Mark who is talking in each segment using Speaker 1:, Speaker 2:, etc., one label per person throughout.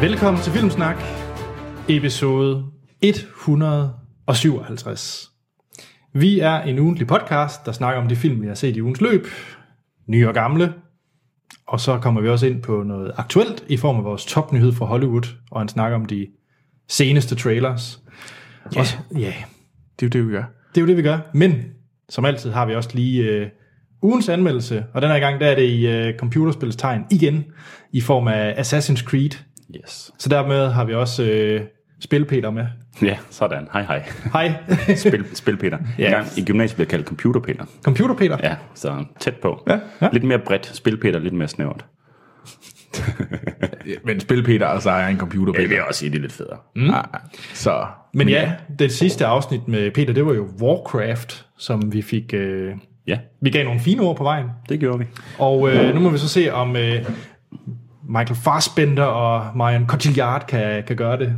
Speaker 1: Velkommen til Filmsnak, episode 157. Vi er en ugentlig podcast, der snakker om de film, vi har set i ugens løb, nye og gamle, og så kommer vi også ind på noget aktuelt i form af vores topnyhed fra Hollywood, og en snak om de seneste trailers. Ja, yeah. yeah,
Speaker 2: Det er jo det, vi gør.
Speaker 1: det er jo det, vi gør. Men som altid har vi også lige øh, ugens anmeldelse, og den her gang der er det i øh, computerspillets tegn igen, i form af Assassin's Creed
Speaker 3: Yes.
Speaker 1: Så dermed har vi også øh, Spilpeter med.
Speaker 3: Ja, sådan. Hej, hej.
Speaker 1: Hej,
Speaker 3: Spil, spil Peter.
Speaker 1: Ja.
Speaker 3: En gang i gymnasiet blev jeg kaldt Computer Peter.
Speaker 1: Computerpeter. Ja.
Speaker 3: Ja, så tæt på.
Speaker 2: Ja.
Speaker 1: Ja.
Speaker 3: Lidt mere bredt. Spil Peter, lidt mere snævert.
Speaker 2: Men spil Peter, og så er jeg en computer
Speaker 3: Jeg
Speaker 2: Peter.
Speaker 3: vil også sige, det er lidt federe.
Speaker 2: Mm. Så
Speaker 1: Men ja, det sidste afsnit med Peter, det var jo Warcraft, som vi fik... Øh,
Speaker 3: Ja,
Speaker 1: vi gav nogle fine ord på vejen.
Speaker 3: det gjorde vi.
Speaker 1: Og øh, nu må vi så se, om øh, Michael Fassbender og Marion Cotillard kan, kan gøre det.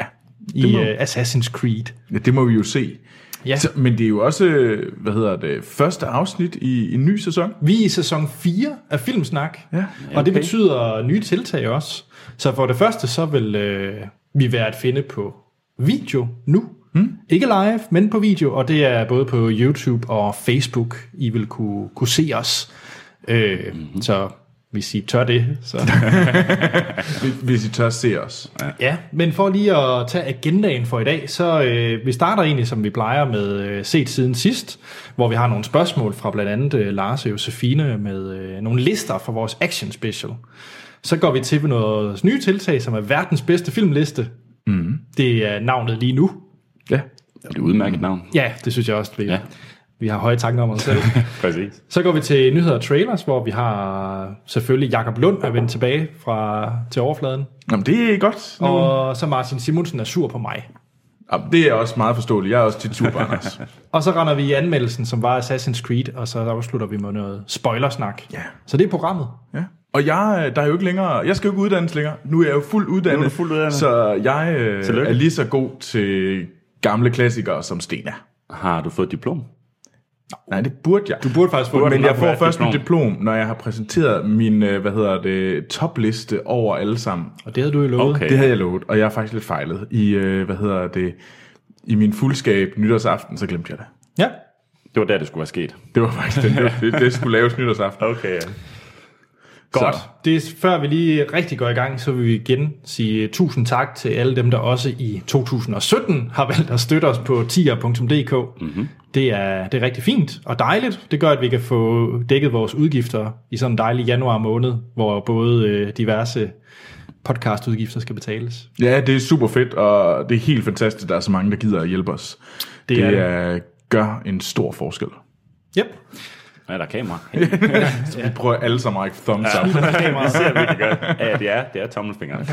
Speaker 1: Ja, I
Speaker 2: må-
Speaker 1: øh, Assassin's Creed.
Speaker 2: ja, det må vi jo se.
Speaker 1: Ja.
Speaker 2: Så, men det er jo også, øh, hvad hedder det, første afsnit i en ny sæson.
Speaker 1: Vi er i sæson 4 af Filmsnak,
Speaker 2: Ja.
Speaker 1: og det
Speaker 3: Okay.
Speaker 1: betyder nye tiltag også. Så for det første, så vil øh, vi være at finde på video nu. Hmm. Ikke live, men på video, og det er både på YouTube og Facebook, I vil kunne, kunne se os. Øh, mm-hmm. Så hvis I tør det, så...
Speaker 2: Hvis- Hvis I tør se os.
Speaker 1: Ja, men for lige at tage agendaen for i dag, så øh, vi starter egentlig, som vi plejer med øh, set siden sidst, hvor vi har nogle spørgsmål fra blandt andet øh, Lars og Josefine med øh, nogle lister fra vores action special. Så går vi til noget nye tiltag, som er verdens bedste filmliste. Mm. Det er navnet lige nu.
Speaker 2: Ja.
Speaker 3: Det er et udmærket navn.
Speaker 1: Ja, det synes jeg også, vi, ja.
Speaker 3: Ja.
Speaker 1: vi har høje tanker om os selv.
Speaker 3: Præcis.
Speaker 1: Så går vi til nyheder og trailers, hvor vi har selvfølgelig Jakob Lund er vendt tilbage fra, til overfladen.
Speaker 2: Jamen, det er godt. Og...
Speaker 1: Og så Martin Simonsen er sur på mig.
Speaker 2: Jamen, det er også meget forståeligt. Jeg er også til tur, Anders.
Speaker 1: Og så render vi i anmeldelsen, som var Assassin's Creed, og så afslutter vi med noget spoilersnak.
Speaker 2: Ja.
Speaker 1: Så det er programmet.
Speaker 2: Ja. Og jeg, øh, der er jo ikke længere, jeg skal jo ikke uddannes længere. Nu er jeg jo fuldt uddannet,
Speaker 3: Nu er du fuldt uddannet.
Speaker 2: så jeg øh,
Speaker 3: Tillykke.
Speaker 2: er lige så god til gamle klassikere som Sten er.
Speaker 3: Har du fået et diplom?
Speaker 2: Nej, det burde jeg.
Speaker 1: Du burde faktisk få
Speaker 2: men jeg får
Speaker 3: være et
Speaker 2: først mit
Speaker 3: diplom.
Speaker 2: diplom, når jeg har præsenteret min, øh, hvad hedder det, topliste over alle sammen.
Speaker 1: Og det havde du jo lovet.
Speaker 3: Okay.
Speaker 2: Det havde jeg lovet, og jeg har faktisk lidt fejlet i, øh, hvad hedder det, i min fuldskab nytårsaften, så glemte jeg det.
Speaker 1: Ja.
Speaker 3: Det var der, det skulle være sket.
Speaker 2: Det var faktisk den, det, det skulle laves nytårsaften.
Speaker 3: Okay, ja.
Speaker 1: Godt.
Speaker 2: Så.
Speaker 1: Det er, før vi lige rigtig går i gang, så vil vi igen sige øh, tusind tak til alle dem, der også i 2017 har valgt at støtte os på tier.dk. Mm-hmm. Det, er, det er rigtig fint og dejligt. Det gør, at vi kan få dækket vores udgifter i sådan en dejlig januar måned, hvor både øh, diverse podcastudgifter skal betales.
Speaker 2: Ja, det er super fedt, og det er helt fantastisk, at der er så mange, der gider at hjælpe os. Det,
Speaker 1: er det.
Speaker 2: det er, gør en stor forskel.
Speaker 1: Yep.
Speaker 3: Ja, der er kamera.
Speaker 2: Så vi prøver alle sammen at række thumbs up.
Speaker 3: Det ser vi virkelig godt. Ja, det er, det er tommelfingeren.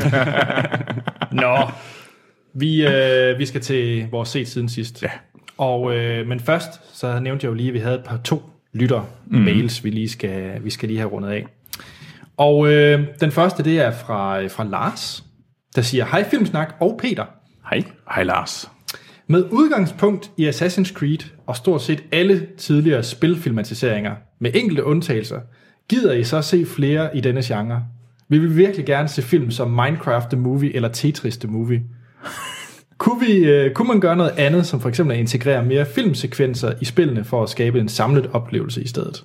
Speaker 1: Nå, vi, øh, vi skal til vores set siden sidst.
Speaker 2: Ja.
Speaker 1: Og, øh, men først, så nævnte jeg jo lige, at vi havde et par to lytter-mails, vi, lige skal, vi skal lige have rundet af. Og øh, den første, det er fra, fra Lars, der siger, Hej Filmsnak og Peter.
Speaker 3: Hej.
Speaker 2: Hej Lars.
Speaker 1: Med udgangspunkt i Assassin's Creed og stort set alle tidligere spilfilmatiseringer, med enkelte undtagelser, gider I så se flere i denne genre? Vi vil virkelig gerne se film som Minecraft The Movie eller Tetris The Movie. Kunne, vi, øh, kunne man gøre noget andet, som for eksempel at integrere mere filmsekvenser i spillene for at skabe en samlet oplevelse i stedet?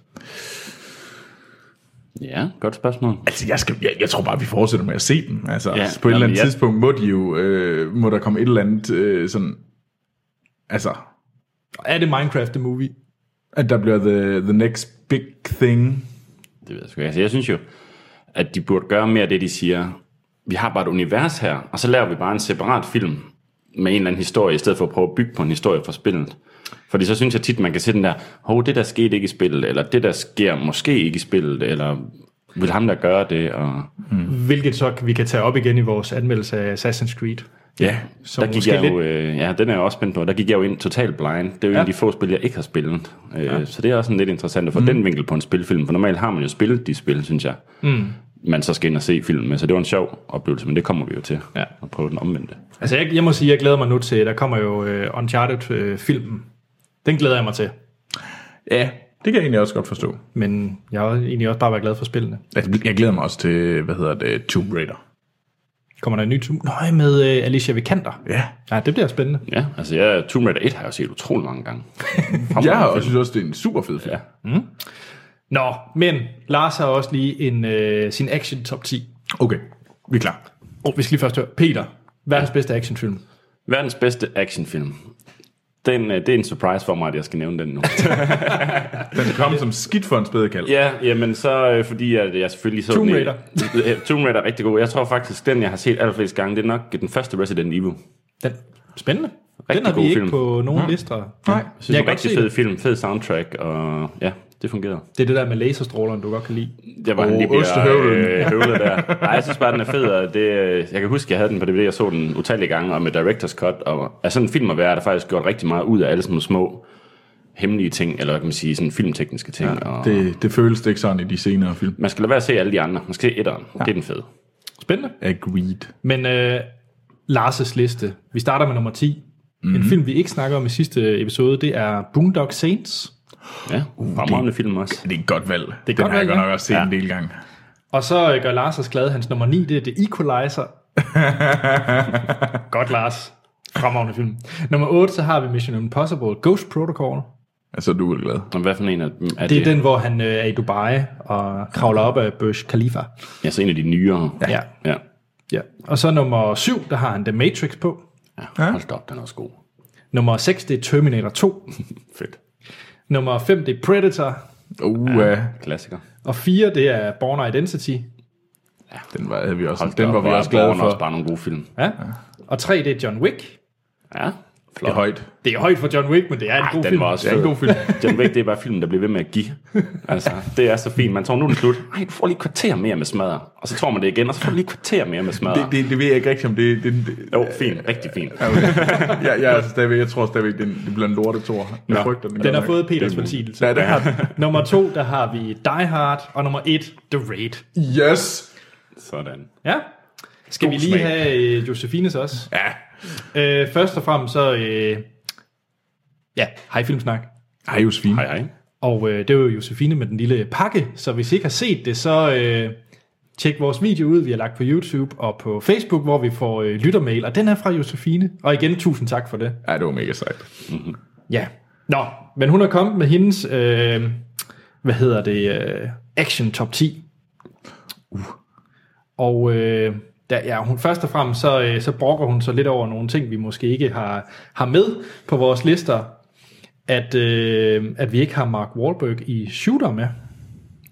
Speaker 3: Ja, godt spørgsmål.
Speaker 2: Altså, jeg, skal, jeg, jeg tror bare, vi fortsætter med at se dem. Altså, ja,
Speaker 3: Ja,
Speaker 2: på et eller andet
Speaker 3: jamen, ja.
Speaker 2: tidspunkt må, de jo, øh, må der komme et eller andet øh, sådan... Altså,
Speaker 1: Er det Minecraft The Movie?
Speaker 2: at der bliver the, the next big thing.
Speaker 3: Det ved jeg sgu ikke. Altså, jeg synes jo, at de burde gøre mere af det, de siger. Vi har bare et univers her, og så laver vi bare en separat film med en eller anden historie, i stedet for at prøve at bygge på en historie fra spillet. Fordi så synes jeg tit, man kan se den der, hov, det der skete ikke i spillet, eller det der sker måske ikke i spillet, eller vil ham der gøre det, og
Speaker 1: Hvilket så vi kan tage op igen i vores anmeldelse af Assassin's Creed.
Speaker 3: ja,
Speaker 1: Så
Speaker 3: så der gik
Speaker 1: måske
Speaker 3: jeg jo, øh, ja, den er jeg også spændt på, der gik jeg jo ind totalt blind, det er jo ja. en af de få spil, jeg ikke har spillet, øh, ja. så det er også sådan lidt interessant at få mm. den vinkel på en spilfilm, for normalt har man jo spillet de spil, synes jeg, mm. man så skal ind og se filmen med, så det var en sjov oplevelse, men det kommer vi jo til,
Speaker 1: Ja.
Speaker 3: at prøve den omvendte.
Speaker 1: Altså, jeg, jeg må sige, jeg glæder mig nu til, der kommer jo uh, Uncharted-filmen. den glæder jeg mig til.
Speaker 2: Ja, det kan jeg egentlig også godt forstå.
Speaker 1: Men jeg har egentlig også bare været glad for spillene.
Speaker 2: Altså, Jeg glæder mig også til, hvad hedder det, Tomb Raider.
Speaker 1: Kommer der en ny Tomb Raider? Nøj, med øh, Alicia Vikander.
Speaker 2: Ja.
Speaker 1: Ja, det bliver spændende.
Speaker 3: Ja, altså jeg, Tomb Raider 1 har jeg jo set utrolig mange gange.
Speaker 2: Jeg har også synes også, det er en super fed film.
Speaker 3: Ja.
Speaker 1: Nå, men Lars har også lige en, øh, sin action top 10.
Speaker 2: Okay, vi er klar.
Speaker 1: Oh, vi skal lige først høre. Peter, verdens bedste actionfilm.
Speaker 3: Verdens bedste actionfilm. Den, øh, det er en surprise for mig, at jeg skal nævne den nu.
Speaker 2: Den kom som skidt for en spædekald.
Speaker 3: ja, jamen så øh, fordi at jeg selvfølgelig så...
Speaker 1: Tomb
Speaker 3: den i-
Speaker 1: Raider.
Speaker 3: Ja, Tomb Raider er rigtig god. Jeg tror faktisk, den jeg har set allerflest gange, det er nok den første Resident Evil.
Speaker 1: Den spændende. den
Speaker 3: Rigtig
Speaker 1: har vi
Speaker 3: god
Speaker 1: ikke
Speaker 3: film.
Speaker 1: på nogen lister. Nej,
Speaker 3: Jeg synes, det er en
Speaker 1: godt
Speaker 3: rigtig
Speaker 1: se
Speaker 3: fed
Speaker 1: det.
Speaker 3: film, fed soundtrack, og ja, det fungerede.
Speaker 1: det er det der med laserstråleren, du godt kan lide.
Speaker 3: Det var, oh,
Speaker 2: Åh,
Speaker 3: han lige bliver
Speaker 2: ostehøvlen.
Speaker 3: øh, høvlet der. Nej, jeg synes bare, den er fed, og det, øh, jeg kan huske, jeg havde den på DVD, jeg så den utallige gange, og med Director's Cut, og af sådan en film at være, er der faktisk gjort rigtig meget ud af alle sådan nogle små hemmelige ting, eller hvad kan man sige, sådan filmtekniske ting. Ja, og
Speaker 2: Det, det føles det ikke sådan i de senere film.
Speaker 3: Man skal lade være at se alle de andre. Man skal se etteren. Ja. Det er den fede.
Speaker 1: Spændende.
Speaker 2: Agreed.
Speaker 1: Men øh, Lars' liste. Vi starter med nummer 10. Mm-hmm. En film, vi ikke snakker om i sidste episode, det er Boondock Saints.
Speaker 3: Ja,
Speaker 1: Uh,
Speaker 3: fremragende film også.
Speaker 2: Det er et godt valg. Det er Den
Speaker 1: godt
Speaker 2: har
Speaker 1: valg,
Speaker 2: jeg godt
Speaker 1: ja.
Speaker 2: nok også set ja. en del gange.
Speaker 1: Og så øh, gør Lars os glad. Hans nummer 9, det er The Equalizer. Godt, Lars. Fremragende film. Nummer 8, så har vi Mission Impossible Ghost Protocol.
Speaker 2: Altså, du er glad.
Speaker 3: Og hvad for en af dem er
Speaker 1: Det er den, hvor han øh, er i Dubai og kravler op af Burj Khalifa.
Speaker 3: Ja, så en af de nyere.
Speaker 1: Ja.
Speaker 3: ja.
Speaker 1: ja. Og så nummer 7, der har han The Matrix på.
Speaker 3: ja. Hold da op, den er også god.
Speaker 1: Nummer 6, det er Terminator 2.
Speaker 3: Fedt.
Speaker 1: nummer 5, det er Predator.
Speaker 2: Uh, ja.
Speaker 3: Klassiker.
Speaker 1: Og 4, det er Born Identity.
Speaker 2: den var, havde vi også,
Speaker 3: Hold da
Speaker 2: den
Speaker 3: op,
Speaker 2: var vi
Speaker 3: hvor er
Speaker 2: også glade
Speaker 3: Bourne
Speaker 2: for.
Speaker 3: Også bare nogle gode film.
Speaker 1: Ja. Og 3, det er John Wick.
Speaker 3: Ja,
Speaker 2: Det er højt.
Speaker 1: Det er højt for John Wick, men det er en Ej, god
Speaker 3: den
Speaker 1: film.
Speaker 3: var også
Speaker 2: Det er en
Speaker 3: fed.
Speaker 2: god film.
Speaker 3: John Wick, det er bare filmen, der bliver ved med at give. Altså, det er så fint. Man tror, nu er det slut. Ej, du får lige et kvarter mere med smadre. Og så tror man det igen, og så får du lige et kvarter mere med smadre.
Speaker 2: Det, det, det ved jeg ikke rigtigt, om det... det, det
Speaker 3: Jo, fint. Rigtig fint.
Speaker 2: jeg, jeg, er altså stadigvæk, jeg tror stadigvæk, det, det bliver en lortetor. Jeg
Speaker 3: Nå,
Speaker 2: frygter den.
Speaker 1: Den
Speaker 2: godt
Speaker 1: har
Speaker 2: nok.
Speaker 1: fået Peters
Speaker 2: Det er muligt.
Speaker 1: velsignelse.
Speaker 2: Ja, det har den.
Speaker 1: Nummer 2, der har vi Die Hard. Og nummer 1, The Raid.
Speaker 2: Yes!
Speaker 3: Sådan.
Speaker 1: Ja. Skal vi lige
Speaker 2: smag.
Speaker 1: have øh, Josefines også?
Speaker 2: Ja.
Speaker 1: Øh, først og fremmest så... Øh, ja, hej Filmsnak.
Speaker 2: Hej, Josefine.
Speaker 3: Hej, hej.
Speaker 1: Og øh, det var jo Josefine med den lille pakke, så hvis I ikke har set det, så øh, tjek vores video ud, vi har lagt på YouTube og på Facebook, hvor vi får øh, lyttermail, og den er fra Josefine. Og igen, tusind tak for det.
Speaker 2: Ja, det var mega sejt.
Speaker 1: Ja. Nå, men hun er kommet med hendes, øh, hvad hedder det, øh, action top 10. Uh. Og øh, der, ja, hun, først og fremmest, så, øh, så brokker hun så lidt over nogle ting, vi måske ikke har, har med på vores lister. At, øh, at vi ikke har Mark Wahlberg i Shooter med.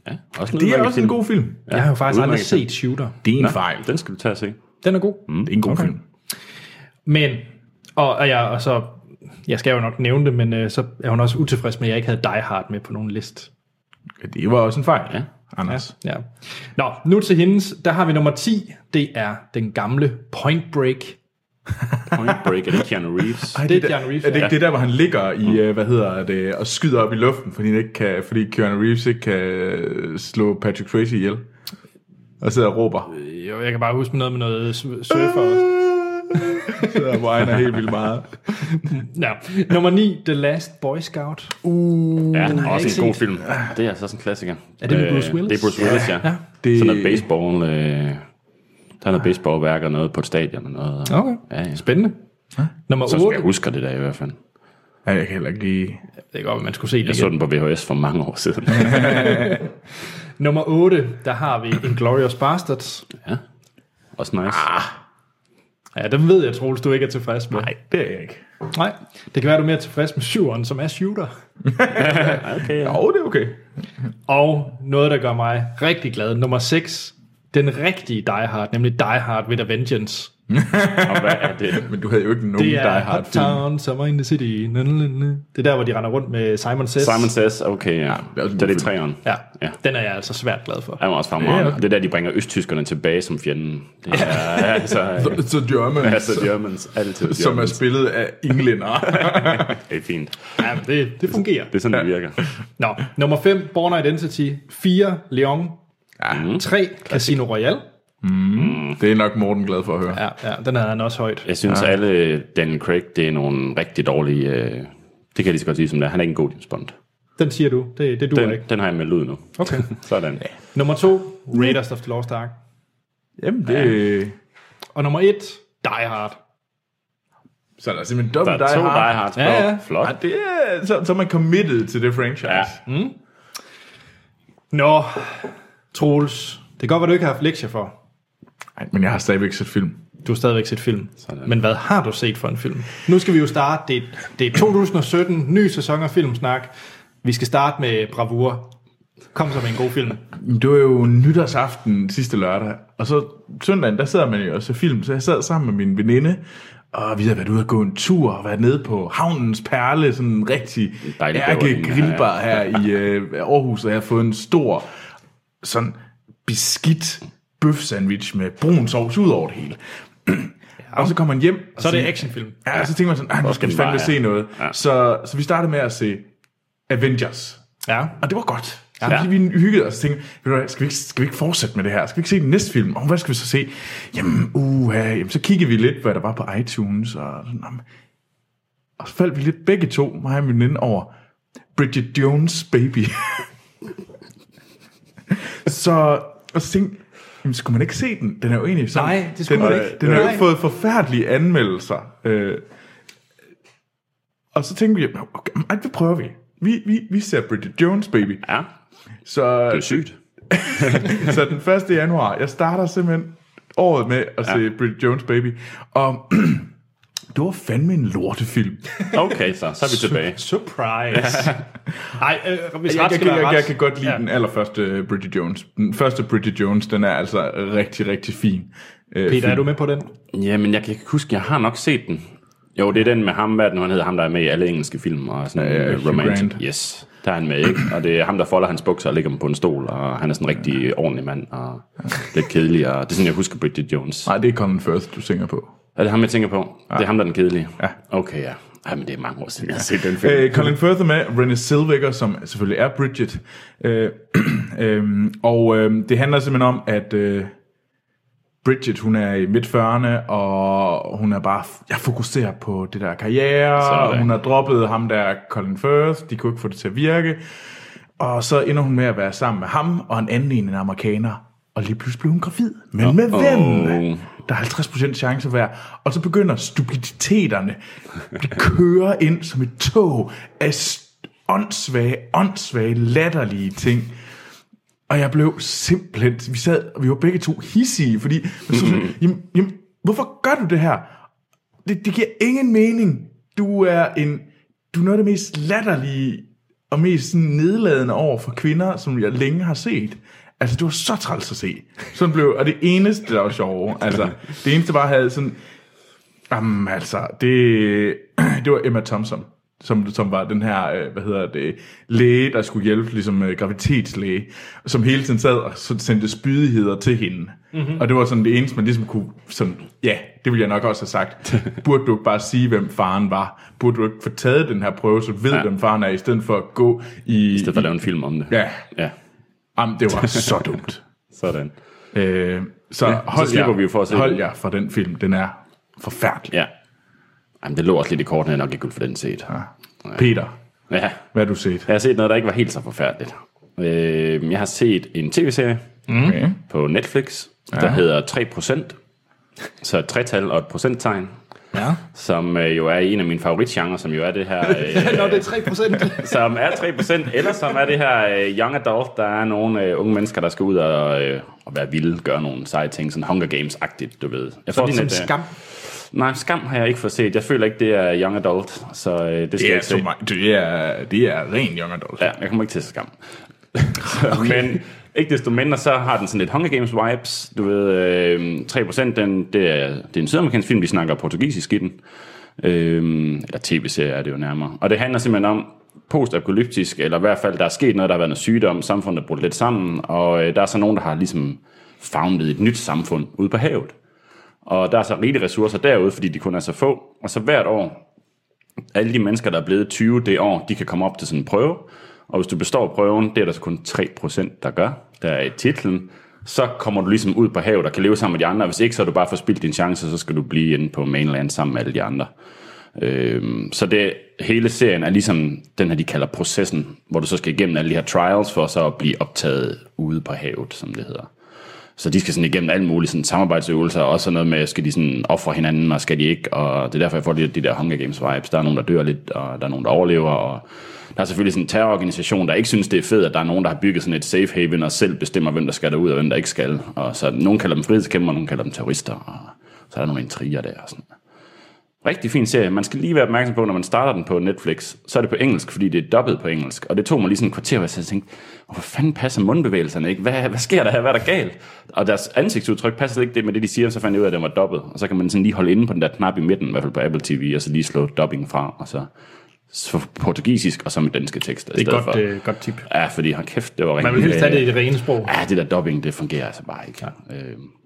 Speaker 3: Ja, også
Speaker 2: Det er også en god film.
Speaker 1: Ja, jeg har jo faktisk aldrig
Speaker 3: udmærket film.
Speaker 1: set Shooter.
Speaker 2: Det er en fejl.
Speaker 3: Den skal du tage og se.
Speaker 1: Den er god. Mm.
Speaker 2: Det er en god film.
Speaker 1: Men, og, og, jeg, og så, jeg skal jo nok nævne det, men øh, så er hun også utilfreds med, at jeg ikke havde Die Hard med på nogen liste.
Speaker 2: Det var også en fejl,
Speaker 3: Ja.
Speaker 2: Anders.
Speaker 1: Ja. Nå, nu til hendes. Der har vi nummer 10. Det er den gamle Point Break.
Speaker 3: Point Break, er det Keanu Reeves?
Speaker 2: Ej,
Speaker 1: Det er
Speaker 2: der-
Speaker 1: Keanu Reeves,
Speaker 2: Er det ikke
Speaker 1: ja.
Speaker 2: det der, hvor han ligger i, øh, hvad hedder det, og skyder op i luften, fordi, han ikke kan, fordi Keanu Reeves ikke kan øh, slå Patrick Swayze ihjel? Og sidder og råber.
Speaker 1: Jo, jeg kan bare huske noget med noget s- surfer.
Speaker 2: sidder og whiner helt vildt meget.
Speaker 1: Ja. Nummer 9, The Last Boy Scout.
Speaker 3: Ja, den
Speaker 1: Uh, har Mm, jeg
Speaker 3: også en
Speaker 1: ikke
Speaker 3: god
Speaker 1: set.
Speaker 3: film. Det er altså også en klassiker. Øh,
Speaker 1: Er det med Bruce Willis?
Speaker 3: Det er Bruce Willis, ja. ja.
Speaker 2: Det-
Speaker 3: Det... Sådan noget baseball... Øh, der er noget baseballværk og noget på et stadion og noget.
Speaker 1: Ah. Okay.
Speaker 3: Ja, ja.
Speaker 1: Spændende. Nummer
Speaker 3: Så
Speaker 1: 8.
Speaker 3: jeg husker det der i hvert fald.
Speaker 2: Ja, jeg kan heller ikke lige...
Speaker 1: Det er godt, at man skulle se det
Speaker 3: Jeg så
Speaker 1: igen.
Speaker 3: den på VHS for mange år siden.
Speaker 1: Nummer 8, der har vi Inglourious Bastards.
Speaker 3: Ja. Også nice.
Speaker 1: Ja, den ved jeg, Troels, du ikke er tilfreds med.
Speaker 2: Nej, det er jeg ikke.
Speaker 1: Nej. Det kan være, du er mere tilfreds med 7'eren, som er shooter.
Speaker 3: Okay, ja.
Speaker 2: Jo, det er okay.
Speaker 1: Og noget, der gør mig rigtig glad. Nummer 6. Den rigtige Die Hard, nemlig Die Hard with a Vengeance.
Speaker 3: Og hvad er det?
Speaker 2: Men du havde jo ikke nogen
Speaker 1: Det er
Speaker 2: Die Hard
Speaker 1: Hot
Speaker 2: film.
Speaker 1: Town, Summer in the City. Na, na, na, na. Det er der, hvor de render rundt med Simon Says.
Speaker 3: Simon Says, okay, ja.
Speaker 2: er
Speaker 3: ja
Speaker 2: også en
Speaker 3: det er
Speaker 2: god
Speaker 3: det
Speaker 2: film.
Speaker 3: træeren.
Speaker 1: Ja,
Speaker 3: Ja.
Speaker 1: den er jeg altså svært glad for.
Speaker 3: Er også fremragende.
Speaker 2: Ja.
Speaker 3: Yeah. Det er der, de bringer østtyskerne tilbage som fjenden. Det er altså...
Speaker 2: It's a German,
Speaker 3: Altså Germans, altid
Speaker 2: som er
Speaker 3: Germans.
Speaker 2: spillet af englænder.
Speaker 3: Det er fint.
Speaker 1: Ja, men det, det fungerer.
Speaker 3: Det er sådan, det virker.
Speaker 1: Nå, nummer 5, Born Identity. 4, Leon.
Speaker 3: Mhm.
Speaker 2: ja,
Speaker 1: 3, Casino Royale.
Speaker 2: det er nok Morten glad for at høre.
Speaker 1: Ja, ja, den havde han også højt.
Speaker 3: Jeg synes, ja. alle Daniel Craig, det er nogle rigtig dårlige... Øh, det kan jeg lige så godt sige som det er. Han er ikke en god James Bond.
Speaker 1: Den siger du. Det, det duer ikke.
Speaker 3: Den, den har jeg meldt ud nu.
Speaker 1: Okay.
Speaker 3: Sådan. Ja.
Speaker 1: Nummer 2, Raiders of the Lost Ark.
Speaker 2: Jamen, det...
Speaker 1: Og nummer et, Die Hard.
Speaker 2: Så er der simpelthen dobbelt
Speaker 3: Der er to Die
Speaker 2: Hard.
Speaker 3: Hards.
Speaker 1: Ja, ja.
Speaker 3: Flot.
Speaker 2: Ja, det er, så, så er man committed til det franchise. Mm.
Speaker 3: Ja.
Speaker 1: Nå, Troels, det kan godt være, du ikke har haft lektier for.
Speaker 2: Ej, men jeg har stadigvæk set film.
Speaker 1: Du har stadigvæk set film. Sådan. Men hvad har du set for en film? Nu skal vi jo starte. Det, det er 2017, ny sæson af Filmsnak. Vi skal starte med Bravur. Kom så med en god film.
Speaker 2: Det var jo nytårsaften sidste lørdag, og så søndagen, der sidder man jo og ser film, så jeg sad sammen med min veninde, og vi havde været ude og gå en tur og været nede på Havnens Perle, sådan en rigtig
Speaker 3: dejlig
Speaker 2: ærke
Speaker 3: bæverhæng,
Speaker 2: grillbar her i øh, Aarhus, og jeg har fået en stor, sådan beskidt bøf-sandwich med brun sovs ud over det hele. Og så kommer man hjem. Og
Speaker 1: Så er det
Speaker 2: siger-
Speaker 1: actionfilm.
Speaker 2: Ja, og så tænker man sådan, "Ej, nu skal vi
Speaker 3: den
Speaker 2: fandme
Speaker 3: vej,
Speaker 2: se
Speaker 3: ja."
Speaker 2: noget. Så, så vi startede med at se Avengers.
Speaker 1: Ja.
Speaker 2: Og det var godt. Så ja. vi hyggede os og tænkte, ved du hvad, skal, vi ikke, skal vi ikke fortsætte med det her? Skal vi ikke se den næste film? Og hvad skal vi så se? Jamen, uh, jamen, så kiggede vi lidt, hvad der var på iTunes. Og, sådan, jamen. og så faldt vi lidt begge to, mig og min veninde, over Bridget Jones' Baby. så, og så tænkte jamen, skulle man ikke se den? Den er jo egentlig sådan.
Speaker 1: Nej, det skulle
Speaker 2: den,
Speaker 1: man ikke.
Speaker 2: Den har jo
Speaker 1: Nej.
Speaker 2: ikke fået forfærdelige anmeldelser. Øh, og så tænkte vi, "Nå, okay, men ej, det prøver vi. Vi, vi, vi ser Bridget Jones' Baby.
Speaker 3: Ja,
Speaker 2: Så,
Speaker 3: det er sygt.
Speaker 2: så den 1. januar, jeg starter simpelthen året med at ja. se Bridget Jones Baby. Og det var fandme en lortefilm.
Speaker 3: Okay, så, så er vi tilbage.
Speaker 1: Surprise. Nej, øh, hvis
Speaker 2: Jeg,
Speaker 1: ret
Speaker 2: jeg,
Speaker 1: skal være
Speaker 2: jeg, jeg,
Speaker 1: ret.
Speaker 2: jeg kan godt lide
Speaker 1: Ja.
Speaker 2: ja. den allerførste Bridget Jones. Den første Bridget Jones, den er altså rigtig, rigtig fin. Øh,
Speaker 1: Peter,
Speaker 2: film.
Speaker 1: er du med på den?
Speaker 3: Jamen, jeg kan ikke huske, jeg har nok set den. Jo, det er den med ham, hvad er det nu han hedder, ham der er med i alle engelske film og sådan
Speaker 2: Ja, ja,
Speaker 3: ja,
Speaker 2: Hugh
Speaker 3: romantic.
Speaker 2: Grant.
Speaker 3: Yes, der er han med, ikke? Og det er ham, der folder hans bukser og lægger dem på en stol, og han er sådan en rigtig ordentlig mand, og lidt kedelig, og det er sådan, jeg husker Bridget Jones.
Speaker 2: Nej, det er Colin Firth, du tænker på.
Speaker 3: Er det ham, jeg tænker på? Ja. Det er ham, der er den kedelige?
Speaker 2: Ja.
Speaker 3: Okay, ja. Ej, men det er mange år siden, jeg har set den film.
Speaker 2: Øh, Colin Firth er med, Renée Zellweger, som selvfølgelig er Bridget. Øh, øhm, og øh, det handler simpelthen om, at øh, Bridget, hun er i midt 40'erne, og hun er bare, jeg fokuserer på det der karriere,
Speaker 3: Sådan.
Speaker 2: og hun har droppet ham der Colin Firth, de kunne ikke få det til at virke. Og så ender hun med at være sammen med ham og en anden en, en amerikaner. Og lige pludselig blev hun gravid. Men med hvem? Der er 50% chance hver. Og så begynder stupiditeterne. De kører ind som et tog af st- åndssvage, åndssvage, latterlige ting. Og jeg blev simpelthen... Vi sad, og vi var begge to hissige, fordi... Så, sådan, jamen, jamen, hvorfor gør du det her? Det, det giver ingen mening. Du er en... Du er noget af det mest latterlige og mest sådan nedladende over for kvinder, som jeg længe har set. Altså, det var så træls at se. Sådan blev, og det eneste, der var sjovt, altså, det eneste bare havde sådan, Jamen altså, det, det var Emma Thompson, som, som var den her, øh, hvad hedder det, læge, der skulle hjælpe, ligesom øh, graviditetslæge, som hele tiden sad og så sendte spydigheder til hende.
Speaker 3: Mhm.
Speaker 2: Mm-hmm. Og det var sådan det eneste, man ligesom kunne, sådan, ja, det ville jeg nok også have sagt. Burde du ikke bare sige, hvem faren var? Burde du ikke få taget den her prøve, så ved, ja. hvem faren er, i stedet for at gå i...
Speaker 3: Det er for at lave en film om det.
Speaker 2: Ja,
Speaker 3: ja
Speaker 2: jamen, det var så dumt.
Speaker 3: sådan.
Speaker 2: Øh, så, ja, hold,
Speaker 3: slipper
Speaker 2: jer,
Speaker 3: vi jo for at se
Speaker 2: hold
Speaker 3: den.
Speaker 2: jer fra den film, den er forfærdelig.
Speaker 3: Ja. Jamen, det lå også lidt i kortene, jeg nok ikke kunne få den set.
Speaker 2: Ja. Peter,
Speaker 3: Ja,
Speaker 2: hvad har du set?
Speaker 3: jeg har set noget, der ikke var helt så forfærdeligt. Øh, jeg har set en tv-serie
Speaker 2: Okay.
Speaker 3: på Netflix, der hedder 3%. Så et tretal og et procenttegn,
Speaker 1: Ja.
Speaker 3: som øh, jo er en af mine favoritgenre, som jo er det her... Øh,
Speaker 1: Nå, det er 3 procent.
Speaker 3: som er 3%, eller som er det her øh, young adult, der er nogle øh, unge mennesker, der skal ud og, øh, og være vilde, gøre nogle seje ting, sådan Hunger Games-agtigt, du ved. Jeg
Speaker 1: Så
Speaker 3: får
Speaker 1: det er
Speaker 3: sådan
Speaker 1: som
Speaker 3: et, øh,
Speaker 1: skam.
Speaker 3: Nej, skam har jeg ikke fået set. Jeg føler ikke, det er young adult, så øh, det skal
Speaker 2: Det
Speaker 3: jeg
Speaker 2: er,
Speaker 3: ikke se.
Speaker 2: så meget, altså det er, det er ren young adult.
Speaker 3: Ja, jeg kommer ikke til at se skam. okay. Men ikke desto mindre, så har den sådan lidt Hunger Games vibes. Du ved, øh, 3% den, det, er, det er en sydamerikansk film, de snakker portugisisk i den. Øh, eller tv-serie er det jo nærmere. Og det handler simpelthen om postapokalyptisk, eller i hvert fald, der er sket noget, der har været noget sygdom, samfundet er brudt lidt sammen, og øh, der er så nogen, der har ligesom founded et nyt samfund ude på havet. Og der er så rigelige ressourcer derude, fordi de kun er så få. Og så hvert år, alle de mennesker, der er blevet 20 det år, de kan komme op til sådan en prøve. Og hvis du består prøven, det er der så kun 3%, der gør, der er i titlen. Så kommer du ligesom ud på havet og kan leve sammen med de andre. Hvis ikke, så er du bare forspildt din chance, og så skal du blive inde på mainland sammen med alle de andre. Øhm, så det, hele serien er ligesom den her, de kalder processen, hvor du så skal igennem alle de her trials for så at blive optaget ude på havet, som det hedder. Så de skal sådan igennem alle mulige sådan samarbejdsøvelser, og også sådan noget med, skal de sådan ofre hinanden, og skal de ikke, og det er derfor, jeg får lidt de der Hunger Games vibes. Der er nogen, der dør lidt, og der er nogen, der overlever, og der er selvfølgelig sådan en terrororganisation, der ikke synes, det er fedt, at der er nogen, der har bygget sådan et safe haven, og selv bestemmer, hvem der skal derud, og hvem der ikke skal. Og så nogen kalder dem frihedskæmper, og nogen kalder dem terrorister, og så er der nogle intriger der og sådan. Rigtig fin serie. Man skal lige være opmærksom på, når man starter den på Netflix, så er det på engelsk, fordi det er dobbelt på engelsk. Og det tog mig lige sådan en kvarter, hvor jeg sad og tænkte, "Åh, hvor fanden passer mundbevægelserne ikke? Hvad, hvad sker der her? Hvad er der galt? Og deres ansigtsudtryk passer slet ikke det med det, de siger, så fandt jeg ud af, at den var dobbelt. Og så kan man sådan lige holde inde på den der knap i midten, i hvert fald på Apple TV, og så lige slå dubbing fra, og så så portugisisk, og så med danske tekster.
Speaker 2: Det er et godt, øh, godt tip.
Speaker 3: Ja, fordi har kæft, det var rigtig...
Speaker 1: Man vil helst have det i det rene sprog.
Speaker 3: Ja, det der dubbing, det fungerer altså bare ikke. Øh,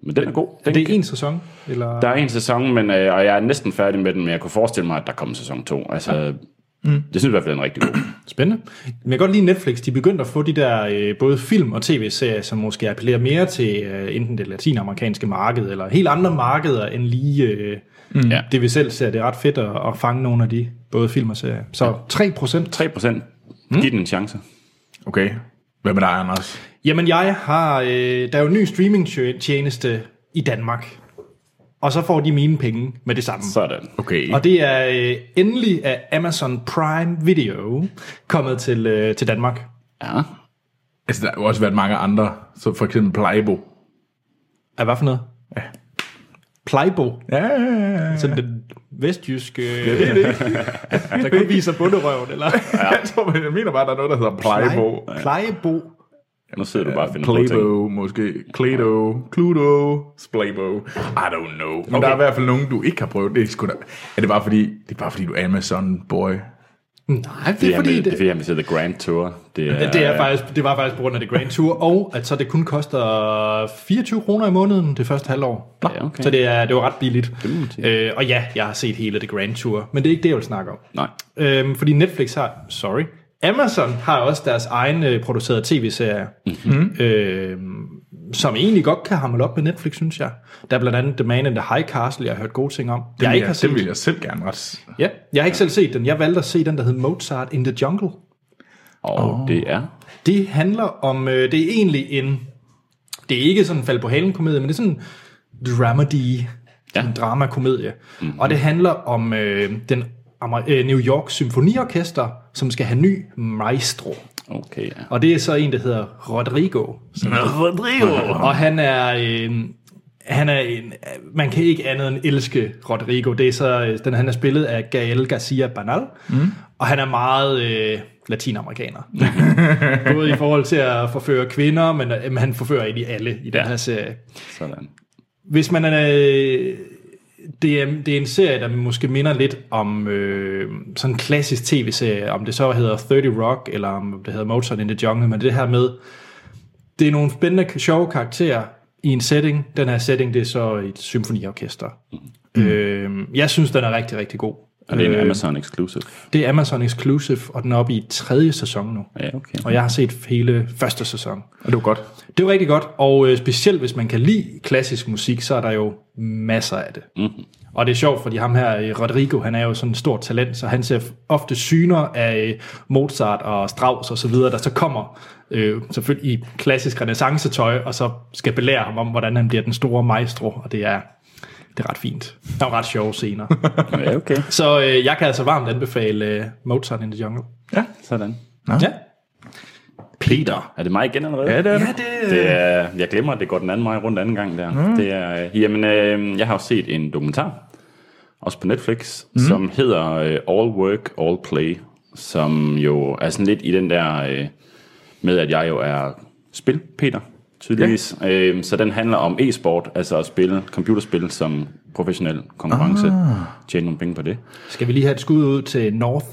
Speaker 3: men den er god. Den
Speaker 1: Det er en sæson, eller?
Speaker 3: der er en sæson, men, øh, og jeg er næsten færdig med den, men jeg kunne forestille mig, at der kommer sæson 2. Altså, mm. Det synes jeg i hvert fald er en rigtig god.
Speaker 1: Spændende. Men jeg kan godt lide Netflix. De begyndte at få de der øh, både film og tv-serier, som måske appellerer mere til øh, enten det latinamerikanske marked, eller helt andre markeder end lige øh, mm.
Speaker 3: Ja.
Speaker 1: det, vi selv ser. Det er ret fedt at, at fange nogle af de både film og serier. Så 3 procent.
Speaker 3: 3 procent. Giv den en chance.
Speaker 2: Okay. Hvad med dig, Anders?
Speaker 1: Jamen jeg har, øh, der er jo en ny streamingtjeneste i Danmark, og så får de mine penge med det samme.
Speaker 3: Sådan.
Speaker 2: Okay.
Speaker 1: Og det er øh, endelig af Amazon Prime Video kommet til, øh, til Danmark.
Speaker 3: Ja.
Speaker 2: Altså, der har jo også været mange andre, så for eksempel Plejbo.
Speaker 1: Er hvad for noget? Ja. Plejbo.
Speaker 2: Ja, ja, ja. ja.
Speaker 1: Sådan den vestjyske... Jeg ved det ikke. Der kun viser bunderøven, eller?
Speaker 2: Jeg tror, men jeg mener bare, der er noget, der hedder Plejbo.
Speaker 1: Plejebo.
Speaker 3: Nu sidder du bare og finder på ting.
Speaker 2: Playbo, måske. Cluedo. Cluedo. Splaybo. I don't know. Men okay. der er i hvert fald nogen, du ikke har prøvet. Det er, sgu da... er det bare fordi, det er bare fordi du er Amazon-boy?
Speaker 1: Nej,
Speaker 3: Det er, fordi, det, det er fordi, han vil sidde The Grand Tour. Det er,
Speaker 1: det, er faktisk, det var faktisk på grund af det Grand Tour, og at så det kun koster 24 kroner i måneden det første halvår. Nå,
Speaker 3: Ja, okay.
Speaker 1: Så det, er, det var ret billigt.
Speaker 3: må man sige.
Speaker 1: Øh, og ja, jeg har set hele det Grand Tour, men det er ikke det, jeg vil snakke om.
Speaker 3: Nej.
Speaker 1: Øhm, fordi Netflix har, sorry, Amazon har også deres egen øh, producerede tv-serier, mm-hmm. øhm, som egentlig godt kan hamle op med Netflix, synes jeg. Der er blandt andet The Man in the High Castle, jeg har hørt gode ting om. Den jeg
Speaker 2: vil
Speaker 1: ikke har
Speaker 2: jeg,
Speaker 1: set.
Speaker 2: Den vil jeg selv gerne ret.
Speaker 1: Ja, jeg har ikke selv set den. Jeg valgte at se den, der hed Mozart in the Jungle.
Speaker 3: Og oh. det er...
Speaker 1: Det handler om, øh, det er egentlig en, det er ikke sådan en fald på halen komedie, men det er sådan en dramedy, ja. en dramakomedie. Mm-hmm. Og det handler om øh, den amer- øh, New York Symfoniorkester, som skal have ny maestro.
Speaker 3: Okay, ja.
Speaker 1: Og det er så en, der hedder Rodrigo. Rodrigo! Og han er... Øh, han er en, man kan ikke andet end elske Rodrigo. Det er så, øh, den, han er spillet af Gael Garcia Banal, mm. og han er meget øh, latinamerikaner. Både i forhold til at forføre kvinder, men øh, han forfører egentlig alle i den
Speaker 3: Ja.
Speaker 1: her serie.
Speaker 3: Sådan.
Speaker 1: Hvis man er... Øh, det er, det er en serie, der måske minder lidt om øh, sådan en klassisk tv-serie, om det så hedder 30 Rock, eller om det hedder Mozart in the Jungle, men det her med, det er nogle spændende, sjove karakterer i en setting. Den her setting, det er så et symfoniorkester. Mm. Øh, jeg synes, den er rigtig, rigtig god. Øh,
Speaker 3: Og det er en Amazon exclusive.
Speaker 1: Det er Amazon Exclusive, og den er oppe i tredje sæson nu.
Speaker 3: Ja, okay.
Speaker 1: Og jeg har set hele første sæson.
Speaker 2: Og det var godt.
Speaker 1: Det var rigtig godt, og øh, specielt hvis man kan lide klassisk musik, så er der jo masser af det. Mm-hmm. Og det er sjovt, fordi ham her, øh, Rodrigo, han er jo sådan et stort talent, så han ser f- ofte syner af øh, Mozart og Strauss og så videre, der så kommer øh, selvfølgelig i klassisk renaissancetøj, og så skal belære ham om, hvordan han bliver den store maestro, og det er, det er ret fint. Der er jo ret sjove scener.
Speaker 3: Ja, okay.
Speaker 1: så øh, jeg kan altså varmt anbefale øh, Mozart in the Jungle.
Speaker 3: Sådan.
Speaker 1: Ja,
Speaker 3: Peter. Er det mig igen allerede? Ja,
Speaker 2: det er det.
Speaker 1: det,
Speaker 3: Det er, jeg glemmer, at det går den anden vej rundt anden gang der. Mm. Det er, øh, jamen, øh, jeg har jo set en dokumentar, også på Netflix, mm. som hedder øh, All Work, All Play, som jo er sådan lidt i den der øh, med, at jeg jo er spil, Peter, tydeligvis. Ja. Øh, så den handler om e-sport, altså at spille computerspil som professionel konkurrence. Ah. Tjene nogle penge på det.
Speaker 1: Skal vi lige have et skud ud til North,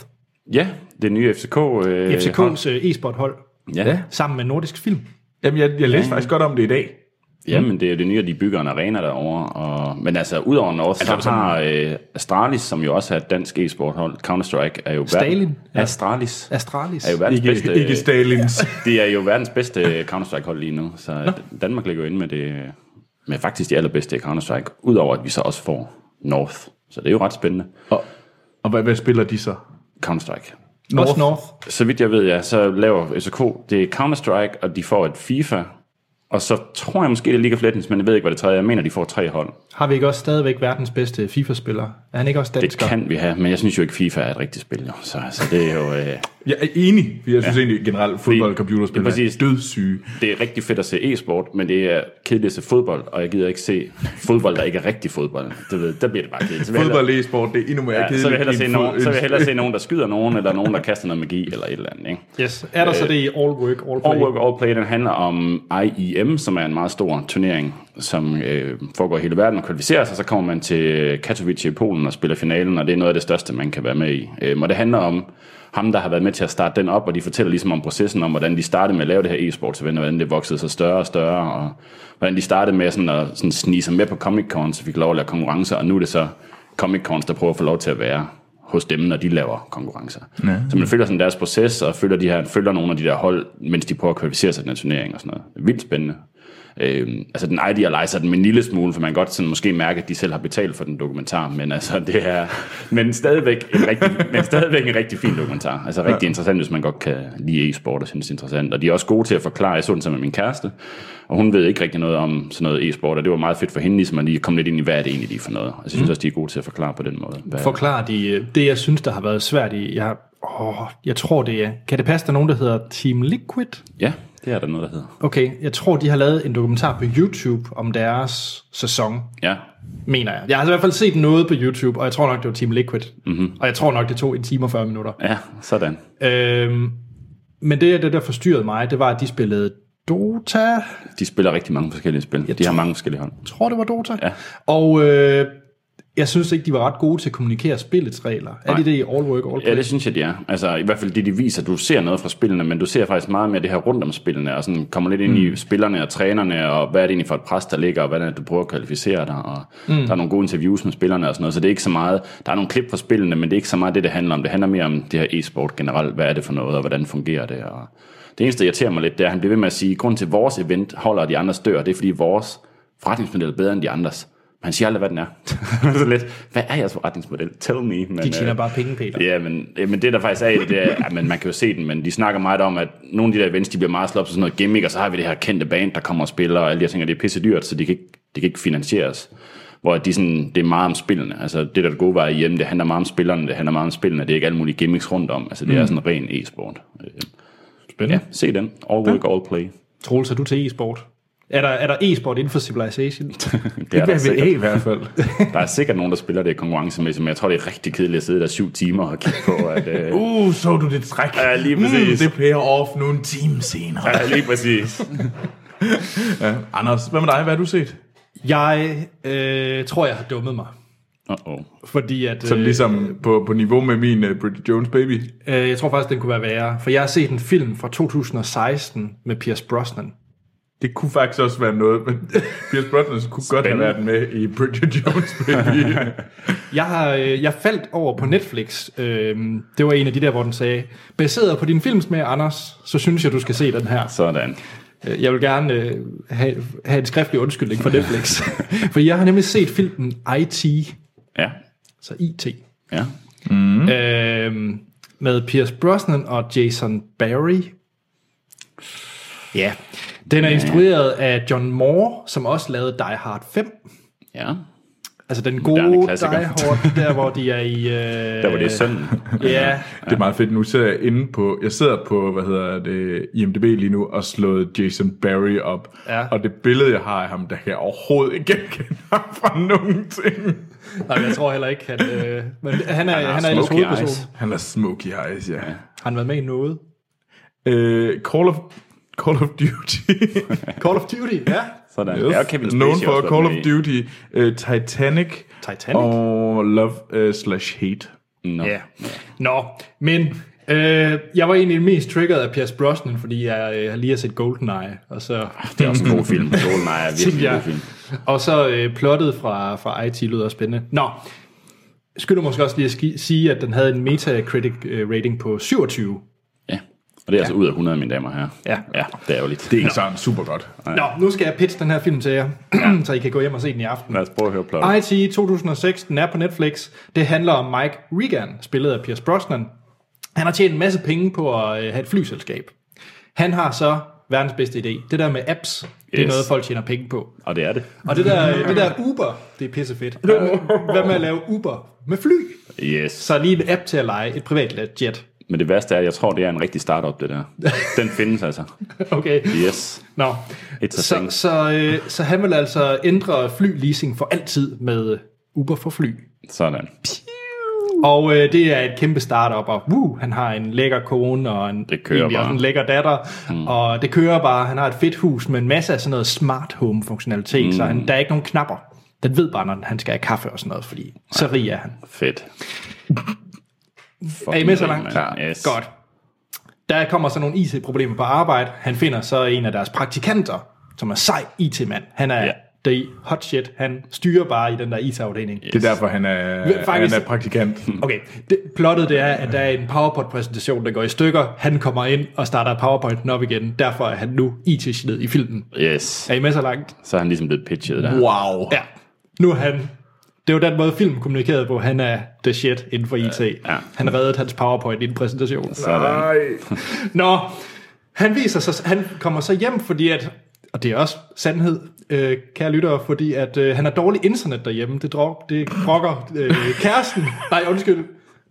Speaker 3: Ja, det nye FCK. Øh, hold.
Speaker 1: FCK's øh, e-sport hold?
Speaker 3: Ja,
Speaker 1: sammen med Nordisk Film.
Speaker 2: Jamen, jeg, jeg læste faktisk godt om det i dag.
Speaker 3: Jamen, det er jo det nye, at de bygger en arena derovre. Og, men altså, udover North, altså, så har øh, Astralis, som jo også er et dansk e-sport hold, Counter-Strike, er jo
Speaker 1: Stalin?
Speaker 3: Ja. Astralis
Speaker 1: Astralis.
Speaker 3: er jo verdens
Speaker 2: Ikke,
Speaker 3: bedste,
Speaker 2: ikke Stalins.
Speaker 3: det er jo verdens bedste Counter-Strike hold lige nu. Så Danmark ligger jo inde med det, med faktisk de allerbedste i Counter-Strike, udover at vi så også får North. Så det er jo ret spændende.
Speaker 2: Og, og hvad, hvad spiller de så?
Speaker 3: Counter-Strike.
Speaker 1: North. Også North.
Speaker 3: Så vidt jeg ved, ja, så laver SK, det er Counter-Strike, og de får et FIFA, Og så tror jeg måske, det er League of Legends, men jeg ved ikke, hvad det tredje er. Jeg mener, de får tre hold.
Speaker 1: Har vi ikke også stadigvæk verdens bedste FIFA-spiller? Er han ikke også
Speaker 3: Det
Speaker 1: dansker?
Speaker 3: kan vi have, men jeg synes jo ikke, FIFA er et rigtigt spil. Jo. Så, så det er jo... Øh,
Speaker 2: Jeg er enig, for jeg synes ja. egentlig generelt, fodbold og computerspil
Speaker 3: Det er
Speaker 2: er
Speaker 3: præcis.
Speaker 2: dødssyge.
Speaker 3: det er rigtig fedt at se e-sport, men det er kedeligt at se fodbold, og jeg gider ikke se fodbold, der ikke er rigtig fodbold. Du ved, der bliver det bare kedeligt. Så vil jeg
Speaker 2: Fodbold og e-sport, det er endnu mere
Speaker 3: hellere- ja,
Speaker 2: kedeligt.
Speaker 3: så vil jeg hellere se
Speaker 2: end
Speaker 3: nogen,
Speaker 2: fod-
Speaker 3: så vil jeg hellere se nogen, der skyder nogen, eller nogen, der kaster noget magi, eller et eller andet. Ikke?
Speaker 1: Yes. Er
Speaker 3: Øh,
Speaker 1: der så det i all work, all play?
Speaker 3: All Work All Play, den handler om IEM, som er en meget stor turnering, som øh, foregår i hele verden og kvalificerer sig. Så kommer man til Katowice i Polen og spiller finalen, og det er noget af det største, man kan være med i. Øhm, og det handler om ham, der har været med til at starte den op, og de fortæller ligesom om processen, om hvordan de startede med at lave det her e-sports event, og hvordan det voksede sig større og større, og hvordan de startede med sådan at sådan snige sig med på Comic Con, så fik lov at lave konkurrencer, og nu er det så Comic Cons, der prøver at få lov til at være hos dem, når de laver konkurrencer. Ja. Så man følger sådan deres proces, og følger, de her, følger nogle af de der hold, mens de prøver at kvalificere sig til den her turnering og sådan noget. Det er vildt spændende. Øhm, altså den idealiser den med en lille smule, for man kan godt sådan måske mærke, at de selv har betalt for den dokumentar, men altså det er, men stadigvæk en rigtig, men stadigvæk en rigtig fin dokumentar. Altså rigtig ja. interessant, hvis man godt kan lide e-sport og synes det er interessant. Og de er også gode til at forklare, jeg så den sammen med min kæreste, og hun ved ikke rigtig noget om sådan noget e-sport, og det var meget fedt for hende, ligesom at lige komme lidt ind i, hvad er det egentlig lige for noget. Altså, jeg synes også, de er gode til at forklare på den måde. Hvad,
Speaker 1: Forklar de, øh, det, jeg synes, der har været svært i. Jeg, åh, jeg tror, det er... Kan det passe, der er nogen, der hedder Team Liquid?
Speaker 3: Ja, det er der noget, der hedder.
Speaker 1: Okay, jeg tror, de har lavet en dokumentar på YouTube om deres sæson,
Speaker 3: Ja,
Speaker 1: mener jeg. Jeg har altså i hvert fald set noget på YouTube, og jeg tror nok, det var Team Liquid.
Speaker 3: Mhm.
Speaker 1: Mm-hmm. Og jeg tror nok, det tog en time og 40 minutter.
Speaker 3: ja, sådan.
Speaker 1: Øhm, men det, det, der forstyrrede mig, det var, at de spillede Dota. Jeg
Speaker 3: De spiller rigtig mange forskellige spil. de har mange forskellige hold.
Speaker 1: tror, det var Dota. Ja. Og øh, jeg synes ikke, de var ret gode til at kommunikere spillets regler. Er de det i all work, all play?
Speaker 3: Ja, det synes jeg, de er. Altså, i hvert fald det, de viser. Du ser noget fra spillene, men du ser faktisk meget mere det her rundt om spillene, og sådan kommer lidt ind mm. i spillerne og trænerne, og hvad er det egentlig for et pres, der ligger, og hvordan er det, du prøver at kvalificere dig, og mm. der er nogle gode interviews med spillerne og sådan noget, så det er ikke så meget, der er nogle klip fra spillene, men det er ikke så meget det, det handler om. Det handler mere om det her e-sport generelt. Hvad er det for noget, og hvordan fungerer det, og det eneste, der irriterer mig lidt, det er, at han bliver ved med at sige, at grunden til, at vores event holder, og de andres dør, det er, fordi vores forretningsmodel er bedre end de andres. Men han siger aldrig, hvad den er. så lidt, hvad er jeres forretningsmodel? Tell me. Men,
Speaker 1: De tjener
Speaker 3: øh,
Speaker 1: bare penge, Peter.
Speaker 3: Ja, men, ja, men det der faktisk er i det, det er, ja, men man kan jo se den, men de snakker meget om, at nogle af de der events, de bliver meget slået op til sådan noget gimmick, og så har vi det her kendte band, der kommer og spiller, og alle de her ting, og det er pisse dyrt, så det kan ikke, det kan ikke finansieres. Hvor de sådan, det er meget om spillene. Altså det, der er det gode var i hjemme, det handler meget om spillerne, det handler meget om spillene, det er ikke alle mulige gimmicks rundt om. Altså det er sådan ren e-sport. Øh, Ja,
Speaker 2: Spændende.
Speaker 3: se den. All work, all play.
Speaker 1: Troels, er du til e-sport? Er der, er der e-sport inden for Civilization?
Speaker 3: Det er der,
Speaker 2: Hvad vil
Speaker 3: sikkert,
Speaker 2: i hvert fald.
Speaker 3: der er sikkert nogen, der spiller det konkurrencemæssigt, men jeg tror, det er rigtig kedeligt at sidde der syv timer og kigge på, at... Øh,
Speaker 2: Uh, så du det træk.
Speaker 3: Ja, lige præcis.
Speaker 2: Mm, det payer off nu en time senere.
Speaker 3: ja, lige præcis.
Speaker 2: Ja. Anders, hvad med dig? Hvad har du set?
Speaker 1: Jeg øh, tror, jeg har dummet mig.
Speaker 3: Uh-oh.
Speaker 1: Fordi at,
Speaker 2: Så ligesom på, på niveau med min uh, Bridget Jones Baby.
Speaker 1: øh, jeg tror faktisk, den kunne være værre. For jeg har set en film fra 2016 med Pierce Brosnan.
Speaker 2: Det kunne faktisk også være noget, men Pierce Brosnan kunne godt have
Speaker 3: Spændende.
Speaker 2: været med i Bridget Jones Baby.
Speaker 1: Jeg, har, øh, jeg faldt over på Netflix. Øh, det var en af de der, hvor den sagde, baseret på din films med Anders, så synes jeg, du skal se den her.
Speaker 3: Sådan.
Speaker 1: Øh, Jeg vil gerne øh, have, have en skriftlig undskyldning fra Netflix. for jeg har nemlig set filmen IT,
Speaker 3: Ja,
Speaker 1: så IT,
Speaker 3: ja.
Speaker 1: øh, med Pierce Brosnan og Jason Barry. Ja, den er instrueret af John Moore, som også lavede Die Hard 5.
Speaker 3: Ja.
Speaker 1: Altså den
Speaker 3: Moderne
Speaker 1: gode Die
Speaker 3: klassiker.
Speaker 1: Hard, der hvor de er i... Øh,
Speaker 3: Der var det søn.
Speaker 1: Ja,
Speaker 2: Det er meget fedt. Nu sidder jeg inde på, jeg sidder på, hvad hedder det, IMDB lige nu, og slået Jason Barry op.
Speaker 1: Ja.
Speaker 2: Og det billede, jeg har af ham, der kan jeg overhovedet ikke genkende ham fra nogen ting.
Speaker 1: nej, jeg tror heller ikke, han... Øh, men han er, han er, han er
Speaker 3: smoky
Speaker 1: ellers
Speaker 3: eyes.
Speaker 1: hovedperson.
Speaker 2: Han er smoky eyes, ja. ja.
Speaker 1: Har han været med i noget?
Speaker 2: Øh, Call of Call of Duty.
Speaker 1: Call of Duty, ja.
Speaker 3: Sådan. Yes. Ja, og Kevin Spacey
Speaker 2: Known
Speaker 3: har
Speaker 2: for
Speaker 3: også
Speaker 2: Call
Speaker 3: været
Speaker 2: of
Speaker 3: med i.
Speaker 2: Duty, uh, Titanic,
Speaker 1: Titanic?
Speaker 2: og Love uh, slash Hate.
Speaker 3: Nå.
Speaker 1: Ja. Nå, men øh, jeg var egentlig mest triggeret af Pierce Brosnan, fordi jeg øh, lige har set GoldenEye, og så,
Speaker 3: Det er også en god film. GoldenEye er virkelig en
Speaker 1: Ja.
Speaker 3: god film.
Speaker 1: og så øh, plottet fra, fra IT lyder også spændende. Nå, skylder måske også lige at ski- sige, at den havde en Metacritic øh, rating på 27.
Speaker 3: Ja. Og det er altså ud af 100, mine damer og herrer.
Speaker 1: Ja.
Speaker 3: Ja, det er ærgerligt.
Speaker 2: Det er ikke sådan super godt.
Speaker 1: Nå, nu skal jeg pitche den her film til jer, så I kan gå hjem og se den i aften.
Speaker 3: Lad os prøve at høre plottet.
Speaker 1: IT 2006, den er på Netflix. Det handler om Mike Regan, spillet af Pierce Brosnan. Han har tjent en masse penge på at øh, have et flyselskab. Han har så verdens bedste idé. Det der med apps, det er
Speaker 3: Yes.
Speaker 1: noget, folk tjener penge på.
Speaker 3: Og det er det.
Speaker 1: Og det der, øh, det der Uber, det er pissefedt. Hvad med at lave Uber med fly?
Speaker 3: Yes.
Speaker 1: Så lige en app til at lege et privat jet.
Speaker 3: Men det værste er, at jeg tror, det er en rigtig startup, det der. Den findes altså.
Speaker 1: Okay.
Speaker 3: Yes.
Speaker 1: Nå.
Speaker 3: It's a
Speaker 1: Så,
Speaker 3: thing.
Speaker 1: så, øh, så han vil altså ændre flyleasing for altid med øh, Uber for fly.
Speaker 3: Sådan.
Speaker 1: Og øh, det er et kæmpe startup, og woo, han har en lækker kone og en,
Speaker 3: Det kører
Speaker 1: egentlig
Speaker 3: bare.
Speaker 1: også en lækker datter. Mm. Og det kører bare. Han har et fedt hus med en masse af sådan noget smart home funktionalitet, mm. så han, der er ikke nogen knapper. Den ved bare, når han skal have kaffe og sådan noget, fordi så rig er han.
Speaker 3: Fedt.
Speaker 1: Er I med så langt?
Speaker 3: Klar. Yes.
Speaker 1: Godt. Der kommer så nogle IT-problemer på arbejde. Han finder så en af deres praktikanter, som er sej IT-mand. Han er
Speaker 3: Ja.
Speaker 1: det hot shit. Han styrer bare i den der IT-afdeling.
Speaker 2: Det er derfor, han er,
Speaker 1: Faktisk-
Speaker 2: han er praktikant.
Speaker 1: Okay, det, plottet det er, at der er en PowerPoint-præsentation, der går i stykker. Han kommer ind og starter PowerPointen op igen. Derfor er han nu E IT-genet i filmen.
Speaker 3: Yes.
Speaker 1: Er I med så langt?
Speaker 3: Så er han ligesom blevet pitchet der.
Speaker 2: Wow.
Speaker 1: Ja. Nu er han... Det var den måde, film kommunikerede på. Han er the shit inden for IT.
Speaker 3: ja.
Speaker 1: Han reddede hans PowerPoint i en præsentation.
Speaker 3: Sådan.
Speaker 1: Nå, han viser sig, han kommer så hjem, fordi at, og det er også sandhed, øh, kære lyttere, fordi at øh, han har dårlig internet derhjemme. Det, drog, det brokker øh, kæresten, nej undskyld,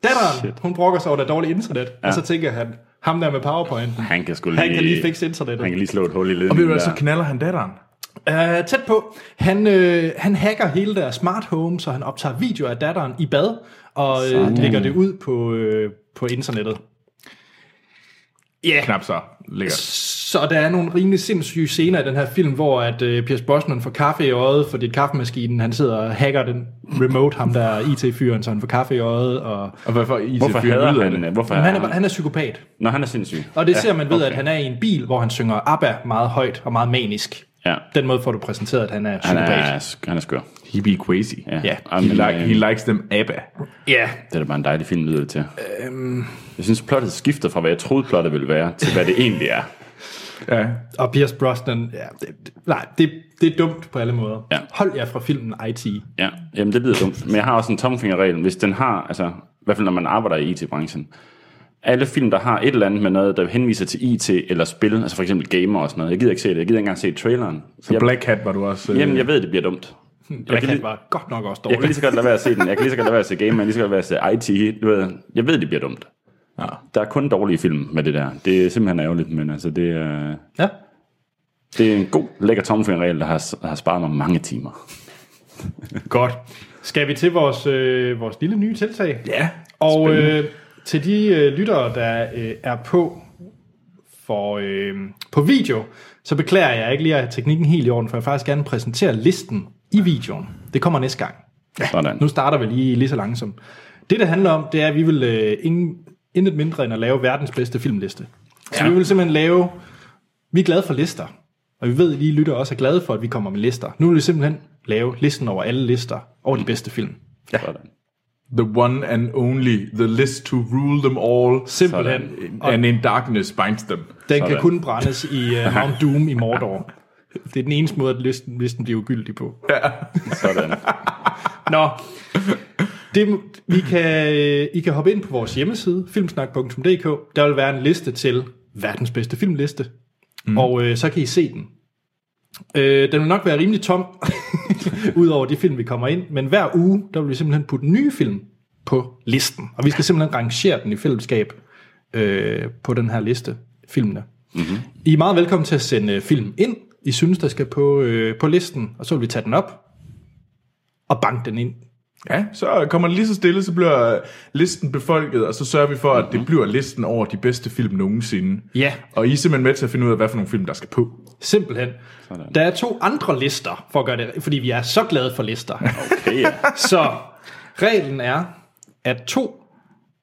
Speaker 1: datteren, Shit. hun brokker sig over, at der er dårlig internet. Ja. Og så tænker han, ham der med PowerPoint,
Speaker 3: Han kan sgu lige...
Speaker 1: han kan lige fikse internettet.
Speaker 3: Han kan lige slå et hul i ledningen
Speaker 2: Og ved du hvad, så
Speaker 3: der.
Speaker 2: knaller han datteren.
Speaker 1: Uh, tæt på. Han, øh, han hacker hele deres smart home, så han optager videoer af datteren i bad, og øh, lægger det ud på, øh, på internettet. Ja, yeah.
Speaker 2: Knap så. Lækkert.
Speaker 1: Så der er nogle rimelig sindssyge scener i den her film, hvor at øh, Pierce Brosnan får kaffe i øjet, fordi kaffemaskinen, han sidder og hacker den remote, ham der er IT-fyren, så han får kaffe i øjet, og
Speaker 2: Og hvorfor IT
Speaker 3: Hvorfor hader han? det? Hvorfor er
Speaker 1: han er,
Speaker 3: han?
Speaker 1: han er psykopat.
Speaker 3: Nå, han er sindssyg.
Speaker 1: Og det ja, ser man ved, okay. at han er i en bil, hvor han synger ABBA meget højt og meget manisk.
Speaker 3: Ja.
Speaker 1: Den måde får du præsenteret, at han er
Speaker 3: Han
Speaker 1: psykopat.
Speaker 3: er, han er skør.
Speaker 2: He be crazy.
Speaker 3: Ja.
Speaker 1: Ja.
Speaker 3: Ej,
Speaker 2: He,
Speaker 3: men,
Speaker 2: like,
Speaker 3: øh,
Speaker 2: he likes them ABBA.
Speaker 1: Ja,
Speaker 3: Det er da bare en dejlig film, lyder det til. Øhm... Jeg synes, plottet skifter fra, hvad jeg troede, plottet ville være, til hvad det egentlig er.
Speaker 2: Ja.
Speaker 1: og Pierce Brosnan, ja, det, det, nej, det, det er dumt på alle måder.
Speaker 3: Ja.
Speaker 1: Hold jer fra filmen IT.
Speaker 3: Ja, jamen det lyder dumt. Men jeg har også en tomfingerregel. Hvis den har, altså i hvert fald når man arbejder i IT-branchen, alle film, der har et eller andet med noget, der henviser til IT eller spil, altså for eksempel gamer og sådan noget, jeg gider ikke se det, jeg gider ikke engang se traileren.
Speaker 2: Så
Speaker 3: jeg,
Speaker 2: Black Hat var du også... øh,
Speaker 3: jamen, jeg ved, det bliver dumt. Jeg
Speaker 1: Hmm, Black
Speaker 3: kan,
Speaker 1: Hat
Speaker 3: lige,
Speaker 1: var godt nok også
Speaker 3: jeg kan lige
Speaker 1: dårlig.
Speaker 3: så godt lade være at se den. Jeg kan lige så godt lade være at se gamer, jeg kan lige så godt lade være at se IT. Du ved, jeg ved, det bliver dumt.
Speaker 2: Ja.
Speaker 3: Der er kun dårlige film med det der. Det er simpelthen ærgerligt, men altså det er...
Speaker 1: Ja.
Speaker 3: Det er en god, lækker tommelfingerregel, der har, der har sparet mig mange timer.
Speaker 1: Godt. Skal vi til vores, øh, vores lille nye tiltag?
Speaker 2: Ja.
Speaker 1: Og øh, til de øh, lyttere, der øh, er på for, øh, på video, så beklager jeg ikke lige at have teknikken helt i orden, for jeg vil faktisk gerne præsentere listen i videoen. Det kommer næste gang.
Speaker 3: Sådan.
Speaker 1: Nu starter vi lige lige så langsomt. Det, det handler om, det er, at vi vil øh, ingen, intet mindre end at lave verdens bedste filmliste. Så ja. vi vil simpelthen lave... Vi er glade for lister. Og vi ved, at I lytter også er glade for, at vi kommer med lister. Nu vil vi simpelthen lave listen over alle lister over de bedste film.
Speaker 3: Sådan.
Speaker 2: øh, The one and only, the list to rule them all.
Speaker 1: Simpelthen. Og
Speaker 2: And in darkness binds them.
Speaker 1: Den kan
Speaker 3: Sådan.
Speaker 1: kun brændes i uh, Mount Doom i Mordor. Det er den eneste måde, at listen, listen bliver ugyldig på.
Speaker 3: Sådan.
Speaker 1: Nå, det, vi kan, øh, I kan hoppe ind på vores hjemmeside, filmsnak.dk. Der vil være en liste til verdens bedste filmliste. Mm. Og øh, så kan I se den. Øh, den vil nok være rimelig tom, udover de film, vi kommer ind. Men hver uge, der vil vi simpelthen putte nye film på listen. Og vi skal simpelthen rangere den i fællesskab øh, på den her liste, filmene. Mm-hmm. I er meget velkommen til at sende øh, film ind, I synes, der skal på, øh, på listen. Og så vil vi tage den op og banke den ind
Speaker 2: Ja, så kommer det lige så stille, så bliver listen befolket, og så sørger vi for, at det bliver listen over de bedste film nogensinde.
Speaker 1: Ja.
Speaker 2: Og I er simpelthen med til at finde ud af, hvad for nogle film, der skal på.
Speaker 1: Simpelthen. Sådan. Der er to andre lister, for at gøre det, fordi vi er så glade for lister.
Speaker 3: Okay.
Speaker 1: så reglen er, at to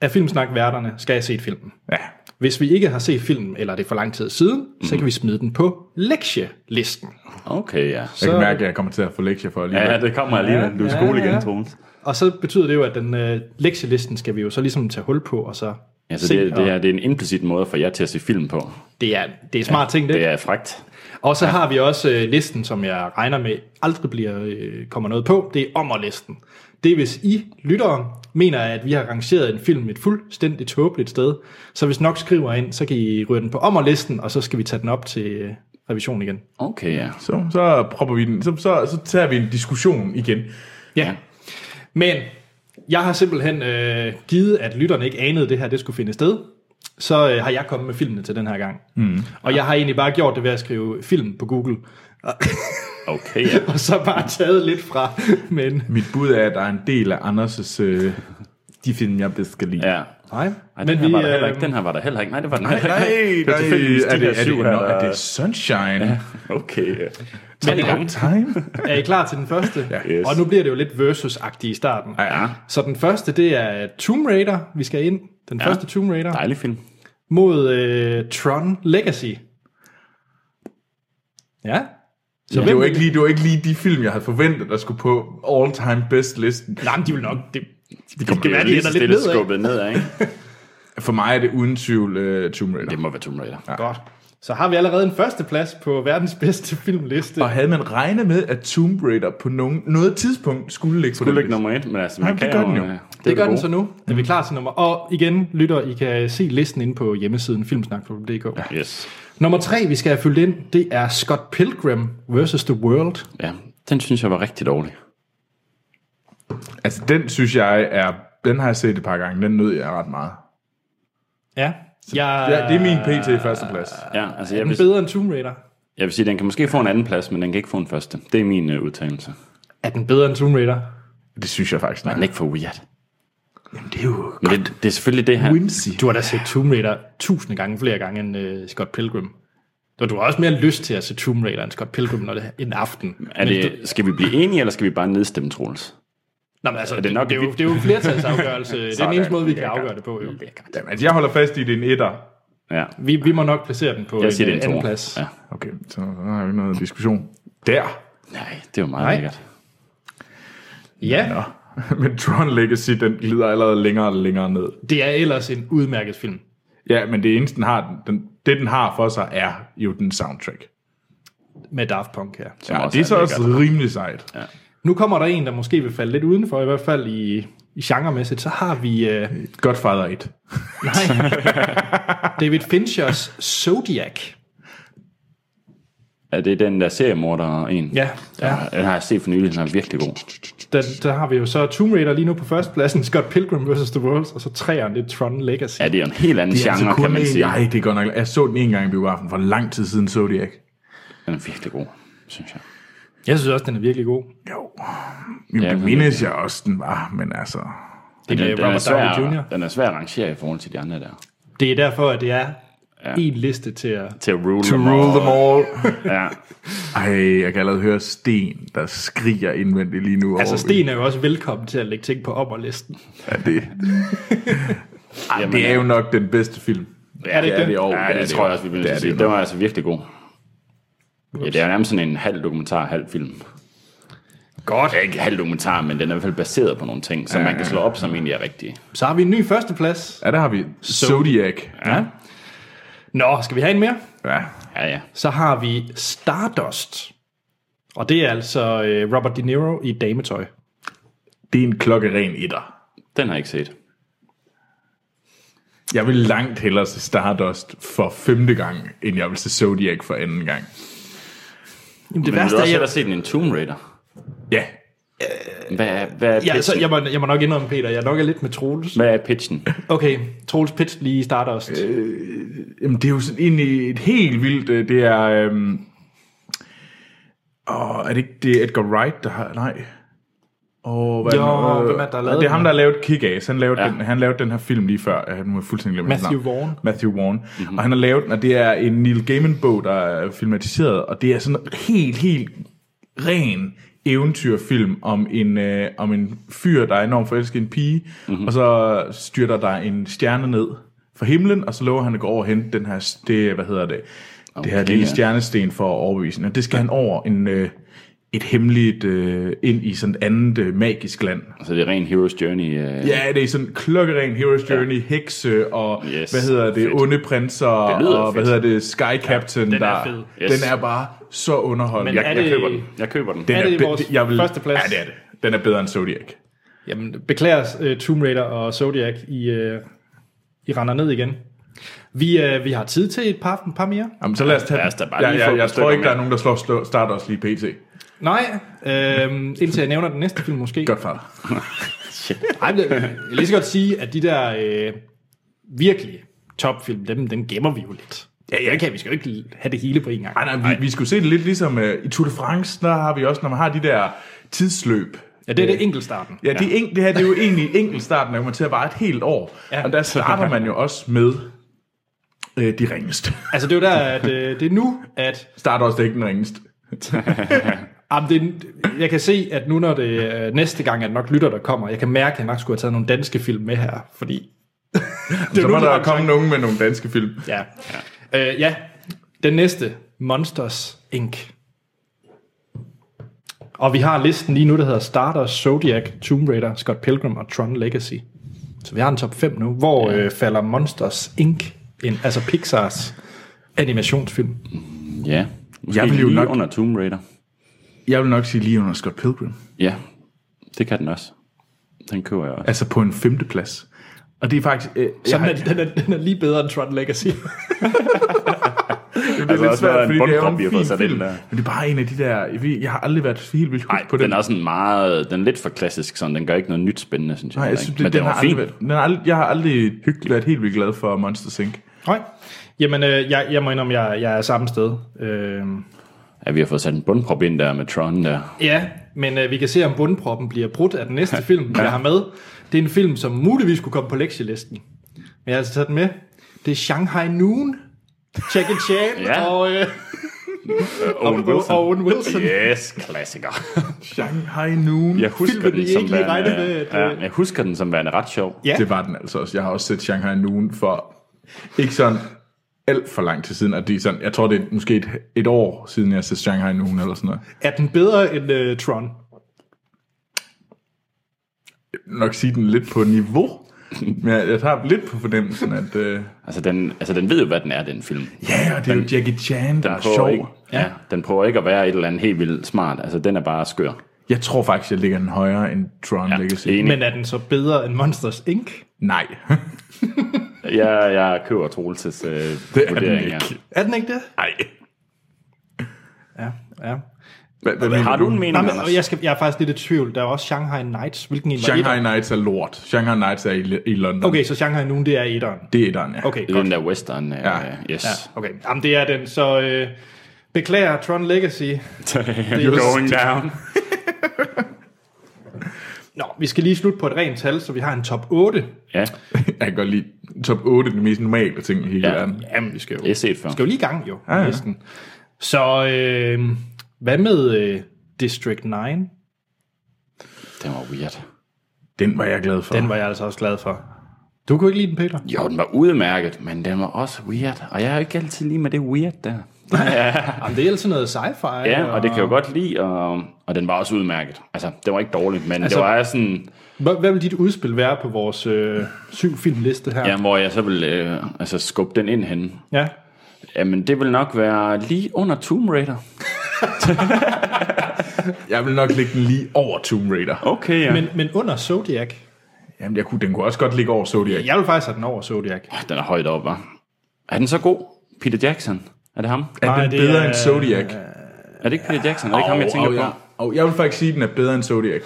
Speaker 1: af filmsnakværterne skal have set filmen.
Speaker 2: Ja.
Speaker 1: Hvis vi ikke har set filmen, eller det er for lang tid siden, mm. så kan vi smide den på lektielisten.
Speaker 3: Okay, ja.
Speaker 2: Jeg
Speaker 1: Så-
Speaker 2: kan mærke, at jeg kommer til at få lektier for alligevel.
Speaker 3: Ja, det kommer alligevel. Du er i skole igen, Troels.
Speaker 1: Og så betyder det jo, at den øh, lektielisten skal vi jo så ligesom tage hul på, og så
Speaker 3: Ja, så
Speaker 1: se,
Speaker 3: det, er- det,
Speaker 1: og
Speaker 3: er, det er en implicit måde for jer til at se film på.
Speaker 1: det er, det er smart ting, det.
Speaker 3: Det er frægt.
Speaker 1: Og så ja. har vi også øh, listen, som jeg regner med aldrig bliver øh, kommer noget på. Det er ommerlisten. det er, hvis I lyttere mener, at vi har rangeret en film et fuldstændig tåbeligt sted, så hvis nok skriver ind, så kan I ryge den på ommerlisten, og så skal vi tage den op til øh, revision igen.
Speaker 3: Okay, ja.
Speaker 2: Så, så propper vi den. Så, så, så tager vi en diskussion igen.
Speaker 1: Ja. Men jeg har simpelthen øh, givet, at lytterne ikke anede, at det her det skulle finde sted. Så øh, har jeg kommet med filmene til den her gang. Mm. Og jeg har egentlig bare gjort det ved at skrive film på Google.
Speaker 3: Okay, ja.
Speaker 1: Og så bare taget lidt fra. Men
Speaker 2: Mit bud er, at der er en del af Anders' øh, de film, jeg bedst kan lide.
Speaker 3: ja.
Speaker 1: nej.
Speaker 3: Ej, den,
Speaker 1: men
Speaker 3: her
Speaker 1: vi,
Speaker 3: var der heller
Speaker 1: øh,
Speaker 3: ikke. den her var der heller ikke. Nej, det var den heller
Speaker 2: Nej, nej,
Speaker 3: ikke. Det var tilfældigvis de
Speaker 2: er
Speaker 3: der
Speaker 2: det, er,
Speaker 3: syv
Speaker 2: det,
Speaker 3: her,
Speaker 2: nå, er
Speaker 3: der-
Speaker 2: det Sunshine? Ja.
Speaker 3: Okay, ja.
Speaker 1: men er,
Speaker 2: Time?
Speaker 1: er I klar til den første? ja.
Speaker 3: Yes.
Speaker 1: Og nu bliver det jo lidt versus-agtigt i starten.
Speaker 2: ja.
Speaker 1: Så den første, det er Tomb Raider, vi skal ind. Den ja. første Tomb Raider.
Speaker 3: Dejlig film.
Speaker 1: mod øh, Tron Legacy. Ja. Så
Speaker 2: Det var, ikke lige, det var ikke lige de film, jeg havde forventet, der skulle på all-time best listen.
Speaker 1: Nej, men de vil nok... Det, det,
Speaker 3: Det
Speaker 1: kan være, de
Speaker 3: lige
Speaker 1: ender
Speaker 3: så
Speaker 1: lidt ned,
Speaker 3: stille
Speaker 1: ikke?
Speaker 3: skubbet ned, ikke?
Speaker 2: For mig er det uden tvivl uh, Tomb Raider.
Speaker 3: Det må være Tomb Raider. Ja.
Speaker 1: Godt. Så har vi allerede en førsteplads på verdens bedste filmliste.
Speaker 2: Og havde man regnet med, at Tomb Raider på nogen, noget tidspunkt skulle ligge på
Speaker 3: Du
Speaker 2: den
Speaker 3: ligger
Speaker 2: liste?
Speaker 3: nummer et, men altså,
Speaker 2: Nej,
Speaker 3: man
Speaker 2: det
Speaker 3: kan
Speaker 2: gør den jo.
Speaker 3: øh,
Speaker 2: Det
Speaker 1: det gør den
Speaker 3: gode.
Speaker 1: så nu. Er vi klar til nummer... Og igen, lytter, I kan se listen inde på hjemmesiden filmsnak.dk. Ja.
Speaker 3: Yes.
Speaker 1: Nummer tre, vi skal have fyldt ind, det er Scott Pilgrim vs. The World.
Speaker 3: Ja, den synes jeg var rigtig dårlig.
Speaker 2: Altså, den synes jeg er... Den har jeg set et par gange. Den nød jeg ret meget.
Speaker 1: Ja. Jeg,
Speaker 2: Ja, det er min pt. førsteplads.
Speaker 3: Ja, altså, jeg
Speaker 1: Den
Speaker 3: vil,
Speaker 1: er bedre end Tomb Raider.
Speaker 3: jeg vil sige, den kan måske få en anden plads, men den kan ikke få en første. Det er min uh, udtalelse.
Speaker 1: Er den bedre end Tomb Raider?
Speaker 2: Det synes jeg faktisk.
Speaker 3: Den er
Speaker 2: Nej.
Speaker 3: ikke for weird.
Speaker 2: Det er jo
Speaker 3: Men det, det er selvfølgelig det her.
Speaker 2: whimsy.
Speaker 1: Du har da set Tomb Raider tusind gange flere gange end uh, Scott Pilgrim. Og du har også mere lyst til at se Tomb Raider end Scott Pilgrim når det er en aften.
Speaker 3: Er det, skal vi blive enige, eller skal vi bare nedstemme Troels?
Speaker 1: Nå, men altså, er
Speaker 3: det
Speaker 1: det,
Speaker 3: nok-
Speaker 1: nok, det, er jo, det er jo en flertalsafgørelse. det er den
Speaker 2: Sådan,
Speaker 1: eneste måde, vi kan
Speaker 2: lækkert.
Speaker 1: afgøre det på. Jo.
Speaker 2: Jamen, altså, jeg holder fast i, at det er en etter.
Speaker 3: Ja,
Speaker 1: Vi, vi må nok placere den på
Speaker 3: jeg siger,
Speaker 1: en, øh,
Speaker 3: det er en
Speaker 1: anden
Speaker 3: toer.
Speaker 1: plads.
Speaker 3: Ja.
Speaker 2: Okay, så der er jo ikke noget diskussion. Der!
Speaker 3: Nej, det var meget
Speaker 1: Nej.
Speaker 3: lækkert.
Speaker 1: Ja,
Speaker 2: Nå. Men Tron Legacy, den glider allerede længere og længere ned.
Speaker 1: det er ellers en udmærket film.
Speaker 2: Ja, men det eneste, den har, den- den, det den har for sig, er jo den soundtrack.
Speaker 1: Med Daft Punk her.
Speaker 3: Som
Speaker 2: Ja,
Speaker 3: også
Speaker 2: det er så også
Speaker 3: lækkert.
Speaker 2: rimelig sejt.
Speaker 1: Nu kommer der en, der måske vil falde lidt udenfor, i hvert fald i, i genremæssigt. Så har vi uh,
Speaker 2: Godfather 1.
Speaker 1: nej, David Finchers Zodiac.
Speaker 3: Er det den der seriemorder en?
Speaker 1: Ja, ja.
Speaker 3: Den har jeg set for nylig, den er virkelig god.
Speaker 1: Den, der har vi jo så Tomb Raider lige nu på førstepladsen, Scott Pilgrim vs. The World, og så træeren, det er Tron Legacy.
Speaker 3: Ja, det er jo en helt anden genre, kan man sige.
Speaker 2: altså Nej, det er godt nok. Jeg så den en gang i biografen for lang tid siden, så det ikke.
Speaker 3: Den er virkelig god, synes jeg.
Speaker 1: Jeg synes også, den er virkelig god.
Speaker 2: Jo. Jamen,
Speaker 3: Ja,
Speaker 2: det
Speaker 3: men-
Speaker 2: mindes jeg også, den var, men altså...
Speaker 1: Det
Speaker 3: Den,
Speaker 1: er
Speaker 3: den, er
Speaker 1: Robert Downey
Speaker 3: svær,
Speaker 1: Jr.
Speaker 3: den er svær at rangere i forhold til de andre der.
Speaker 1: Det er derfor, at det er en liste til at...
Speaker 3: Til at rule,
Speaker 2: To
Speaker 3: them
Speaker 2: rule
Speaker 3: all.
Speaker 2: them all.
Speaker 3: Ja.
Speaker 2: Ej, jeg kan allerede høre Sten, der skriger indvendigt lige nu.
Speaker 1: Altså,
Speaker 2: over-
Speaker 1: Sten er jo også velkommen til at lægge ting på opperlisten.
Speaker 2: Ja, det. Ej,
Speaker 3: Jamen,
Speaker 2: det er jo nok den bedste film.
Speaker 1: Er det ikke
Speaker 2: det?
Speaker 1: det?
Speaker 2: jo,
Speaker 3: Ja, det, det tror jeg også, vi bliver nødt til at sige. Den var altså virkelig god. Ja, det er jo nærmest sådan en halv dokumentar, halv film. Godt. Ja, ikke halv dokumentar, men den er i hvert fald baseret på nogle ting, som man kan slå op, som egentlig er rigtige.
Speaker 1: Så har vi en ny førsteplads.
Speaker 2: Ja, der har vi Zodiac.
Speaker 1: Ja. Nå, skal vi have en mere?
Speaker 2: Ja.
Speaker 3: Ja, ja.
Speaker 1: Så har vi Stardust. Og det er altså øh, Robert De Niro i dametøj.
Speaker 2: Det er en klokkeren etter.
Speaker 3: Den har jeg ikke set.
Speaker 2: Jeg vil langt hellere se Stardust for femte gang, end jeg vil se Zodiac for anden gang.
Speaker 1: Jamen, det
Speaker 3: Men vil
Speaker 1: værste
Speaker 3: du
Speaker 1: er, jeg,
Speaker 3: også hellere se den end Tomb Raider?
Speaker 2: Ja,
Speaker 3: Hvad er, hvad er pitchen?
Speaker 1: ja, så jeg, må, jeg må nok indrømme, Peter, jeg nok er lidt med Troels.
Speaker 3: Hvad er pitchen?
Speaker 1: Okay, Troels pitch lige i Stardust.
Speaker 2: Jamen, det er jo sådan egentlig et helt vildt... øh, Det er... Øhm, åh, er det ikke det er Edgar Wright, der har... Nej. Åh, hvad
Speaker 1: Jo,
Speaker 2: den,
Speaker 1: hvem er det, der har lavet
Speaker 2: Det er ham,
Speaker 1: den?
Speaker 2: der har lavet Kick-Ass. Han lavede,
Speaker 3: Ja.
Speaker 2: ja. den, han lavede den her film lige før. Jeg må fuldstændig glemme hans
Speaker 1: Matthew
Speaker 2: navn.
Speaker 1: Vaughn.
Speaker 2: Matthew Vaughn.
Speaker 3: Mhm.
Speaker 2: Mm-hmm. Og han har lavet den, og det er en Neil Gaiman-bog, der er filmatiseret. Og det er sådan en helt, helt ren eventyrfilm om en, øh, om en fyr, der er enormt forelsket i en pige,
Speaker 3: Mhm.
Speaker 2: mm-hmm. og så styrter der en stjerne ned fra himlen, og så lover han at gå over og hente den her, det, hvad hedder det, okay, det her
Speaker 3: Okay,
Speaker 2: lille
Speaker 3: ja.
Speaker 2: stjernesten for at overbevise hende. Og det skal han over en, øh, et hemmeligt, øh, ind i sådan et andet øh, magisk land.
Speaker 3: Altså, det er ren Hero's Journey. Øh.
Speaker 2: Ja, det er sådan klokkeren Hero's Journey, ja. hekse og
Speaker 3: Yes,
Speaker 2: yes, hvad hedder det,
Speaker 3: fedt.
Speaker 2: onde prinser
Speaker 3: Det lyder
Speaker 2: og hvad
Speaker 3: fedt.
Speaker 2: hedder det, Sky Captain.
Speaker 1: den er
Speaker 2: der,
Speaker 1: fed.
Speaker 3: Yes.
Speaker 2: Den er bare så underholdende.
Speaker 1: Men er
Speaker 3: Jeg
Speaker 1: det-
Speaker 3: køber den. Jeg køber den.
Speaker 2: Den
Speaker 1: Er det
Speaker 2: be-
Speaker 1: vores
Speaker 2: jeg vil,
Speaker 1: første plads?
Speaker 2: Ja, det er det. Den er bedre end Zodiac.
Speaker 1: Jamen, beklager øh, Tomb Raider og Zodiac, I, øh, I render ned igen. Vi, øh, vi har tid til et par, par mere.
Speaker 2: Jamen, så lad os tage
Speaker 3: Lad os da bare
Speaker 2: ja,
Speaker 3: lige få
Speaker 2: ja,
Speaker 3: et
Speaker 2: Jeg
Speaker 3: stykke
Speaker 2: tror ikke, der
Speaker 3: mere.
Speaker 2: er nogen, der slår, slår starter os lige pt.
Speaker 1: Nej, øh, indtil jeg nævner den næste film måske.
Speaker 2: Godt, far.
Speaker 1: Ej, men øh, jeg jeg vil lige så godt sige, at de der øh, virkelig topfilm, dem, dem gemmer vi jo lidt. Ja, ja. Kan, vi skal jo ikke have det hele på en gang.
Speaker 2: Ej, nej, vi, vi skulle se det lidt ligesom uh, i Tour de France, der har vi også, når man har de der tidsløb.
Speaker 1: Ja, det er det enkeltstarten.
Speaker 2: Ja, det, er en, det her det er jo egentlig enkeltstarten, der kommer til at vare et helt år.
Speaker 1: Ja.
Speaker 2: Ja. Og der starter man jo også med øh, de ringeste.
Speaker 1: Altså, det er jo der, at øh, det er nu, at...
Speaker 2: Starter også det er ikke den ringeste.
Speaker 1: Jamen, det, er- jeg kan se, at nu, når det øh, næste gang er det nok lytter, der kommer, jeg kan mærke, at jeg nok skulle have taget nogle danske film med her, fordi... det er
Speaker 2: Så
Speaker 1: nu,
Speaker 2: må
Speaker 1: det
Speaker 2: der
Speaker 1: var
Speaker 2: komme nogen med nogle danske film.
Speaker 1: Ja. Ja. Øh, ja, den næste, Monsters Inc. Og vi har listen lige nu, der hedder Stardust, Zodiac, Tomb Raider, Scott Pilgrim og Tron Legacy. Så vi har en top 5 nu, hvor ja. øh, falder Monsters Inc. ind, altså Pixars animationsfilm.
Speaker 3: Ja. Måske
Speaker 2: Jeg vil jo
Speaker 3: lige
Speaker 2: nok-
Speaker 3: under Tomb Raider.
Speaker 2: Jeg vil nok sige lige under Scott Pilgrim.
Speaker 3: Ja, det kan den også. Den køber jeg også.
Speaker 2: Altså på en femteplads. Og det er faktisk... Øh, jeg,
Speaker 1: Som
Speaker 2: har-
Speaker 1: er, den, er, den er lige bedre end Tron Legacy.
Speaker 2: det er
Speaker 3: Altså
Speaker 2: lidt
Speaker 3: også været
Speaker 2: svært,
Speaker 3: en
Speaker 2: fordi det er jo
Speaker 3: bundprop,
Speaker 2: en
Speaker 3: vi har
Speaker 2: fin
Speaker 3: fået sat ind
Speaker 2: film.
Speaker 3: der.
Speaker 2: Men det er bare en af de der... Jeg, ved, jeg har aldrig været helt vildt hooked
Speaker 3: Nej,
Speaker 2: på den.
Speaker 3: den er også en meget, den er lidt for klassisk, sådan den gør ikke noget nyt spændende, synes jeg.
Speaker 2: Nej, jeg
Speaker 3: heller
Speaker 2: synes,
Speaker 3: ikke.
Speaker 2: det,
Speaker 3: Men
Speaker 2: den,
Speaker 3: den,
Speaker 2: har
Speaker 3: var fin.
Speaker 2: aldrig været, den har aldrig, jeg har aldrig hyggeligt været helt vildt glad for Monster Inc.
Speaker 1: Nej. Jamen, øh, jeg, jeg må indrømme, jeg, jeg er samme sted. Øh,
Speaker 3: Ja, vi har fået sat en bundprop ind der med Tron der.
Speaker 1: ja, men øh, vi kan se, om bundproppen bliver brudt af den næste film, jeg har med. Det er en film, som muligvis kunne komme på lektielisten. Men jeg har altså taget den med. Det er Shanghai Noon, Jackie Chan
Speaker 3: Ja.
Speaker 1: og, øh,
Speaker 3: Owen
Speaker 1: og, og Owen Wilson.
Speaker 3: Yes, klassiker.
Speaker 2: Shanghai Noon.
Speaker 3: Jeg husker
Speaker 1: Filmen, I
Speaker 3: den som
Speaker 1: ikke lige
Speaker 3: værende,
Speaker 1: regnede med, at,
Speaker 3: ja,
Speaker 1: øh,
Speaker 3: jeg husker den som værende ret sjov.
Speaker 1: Ja.
Speaker 2: Det var den altså også. Jeg har også set Shanghai Noon for ikke sådan alt for lang tid siden. Og det er sådan, jeg tror, det er måske et, et år siden, jeg har set Shanghai Noon eller sådan noget.
Speaker 1: Er den bedre end øh, Tron?
Speaker 2: Nok sige den lidt på niveau. Men jeg, jeg tager lidt på fornemmelsen, at... Øh,
Speaker 3: Altså den, altså den ved jo, hvad den er, den film. Den
Speaker 2: ja, og det er jo Jackie Chan, der er
Speaker 3: prøver
Speaker 2: sjov.
Speaker 3: Ikke, ja. ja. den prøver ikke at være et eller andet helt vildt smart. Altså den er bare skør.
Speaker 2: Jeg tror faktisk, jeg ligger den højere end Tron ja, Legacy.
Speaker 3: Enig.
Speaker 1: Men er den så bedre end Monsters Inc.?
Speaker 2: Nej.
Speaker 3: Jeg, jeg køber Troelses øh,
Speaker 2: den
Speaker 3: vurdering
Speaker 2: ikke.
Speaker 3: her.
Speaker 1: Er den ikke det?
Speaker 2: Nej.
Speaker 1: Ja, ja.
Speaker 2: Hvad, hvad
Speaker 3: Har
Speaker 2: mener
Speaker 3: du en mening,
Speaker 1: Nej, men,
Speaker 3: Anders?
Speaker 1: og jeg, skal, jeg er faktisk lidt i tvivl. Der er også Shanghai Nights, hvilken en var
Speaker 2: Shanghai
Speaker 1: etteren?
Speaker 2: Nights er lort. Shanghai Nights er i, i London.
Speaker 1: Okay, så Shanghai Noon, det er etteren.
Speaker 2: Det er etteren, ja.
Speaker 1: Okay,
Speaker 3: Den der western, øh,
Speaker 2: Ja.
Speaker 3: ja. yes. Ja.
Speaker 1: Okay, Jamen, det er den. Så øh, beklager Tron Legacy.
Speaker 3: You're going down.
Speaker 1: Nå, vi skal lige slutte på et rent tal, så vi har en top 8.
Speaker 3: Ja,
Speaker 2: Jeg kan godt lide top 8, den mest normale ting i hele
Speaker 3: Ja.
Speaker 2: ja. verden.
Speaker 1: Jamen, vi skal jo,
Speaker 3: det er set før.
Speaker 1: skal jo lige i gang jo, ja,
Speaker 2: ja.
Speaker 1: næsten. Så øh, hvad med øh, District 9?
Speaker 3: Den var weird.
Speaker 2: Den var jeg glad for.
Speaker 1: Den var jeg altså også glad for. Du kunne ikke lide den, Peter?
Speaker 3: Jo, den var udmærket, men den var også weird. Og jeg er jo ikke altid lige med det weird der.
Speaker 1: Jamen, det er altid noget sci-fi.
Speaker 3: Ja, og det kan jeg jo godt lide, og, og den var også udmærket. Altså, den var ikke dårlig, men altså,
Speaker 1: Altså-
Speaker 3: det var sådan,
Speaker 1: Hvad, hvad vil dit udspil være på vores øh, syv filmliste her?
Speaker 3: ja, hvor jeg så ville øh, altså, skubbe den ind henne.
Speaker 1: ja.
Speaker 3: Jamen, det vil nok være lige under Tomb Raider.
Speaker 2: Jeg vil nok lægge den lige over Tomb Raider.
Speaker 3: Okay, ja. Men,
Speaker 1: Men, men under Zodiac?
Speaker 2: Jamen, jeg kunne, den kunne også godt ligge over Zodiac.
Speaker 1: Jeg vil faktisk have den over Zodiac.
Speaker 3: Ah, den er højt op, var. Er den så god? Peter Jackson? Er det ham?
Speaker 2: Er
Speaker 1: Nej,
Speaker 2: den
Speaker 1: det
Speaker 2: bedre
Speaker 1: er-
Speaker 2: end Zodiac?
Speaker 3: Er det ikke Peter Jackson? Er det ikke ham, jeg tænker
Speaker 2: og, jeg,
Speaker 3: på?
Speaker 2: og jeg vil faktisk sige, at den er bedre end Zodiac.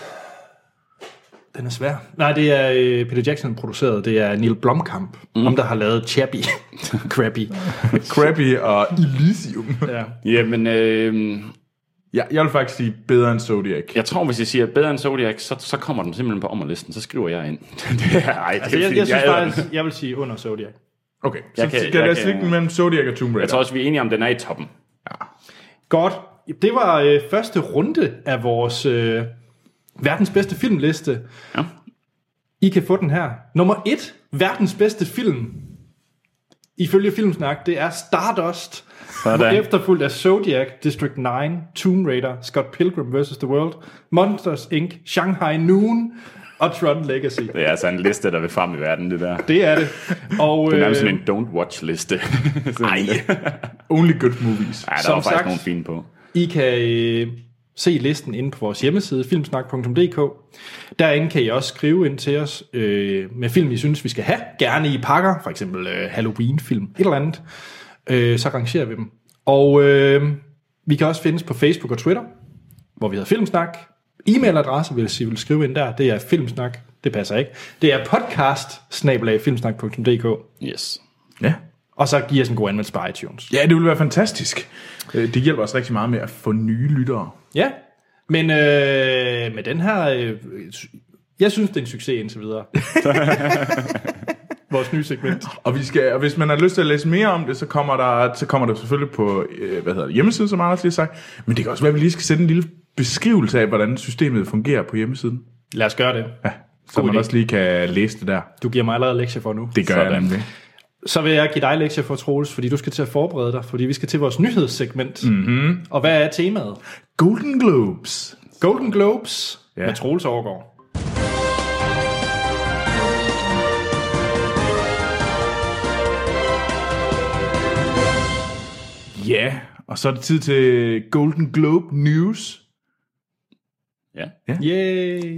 Speaker 1: Den er svær. Nej, det er øh, Peter Jackson produceret. Det er Neil Blomkamp, mm. ham der har lavet Chappie. Crappy.
Speaker 2: Krabby og Elysium.
Speaker 1: Ja.
Speaker 3: Jamen, øh,
Speaker 2: Jeg, jeg vil faktisk sige bedre end Zodiac.
Speaker 3: jeg tror, hvis jeg siger bedre end Zodiac, så, så kommer den simpelthen på ommerlisten. Så skriver jeg ind. det er, ej, det er
Speaker 1: Altså, jeg,
Speaker 3: fint.
Speaker 1: jeg synes
Speaker 3: æder den.
Speaker 1: faktisk, jeg vil sige under Zodiac.
Speaker 2: Okay, så
Speaker 3: Jeg
Speaker 2: jeg
Speaker 3: kan-
Speaker 2: kan, skal
Speaker 3: jeg
Speaker 2: jeg
Speaker 3: kan-
Speaker 2: lægge den mellem Zodiac og Tomb Raider.
Speaker 3: Jeg tror også, vi er enige om, at den er i toppen.
Speaker 1: Godt. Det var øh, første runde af vores øh, verdens bedste filmliste.
Speaker 3: Ja.
Speaker 1: I kan få den her. Nummer 1, verdens bedste film. Ifølge Filmsnak, det er Stardust.
Speaker 3: Sådan.
Speaker 1: Efterfulgt af Zodiac, District 9, Tomb Raider, Scott Pilgrim vs. The World, Monsters Inc., Shanghai Noon og Tron Legacy.
Speaker 3: Det er altså en liste, der vil frem i verden, det der. Det
Speaker 1: Det er det. Og,
Speaker 3: er nærmest
Speaker 1: øh,
Speaker 3: sådan en don't watch liste. Nej,
Speaker 2: Only good movies.
Speaker 3: der
Speaker 1: Som
Speaker 3: var faktisk
Speaker 1: sagt-
Speaker 3: nogle fine på.
Speaker 1: I kan øh, se listen inde på vores hjemmeside, filmsnak.dk. Derinde kan I også skrive ind til os øh, med film, I synes, vi skal have. Gerne i pakker, for eksempel øh, Halloween-film, et eller andet. Øh, så rangerer vi dem. Og øh, vi kan også findes på Facebook og Twitter, hvor vi hedder Filmsnak. E-mailadresse, hvis I vil skrive ind der, det er filmsnak. Det passer ikke. Det er podcast
Speaker 3: Yes.
Speaker 2: Ja.
Speaker 1: Og så giver os en god anmeldelse på iTunes.
Speaker 2: ja, det ville være fantastisk. Øh, Det hjælper os rigtig meget med at få nye lyttere.
Speaker 1: Ja, men øh, med den her... Øh, jeg synes, det er en succes indtil videre. Vores nye segment.
Speaker 2: Og, vi skal, og hvis man har lyst til at læse mere om det, så kommer der, så kommer der selvfølgelig på øh, hvad hedder det, hjemmesiden, som Anders lige har sagt. Men det kan også være, at vi lige skal sætte en lille beskrivelse af, hvordan systemet fungerer på hjemmesiden.
Speaker 1: Lad os gøre det.
Speaker 2: Ja, så
Speaker 1: God
Speaker 2: man
Speaker 1: idé.
Speaker 2: også lige kan læse det der.
Speaker 1: Du giver mig allerede lektier for nu.
Speaker 2: Det gør Sådan. jeg nemlig.
Speaker 1: Så vil jeg give dig lektier for, Troels, fordi du skal til at forberede dig, fordi vi skal til vores nyhedssegment.
Speaker 2: Mhm.
Speaker 1: Mm-hmm. Og hvad er temaet?
Speaker 2: Golden Globes.
Speaker 1: Golden Globes ja.
Speaker 2: Ja.
Speaker 1: med Troels Overgaard.
Speaker 2: Ja, og så er det tid til Golden Globe News.
Speaker 3: Ja.
Speaker 1: Yay!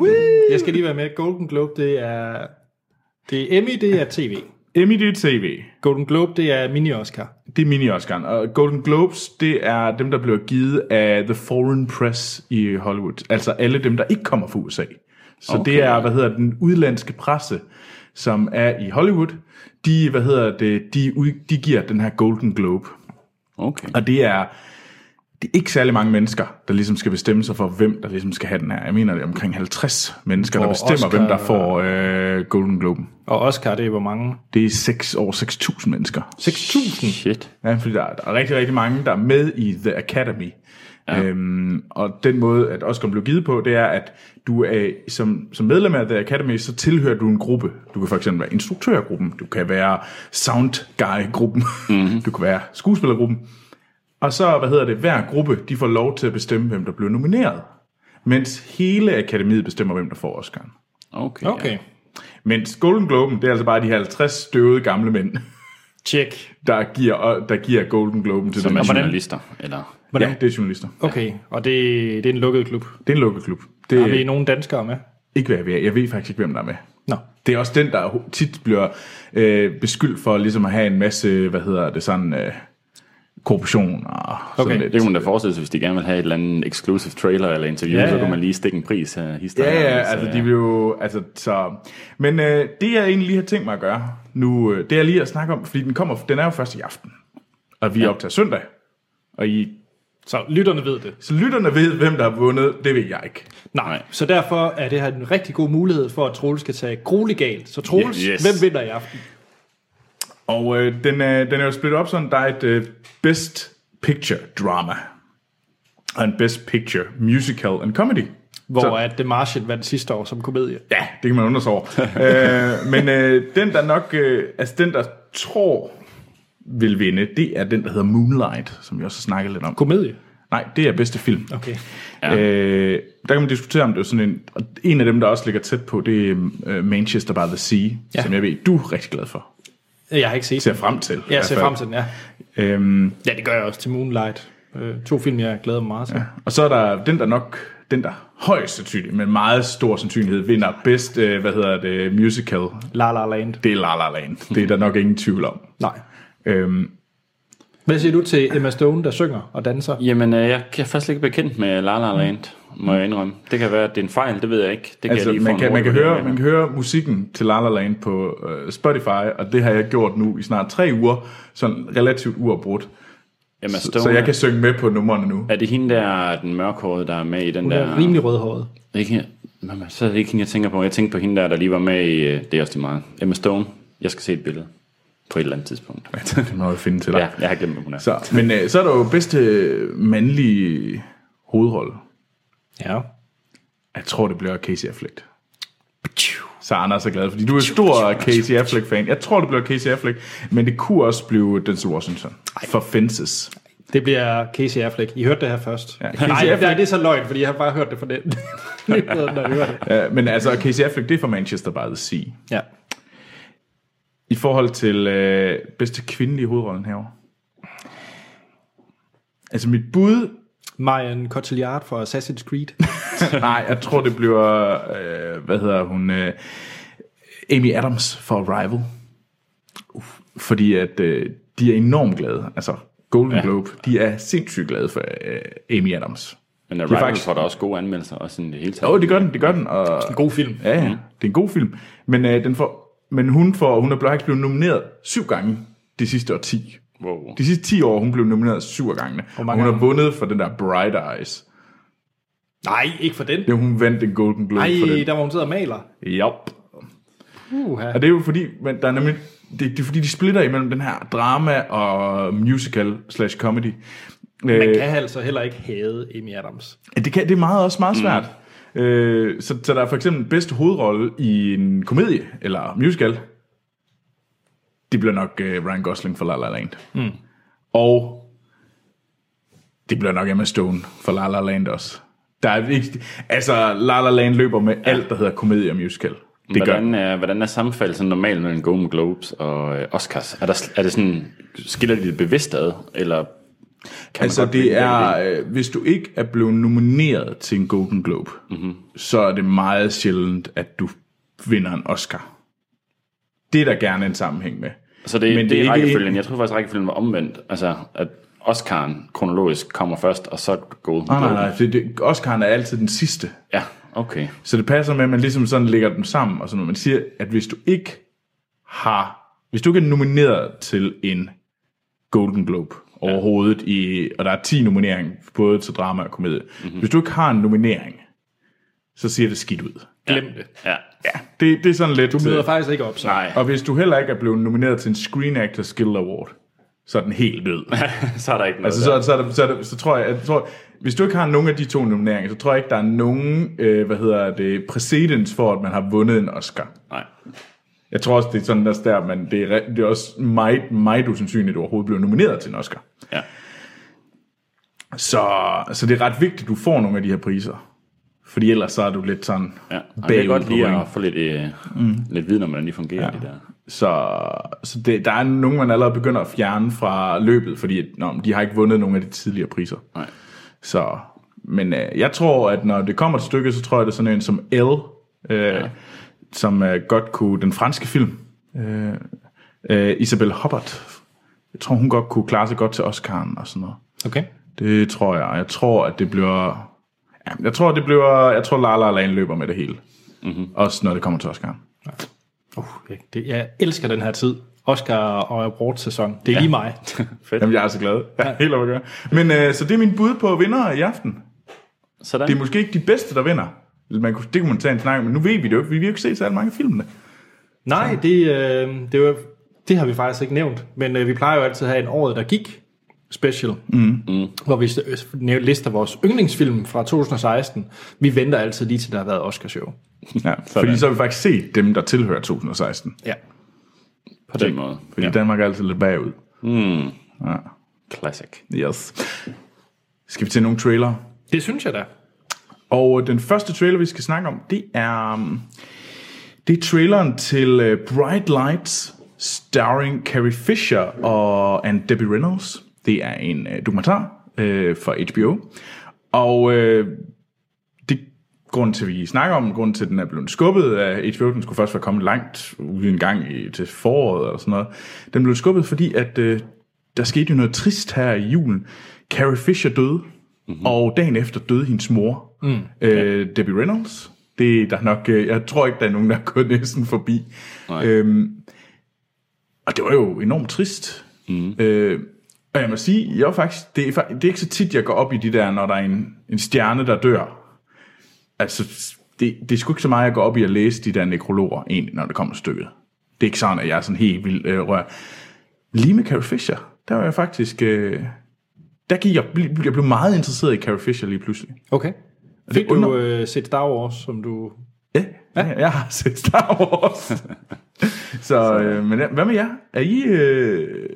Speaker 1: Jeg skal lige være med. Golden Globe, det er... Det er Emmy, det er tv.
Speaker 2: Emmy, det er tv.
Speaker 1: Golden Globe, det er mini-Oscar.
Speaker 2: Det er mini-Oscar'en. Og Golden Globes, det er dem, der bliver givet af The Foreign Press i Hollywood. Altså alle dem, der ikke kommer fra USA. Så okay.
Speaker 3: Okay.
Speaker 2: det er, hvad hedder den udlandske presse, som er i Hollywood. De, hvad hedder det, de, ud, de giver den her Golden Globe.
Speaker 3: Okay.
Speaker 2: Og det er, det er ikke særlig mange mennesker, der ligesom skal bestemme sig for, hvem der ligesom skal have den her. Jeg mener, det er omkring 50 mennesker, der
Speaker 1: Hvor
Speaker 2: bestemmer,
Speaker 1: Oscar-
Speaker 2: hvem der får øh, Golden Globen.
Speaker 1: Og Oscar, det er hvor mange?
Speaker 2: Det er 6, over 6.000 mennesker.
Speaker 1: 6.000.
Speaker 3: Shit.
Speaker 2: Ja, fordi der, der er rigtig, rigtig mange, der er med i The Academy. Ja. Øhm, og den måde, at Oscar blev givet på, det er, at du er, som, som medlem af The Academy, så tilhører du en gruppe. Du kan for eksempel være instruktørgruppen, du kan være sound guy-gruppen, mm-hmm.
Speaker 3: Mhm.
Speaker 2: du kan være skuespillergruppen. Og så, hvad hedder det, hver gruppe, de får lov til at bestemme, hvem der bliver nomineret. Mens hele akademiet bestemmer, hvem der får Oscar'en.
Speaker 3: Okay.
Speaker 1: Okay.
Speaker 3: Ja.
Speaker 2: Mens Golden Globen, det er altså bare de 50 støvede gamle mænd,
Speaker 1: Check.
Speaker 2: der giver, der giver Golden Globen til
Speaker 3: Som
Speaker 2: den
Speaker 3: er
Speaker 1: hvordan-
Speaker 3: journalister, eller...
Speaker 1: Hvordan-
Speaker 2: Ja, det er journalister.
Speaker 1: Okay, og det, det er en lukket klub.
Speaker 2: Det er en lukket klub.
Speaker 1: Har
Speaker 2: Det
Speaker 1: vi
Speaker 2: er
Speaker 1: nogen danskere med?
Speaker 2: ikke, hvad jeg ved. Jeg ved faktisk ikke, hvem der er med.
Speaker 1: Nå.
Speaker 2: Det er også den, der ho- tit bliver øh, beskyldt for ligesom at have en masse, hvad hedder det, sådan øh, korruption og sådan
Speaker 1: Okay,
Speaker 2: lidt.
Speaker 3: Det kunne man da forestille sig, hvis de gerne vil have et eller andet exclusive trailer eller interview,
Speaker 1: Ja,
Speaker 3: ja, ja. så
Speaker 1: ja.
Speaker 3: kunne man lige stikke en pris øh, her.
Speaker 2: Ja, ja, altså de vil jo, altså så... Men øh, det jeg egentlig lige har tænkt mig at gøre nu, øh, det er lige at snakke om, fordi den kommer, den er jo først i aften, og vi ja. optager søndag, og I,
Speaker 1: Så lytterne ved det.
Speaker 2: så lytterne ved, hvem der har vundet, det ved jeg ikke.
Speaker 1: Nej, så derfor er det her en rigtig god mulighed for, at Troels skal tage gruelegalt. Så Troels,
Speaker 3: Yes.
Speaker 1: yes. hvem vinder i aften?
Speaker 2: Og øh, den, er, den er jo splittet op sådan, der er et øh, Best Picture Drama, og en Best Picture Musical and Comedy.
Speaker 1: Hvor
Speaker 2: Så-
Speaker 1: så. at The Martian vandt sidste år som komedie.
Speaker 2: Ja, det kan man undre sig over. øh, men øh, den, der nok, øh, altså den, der tror vil vinde, det er den, der hedder Moonlight, som vi også har snakket lidt om.
Speaker 1: Komedie?
Speaker 2: Nej, det er bedste film.
Speaker 1: Okay.
Speaker 3: Ja.
Speaker 2: Øh, der kan man diskutere, om det er sådan en... og En af dem, der også ligger tæt på, det er øh, Manchester by the Sea, ja. som jeg ved, du er rigtig glad for.
Speaker 1: Jeg har ikke set
Speaker 2: Ser
Speaker 1: den.
Speaker 2: frem til. i
Speaker 1: Jeg
Speaker 2: hvert
Speaker 1: ser
Speaker 2: fald.
Speaker 1: frem til den, ja.
Speaker 2: Øhm,
Speaker 1: Ja, det gør jeg også til Moonlight. Øh, to film, jeg glæder mig meget til. Ja.
Speaker 2: Og så er der den, der nok, den der højst sandsynligt, med meget stor sandsynlighed, vinder bedst, øh, hvad hedder det, musical.
Speaker 1: La La Land.
Speaker 2: Det er La La Land. Det er der nok ingen tvivl om.
Speaker 1: Nej.
Speaker 2: Øhm,
Speaker 1: Hvad siger du til Emma Stone, der synger og danser?
Speaker 3: Jamen, øh, jeg kan faktisk ikke blive bekendt med La La Land, må jeg indrømme. Det kan være, at det er en fejl, det ved jeg ikke. Det kan
Speaker 2: altså,
Speaker 3: jeg lige få
Speaker 2: man
Speaker 3: en
Speaker 2: kan, man,
Speaker 3: hurtig
Speaker 2: kan
Speaker 3: vurdering
Speaker 2: høre,
Speaker 3: af.
Speaker 2: man kan høre musikken til La La Land på øh, Spotify, og det har jeg gjort nu i snart tre uger, sådan relativt uafbrudt.
Speaker 3: Emma
Speaker 2: Så,
Speaker 3: Stone,
Speaker 2: så jeg kan synge med på numrene nu.
Speaker 3: Er det hende der, den mørkhårede, der er med i den
Speaker 1: Hun
Speaker 3: der...
Speaker 1: er rimelig rødhåret.
Speaker 3: Det er ikke, hende- Mamma, så er det ikke hende, jeg tænker på. Jeg tænker på hende der, der lige var med i... øh, Det er også det meget. Emma Stone. Jeg skal se et billede på et eller andet tidspunkt.
Speaker 2: Det må jeg finde til dig.
Speaker 3: Ja, jeg har glemt, hvem hun er.
Speaker 2: Så, men øh, så er der jo bedste mandlige hovedrolle.
Speaker 1: Ja.
Speaker 2: Jeg tror, det bliver Casey Affleck. Så er Anders er glad, fordi du er stor Casey Affleck-fan. Jeg tror, det bliver Casey Affleck, men det kunne også blive Denzel Washington. For Fences.
Speaker 1: Det bliver Casey Affleck. I hørte det her først. Ja,
Speaker 2: Casey
Speaker 1: Nej,
Speaker 2: Affleck-
Speaker 1: nej, det er så løgn, fordi jeg har bare hørt det fra den. nyheden, når jeg hører det.
Speaker 2: Uh, men altså, Casey Affleck, det er fra Manchester by the Sea.
Speaker 1: Ja.
Speaker 2: I forhold til øh, uh, bedste kvindelige hovedrollen herovre. Altså, mit bud
Speaker 1: Marion Cotillard fra Assassin's Creed.
Speaker 2: Nej, jeg tror, det bliver, øh, hvad hedder hun, øh, Amy Adams for Arrival. Uf, fordi at øh, de er enormt glade. Altså, Golden ja. Globe, de er sindssygt glade for øh, Amy Adams.
Speaker 3: Men Arrival
Speaker 2: faktisk-
Speaker 3: faktisk... får da også gode anmeldelser, også sådan det hele taget.
Speaker 2: Jo, det gør den, det gør den. Og,
Speaker 1: En god film.
Speaker 2: ja, ja, det er en god film. Men, øh, den får, men hun, får, hun er faktisk blevet nomineret syv gange de sidste årti.
Speaker 3: Wow.
Speaker 2: De sidste 10 år, hun blev nomineret syv af gangene. Og hun
Speaker 1: mange
Speaker 2: har vundet for den der Bright Eyes.
Speaker 1: Nej, ikke for den.
Speaker 2: Ja, hun vandt den Golden Globe
Speaker 1: Nej,
Speaker 2: for den.
Speaker 1: der hvor hun sidder og maler.
Speaker 2: Yup.
Speaker 1: Uha.
Speaker 2: Og det er jo fordi, men der er nemlig, det, det er fordi, de splitter imellem den her drama og musical slash comedy.
Speaker 1: Man
Speaker 2: Øh,
Speaker 1: kan altså heller ikke hade Amy Adams.
Speaker 2: det, kan, det er meget, også meget svært. Mm. Øh, så, så der er for eksempel bedste hovedrolle i en komedie eller musical. Det bliver nok øh, Ryan Gosling for La La Land. Mm. Og det bliver nok Emma Stone for La La Land også. Der er ikke, altså, La La Land løber med alt, der hedder komedie og musical. Det gør
Speaker 3: hvordan, er, hvordan er sammenfaldelsen normalt mellem Golden Globes og øh, Oscars? Er, der, sl- er det sådan, skiller de det bevidst ad, eller kan man
Speaker 2: Altså
Speaker 3: godt vælge
Speaker 2: det
Speaker 3: begge
Speaker 2: er, øh, hvis du ikke er blevet nomineret til en Golden Globe,
Speaker 3: Mhm.
Speaker 2: mm-hmm. så er det meget sjældent, at du vinder en Oscar. Det er der gerne en sammenhæng med.
Speaker 3: dele? Så det,
Speaker 2: men
Speaker 3: men det,
Speaker 2: det er
Speaker 3: er
Speaker 2: ikke-
Speaker 3: rækkefølgen. Jeg tror faktisk, rækkefølgen var omvendt. Altså, at Oscaren kronologisk kommer først, og så Golden
Speaker 2: Nej,
Speaker 3: Globe.
Speaker 2: nej, nej. Det, det, Oscar'en er altid den sidste.
Speaker 3: Ja, okay.
Speaker 2: Så det passer med, at man ligesom sådan lægger dem sammen, og sådan noget. Man siger, at hvis du ikke har, hvis du ikke er nomineret til en Golden Globe overhovedet, i, og der er 10 nomineringer, både til drama og komedie.
Speaker 3: Mhm.
Speaker 2: Mm-hmm. Hvis du ikke har en nominering, så ser det skidt ud.
Speaker 1: Glem det.
Speaker 3: Ja.
Speaker 2: Ja, det, det er sådan lidt... Du
Speaker 1: Du møder faktisk ikke op, så.
Speaker 3: Nej,
Speaker 2: Og hvis du heller ikke er blevet nomineret til en Screen Actors Guild Award, så er den helt død.
Speaker 3: så er der ikke noget
Speaker 2: altså,
Speaker 3: der.
Speaker 2: så, så, er der, så, er der, så tror jeg, jeg tror, hvis du ikke har nogen af de to nomineringer, så tror jeg ikke, der er nogen, øh, hvad hedder det, præcedens for, at man har vundet en Oscar.
Speaker 3: Nej.
Speaker 2: Jeg tror også, det er sådan der, der men det er, re- det er også meget, meget usandsynligt, at du overhovedet blev nomineret til en Oscar.
Speaker 3: Ja.
Speaker 2: Så, så det er ret vigtigt, at du får nogle af de her priser. Fordi ellers så er du lidt sådan
Speaker 3: Ja, og jeg
Speaker 2: bagud
Speaker 3: kan godt
Speaker 2: på
Speaker 3: lide
Speaker 2: point.
Speaker 3: at få lidt, øh, mm. lidt viden om, hvordan de fungerer, ja. de der.
Speaker 2: Så, så det, der er nogen, man allerede begynder at fjerne fra løbet, fordi at, nå, men de har ikke vundet nogen af de tidligere priser.
Speaker 3: Nej.
Speaker 2: Så, men øh, jeg tror, at når det kommer til stykket, så tror jeg, det er sådan en som L, øh, ja. som øh, godt kunne, den franske film, øh, øh, Isabel Hubbard, jeg tror, hun godt kunne klare sig godt til Oscar'en og sådan noget.
Speaker 1: Okay.
Speaker 2: Det tror jeg. Jeg tror, at det bliver... Ja, jeg tror, det bliver... Jeg tror, La La Land løber med det hele. Mm-hmm. Også når det kommer til Oscar'en.
Speaker 1: Uh, jeg- det, jeg elsker den her tid. Oscar og award-sæson. Det er ja. lige mig.
Speaker 2: Jamen, jeg er så glad. Jeg er helt overgør. Men øh, så det er min bud på vinder i aften.
Speaker 3: Sådan.
Speaker 2: Det er måske ikke de bedste, der vinder. Man kunne, det kunne man tage en snak om, men nu ved vi det jo ikke. Vi vi har jo ikke set særlig mange af filmene.
Speaker 1: Nej, det, øh, det, var, det har vi faktisk ikke nævnt, men øh, vi plejer jo altid at have en året, der gik special, mm. hvor vi s- øh, næv- lister vores yndlingsfilm fra 2016. Vi venter altid lige til, der har været Oscarshow.
Speaker 2: Ja, fordi så har vi faktisk set dem, der tilhører 2016.
Speaker 1: Ja.
Speaker 3: på den måde.
Speaker 2: Fordi ja. Danmark er altid lidt bagud.
Speaker 3: Classic.
Speaker 2: Yes. Skal vi til nogle trailer?
Speaker 1: Det synes jeg da.
Speaker 2: Og øh, den første trailer, vi skal snakke om, det er... um, Det er traileren til øh, Bright Lights, starring Carrie Fisher og and Debbie Reynolds. Det er en øh, dokumentar øh, fra HBO. Og øh, det grund til, at vi snakker om, grund til, at den er blevet skubbet af HBO, den skulle først være kommet langt ude en gang i, til foråret eller sådan noget. Den blev skubbet, fordi at øh, der skete jo noget trist her i julen. Carrie Fisher døde, mm-hmm. og dagen efter døde hendes mor, mm. øh, Debbie Reynolds. Det er der nok, øh, jeg tror ikke, der er nogen, der er gået næsten forbi. Øhm, og det var jo enormt trist. Mm. Øh, og jeg må sige, jeg er faktisk, det, er, fak- det er ikke så tit, jeg går op i de der, når der er en, en stjerne, der dør. Altså, det, det er sgu ikke så meget, jeg går op i at læse de der nekrologer, egentlig, når det kommer til stykket. Det er ikke sådan, at jeg er sådan helt vildt øh, rør. Lige med Carrie Fisher, der var jeg faktisk... Øh, der gik jeg, bl- jeg blev meget interesseret i Carrie Fisher lige pludselig.
Speaker 1: Okay.
Speaker 2: det
Speaker 1: Fik du
Speaker 2: under-
Speaker 1: øh, set Star Wars, som du...
Speaker 2: Ja, ja. jeg har set Star Wars. så, øh, men ja, hvad med jer? Er I, øh,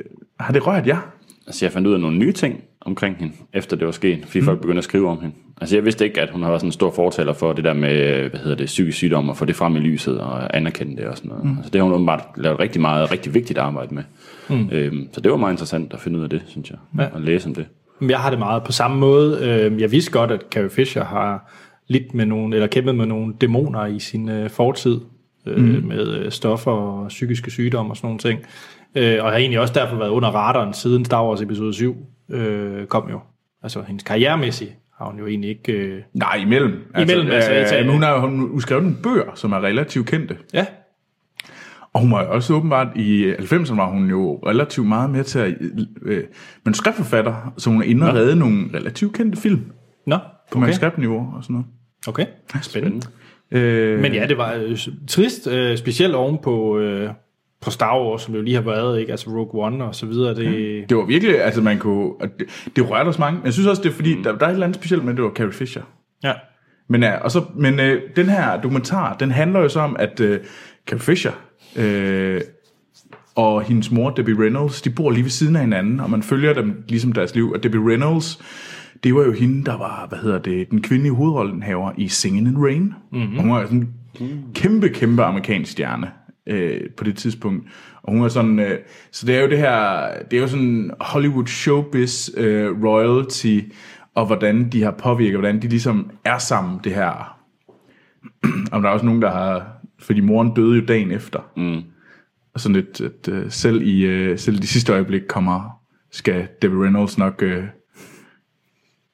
Speaker 2: har det rørt jer?
Speaker 3: Altså, jeg fandt ud af nogle nye ting omkring hende, efter det var sket, fordi mm. folk begyndte at skrive om hende. Altså, jeg vidste ikke, at hun har været sådan en stor fortaler for det der med, hvad hedder det, psykisk sygdom, og få det frem i lyset og anerkende det og sådan noget. Mm. Altså, det har hun åbenbart lavet rigtig meget, rigtig vigtigt arbejde med. Mm. Øhm, så det var meget interessant at finde ud af det, synes jeg, ja. og læse om det.
Speaker 1: Men Jeg har det meget på samme måde. Øh, Jeg vidste godt, at Carrie Fisher har lidt med nogle, eller kæmpet med nogle dæmoner i sin øh, fortid, øh, med øh, stoffer og psykiske sygdomme og sådan nogle ting. Øh, Og har egentlig også derfor været under radaren siden Star Wars episode 7 øh, kom jo. Altså hendes karrieremæssigt har hun jo egentlig ikke... øh,
Speaker 2: Nej, imellem. øh,
Speaker 1: Imellem, altså, jeg tager-
Speaker 2: men hun har hun har skrevet nogle bøger, som er relativt kendte.
Speaker 1: Ja,
Speaker 2: Og hun var jo også åbenbart i 90'erne, var hun jo relativt meget med til at... Øh, men skriftforfatter, så hun er inde og redde nogle relativt kendte film
Speaker 1: nå,
Speaker 2: på okay. manuskriptniveau og sådan noget.
Speaker 1: Okay, spændende.
Speaker 2: Øh,
Speaker 1: Men ja, det var øh, s- trist, øh, specielt oven på, øh, på Star Wars, som det jo lige har været, ikke? altså Rogue One og så videre. Det,
Speaker 2: det var virkelig, altså man kunne... og Det, det rørte os mange. Men jeg synes også, det er fordi, mm. der, der er et eller andet specielt med, det var Carrie Fisher.
Speaker 1: ja.
Speaker 2: Men, ja, og så, men øh, den her dokumentar, den handler jo så om, at øh, Carrie Fisher øh, og hendes mor, Debbie Reynolds, de bor lige ved siden af hinanden, og man følger dem ligesom deres liv. Og Debbie Reynolds, det var jo hende, der var, hvad hedder det, den kvindelige hovedrollenhaver i Singin' in the Rain. Mm-hmm. Hun var jo sådan en kæmpe, kæmpe amerikansk stjerne øh, på det tidspunkt. Og hun var sådan, øh, så det er jo det her, det er jo sådan Hollywood showbiz øh, royalty, og hvordan de har påvirket, hvordan de ligesom er sammen, det her. og der er også nogen, der har, fordi moren døde jo dagen efter. Mm. Og sådan lidt, at øh, selv i øh, selv i de sidste øjeblik kommer, skal Debbie Reynolds nok øh,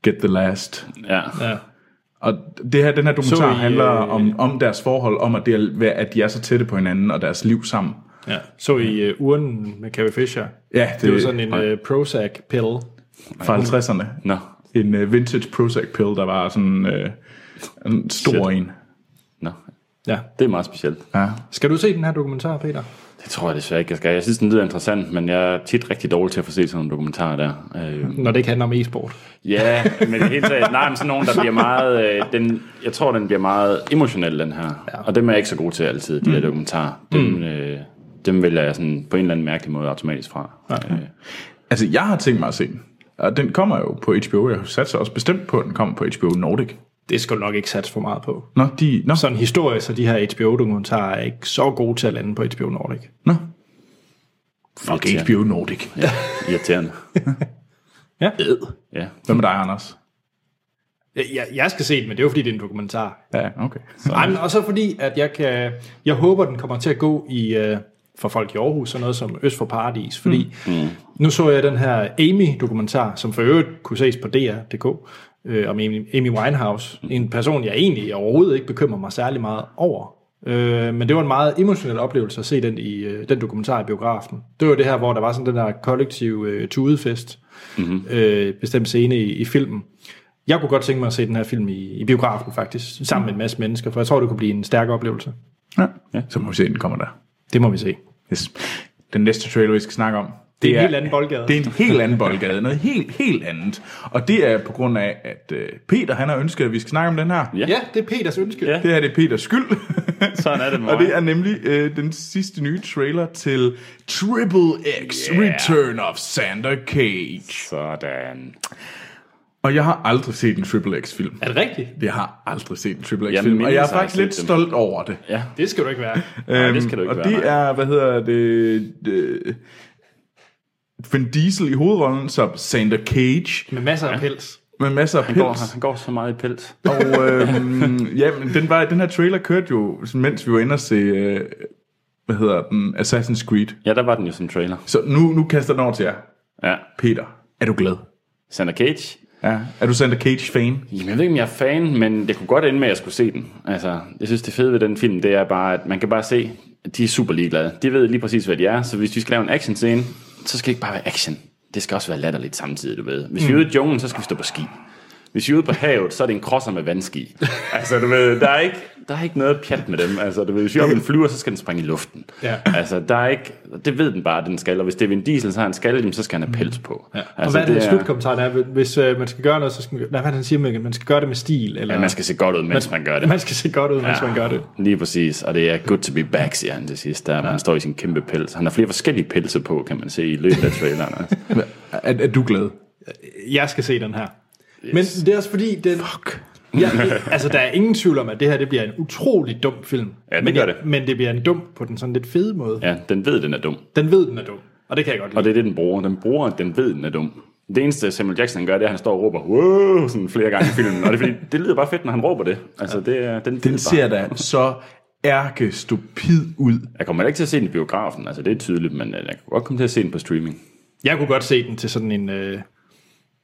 Speaker 2: get the last.
Speaker 3: Ja.
Speaker 1: ja.
Speaker 2: Og det her, den her
Speaker 1: Så
Speaker 2: dokumentar
Speaker 1: I, øh,
Speaker 2: handler om, om deres forhold, om at, det er, at de er så tætte på hinanden og deres liv sammen.
Speaker 1: ja. Så i øh, urnen med Carrie Fisher.
Speaker 2: Ja,
Speaker 1: Det, det var
Speaker 2: det-
Speaker 1: sådan en øh, Prozac-pille.
Speaker 2: Fra 50'erne.
Speaker 3: Nå.
Speaker 2: En øh, vintage Prozac-pill, der var sådan øh, en stor en.
Speaker 3: Nå.
Speaker 1: Ja.
Speaker 3: Det er meget specielt.
Speaker 2: Ja.
Speaker 1: Skal du se den her dokumentar, Peter?
Speaker 3: Det tror jeg desværre ikke, jeg skal. Jeg synes, den lyder interessant, men jeg er tit rigtig dårlig til at få set sådan nogle dokumentarer der. Øh,
Speaker 1: Når det ikke handler om e-sport.
Speaker 3: Ja, men det hele taget, nej, men sådan nogen, der bliver meget, øh, den, jeg tror, den bliver meget emotionel, den her. Ja. Og dem er jeg ikke så god til altid, de mm. der dokumentarer. Dem, mm. øh, dem vælger jeg sådan på en eller anden mærkelig måde automatisk fra. Okay. Øh,
Speaker 2: Altså, jeg har tænkt mig at se den. Og den kommer jo på HBO. Jeg satser også bestemt på, at den kommer på HBO Nordic.
Speaker 1: Det skal du nok ikke satse for meget på.
Speaker 2: Nå, de... Nå, så.
Speaker 1: Sådan historisk, så de her HBO-dokumentarer er ikke så gode til at lande på HBO Nordic.
Speaker 2: Nå. Fuck
Speaker 3: Irriterende.
Speaker 2: HBO Nordic.
Speaker 3: ja, irriterende.
Speaker 1: Ja.
Speaker 3: Ja.
Speaker 2: Hvad med dig, Anders?
Speaker 1: Jeg, jeg skal se den, men det er jo fordi, det er en dokumentar.
Speaker 2: Ja, okay.
Speaker 1: Nej, men også fordi, at jeg kan... Jeg håber, den kommer til at gå i... Øh, for folk i Aarhus, sådan noget som Øst for Paradis, fordi mm. nu så jeg den her Amy-dokumentar, som for øvrigt kunne ses på DR.dk, øh, om Amy, Amy Winehouse, en person, jeg egentlig overhovedet ikke bekymrer mig særlig meget over, øh, men det var en meget emotionel oplevelse at se den, i, øh, den dokumentar i biografen. Det var det her, hvor der var sådan den der kollektiv øh, tudefest, mm-hmm. øh, bestemt scene i, i filmen, jeg kunne godt tænke mig at se den her film i, i biografen faktisk, sammen med en masse mennesker, for jeg tror, det kunne blive en stærk oplevelse.
Speaker 2: Ja. ja. Så må vi se, den kommer der.
Speaker 1: Det må vi se.
Speaker 2: Yes. Den næste trailer, vi skal snakke om,
Speaker 1: Det er en helt anden boldgade.
Speaker 2: Det er en helt anden boldgade. Noget helt, helt andet. Og det er på grund af, at øh, Peter han har ønsket, at vi skal snakke om den her.
Speaker 3: Ja.
Speaker 1: Ja, det er Peters ønske.
Speaker 3: Ja.
Speaker 2: Det her det er Peters skyld.
Speaker 3: Sådan er det med
Speaker 2: Og
Speaker 3: mig.
Speaker 2: det er nemlig øh, den sidste nye trailer til Triple X yeah. Return of Sander Cage.
Speaker 3: Sådan.
Speaker 2: Og jeg har aldrig set en Triple X film.
Speaker 1: Er det rigtigt?
Speaker 2: Jeg har aldrig set en Triple X
Speaker 3: Jeg
Speaker 2: film, og
Speaker 3: mindes,
Speaker 2: jeg er
Speaker 3: at jeg har
Speaker 2: faktisk lidt
Speaker 3: set dem.
Speaker 2: stolt over det.
Speaker 3: Ja,
Speaker 1: Det skal du ikke være.
Speaker 3: Nej, Øhm, det skal du ikke
Speaker 2: og
Speaker 3: være,
Speaker 2: det
Speaker 3: nej.
Speaker 2: er, hvad hedder det, det, Vin Diesel i hovedrollen som Sander Cage,
Speaker 1: Med masser af pels.
Speaker 2: med masser af
Speaker 3: han går,
Speaker 2: pels.
Speaker 3: han går så meget i pels.
Speaker 2: Og øhm, ja, men den, var, den her trailer kørte jo, mens vi var inde og se, øh, hvad hedder den, Assassin's Creed.
Speaker 3: Ja, der var den jo som trailer.
Speaker 2: Så nu, nu kaster den over til jer.
Speaker 3: Ja.
Speaker 2: Peter, er du glad?
Speaker 3: Sander Cage.
Speaker 2: Ja. Er du Sander Cage-fan?
Speaker 3: Jamen, jeg ved ikke, om jeg er fan, men det kunne godt ende med, at jeg skulle se den. Altså, jeg synes, det fede ved den film, det er bare, at man kan bare se, at de er super ligeglade. De ved lige præcis, hvad de er, så hvis de skal lave en actionscene, så skal det ikke bare være action. Det skal også være latterligt samtidig, du ved. Hvis vi er ude i junglen, så skal vi stå på ski. Hvis vi er ude på havet, så er det en crosser med vandski. Altså, du ved, der er ikke, der er ikke noget pjat med dem. Altså, du ved, hvis vi er oppe i en flyver, så skal den springe i luften.
Speaker 1: Ja.
Speaker 3: Altså, der er ikke, det ved den bare, den skal. Og hvis det er Vin Diesel, så har han skalle, jamen, så skal han have pels på. Ja.
Speaker 1: Altså, og hvad er det, det slutkommentaren er? Hvis øh, man skal gøre noget, så skal man, nej, hvad er det, han siger, man, man skal gøre det med stil. Eller,
Speaker 3: Ja, man skal se godt ud, mens man gør det.
Speaker 1: man skal se godt ud, mens man gør det.
Speaker 3: Lige præcis, og det er good to be back, siger han til sidst, der ja. han står i sin kæmpe pels. Han har flere forskellige pelse på, kan man se i løbet af traileren. altså.
Speaker 2: Er, er du glad?
Speaker 1: Jeg skal se den her. Yes. Men det er også fordi, den... Fuck. Ja, det- altså, der er ingen tvivl om, at det her det bliver en utrolig dum film.
Speaker 3: Ja, det
Speaker 1: men,
Speaker 3: gør
Speaker 1: jeg-
Speaker 3: det.
Speaker 1: men det bliver en dum på den sådan lidt fede måde.
Speaker 3: ja, den ved, den er dum.
Speaker 1: Den ved, den er dum. Og det kan jeg godt lide.
Speaker 3: Og det er det, den bruger. Den bruger, at den ved, den er dum. Det eneste Samuel Jackson gør, det er, at han står og råber, wow, sådan flere gange i filmen. Og det, er, fordi, det lyder bare fedt, når han råber det. Altså, det, er- den,
Speaker 2: Den ser da så ærkestupid ud.
Speaker 3: Jeg kommer heller ikke til at se den i biografen, altså det er tydeligt, men øh, jeg kan godt komme til at se den på streaming.
Speaker 1: Jeg kunne godt se den til sådan en, øh,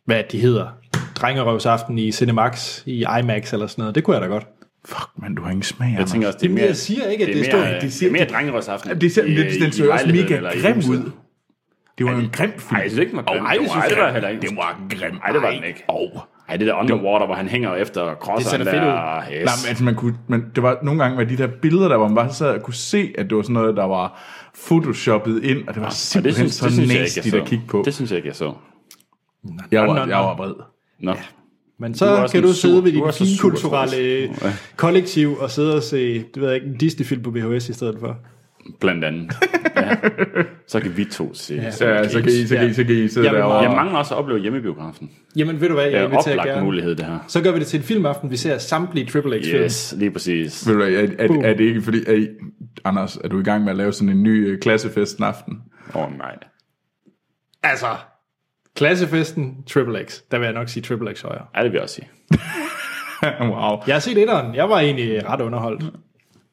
Speaker 1: hvad de hedder, drengerøvsaften i Cinemax, i IMAX eller sådan noget. Det kunne jeg da godt.
Speaker 2: Fuck, mand, du har ingen smag,
Speaker 3: Jeg tænker også, det er
Speaker 1: Jamen,
Speaker 3: mere...
Speaker 1: jeg siger ikke, at
Speaker 3: det er
Speaker 1: det står-
Speaker 3: mere,
Speaker 1: det
Speaker 3: det
Speaker 2: siger-
Speaker 3: er mere drengerøvsaften.
Speaker 2: det ser, det, den ser jo også mega grim ud. Det var jo en grim film.
Speaker 3: Nej, jeg synes ikke, den var grim.
Speaker 2: Ej, det
Speaker 3: Ej,
Speaker 2: synes
Speaker 3: det var
Speaker 2: jeg
Speaker 3: heller ikke.
Speaker 2: Det var grim.
Speaker 3: Ej, det var den ikke.
Speaker 2: Au.
Speaker 3: Ej, det der underwater, hvor han hænger efter crosseren
Speaker 1: da fedt
Speaker 3: der. Ah,
Speaker 1: ud.
Speaker 3: Yes.
Speaker 2: Nej, men altså, man kunne, man, det var nogle gange var de der billeder, der var, man bare sad og kunne se, at det var sådan noget, der var photoshoppet ind, og det var
Speaker 3: og det
Speaker 2: simpelthen
Speaker 3: synes, det
Speaker 2: så
Speaker 3: synes jeg ikke, jeg
Speaker 2: nasty
Speaker 3: så.
Speaker 2: at kigge på.
Speaker 3: Det synes jeg ikke, jeg så.
Speaker 1: Nå,
Speaker 2: Jeg
Speaker 1: nå,
Speaker 2: var,
Speaker 1: nå.
Speaker 2: jeg var vred.
Speaker 3: Nå.
Speaker 1: Men
Speaker 3: Du er
Speaker 1: så
Speaker 3: også
Speaker 1: kan
Speaker 3: en
Speaker 1: du
Speaker 3: sur-
Speaker 1: sidde ved
Speaker 3: du
Speaker 1: din
Speaker 3: er så sur
Speaker 1: finkulturelle
Speaker 3: stress.
Speaker 1: øh, kollektiv og sidde og se, det ved jeg ikke, en Disney-film på VHS i stedet for.
Speaker 3: Blandt andet. Ja. Så kan vi to se. Ja.
Speaker 2: Ja, så kan I, så kan I, så kan I sidde
Speaker 1: Jeg vil
Speaker 2: derovre.
Speaker 1: meget-
Speaker 3: Jeg mangler også at opleve hjemmebiografen.
Speaker 1: Jamen ved du hvad,
Speaker 3: Det
Speaker 1: jeg
Speaker 3: er
Speaker 1: inviterer
Speaker 3: oplagt
Speaker 1: gerne.
Speaker 3: mulighed, det her.
Speaker 1: Så gør vi det til en filmaften, vi ser samtlige Triple X-film.
Speaker 3: Yes, lige præcis.
Speaker 2: Ved du hvad, er, er, er det ikke fordi, er I, Anders, er du i gang med at lave sådan en ny øh, klassefest den aften?
Speaker 3: Åh oh, nej.
Speaker 1: Altså, klassefesten, Triple X. Der vil jeg nok sige Triple X højere.
Speaker 3: Ja, det vil jeg også sige.
Speaker 2: wow.
Speaker 1: Jeg har set etteren. Jeg var egentlig ret underholdt.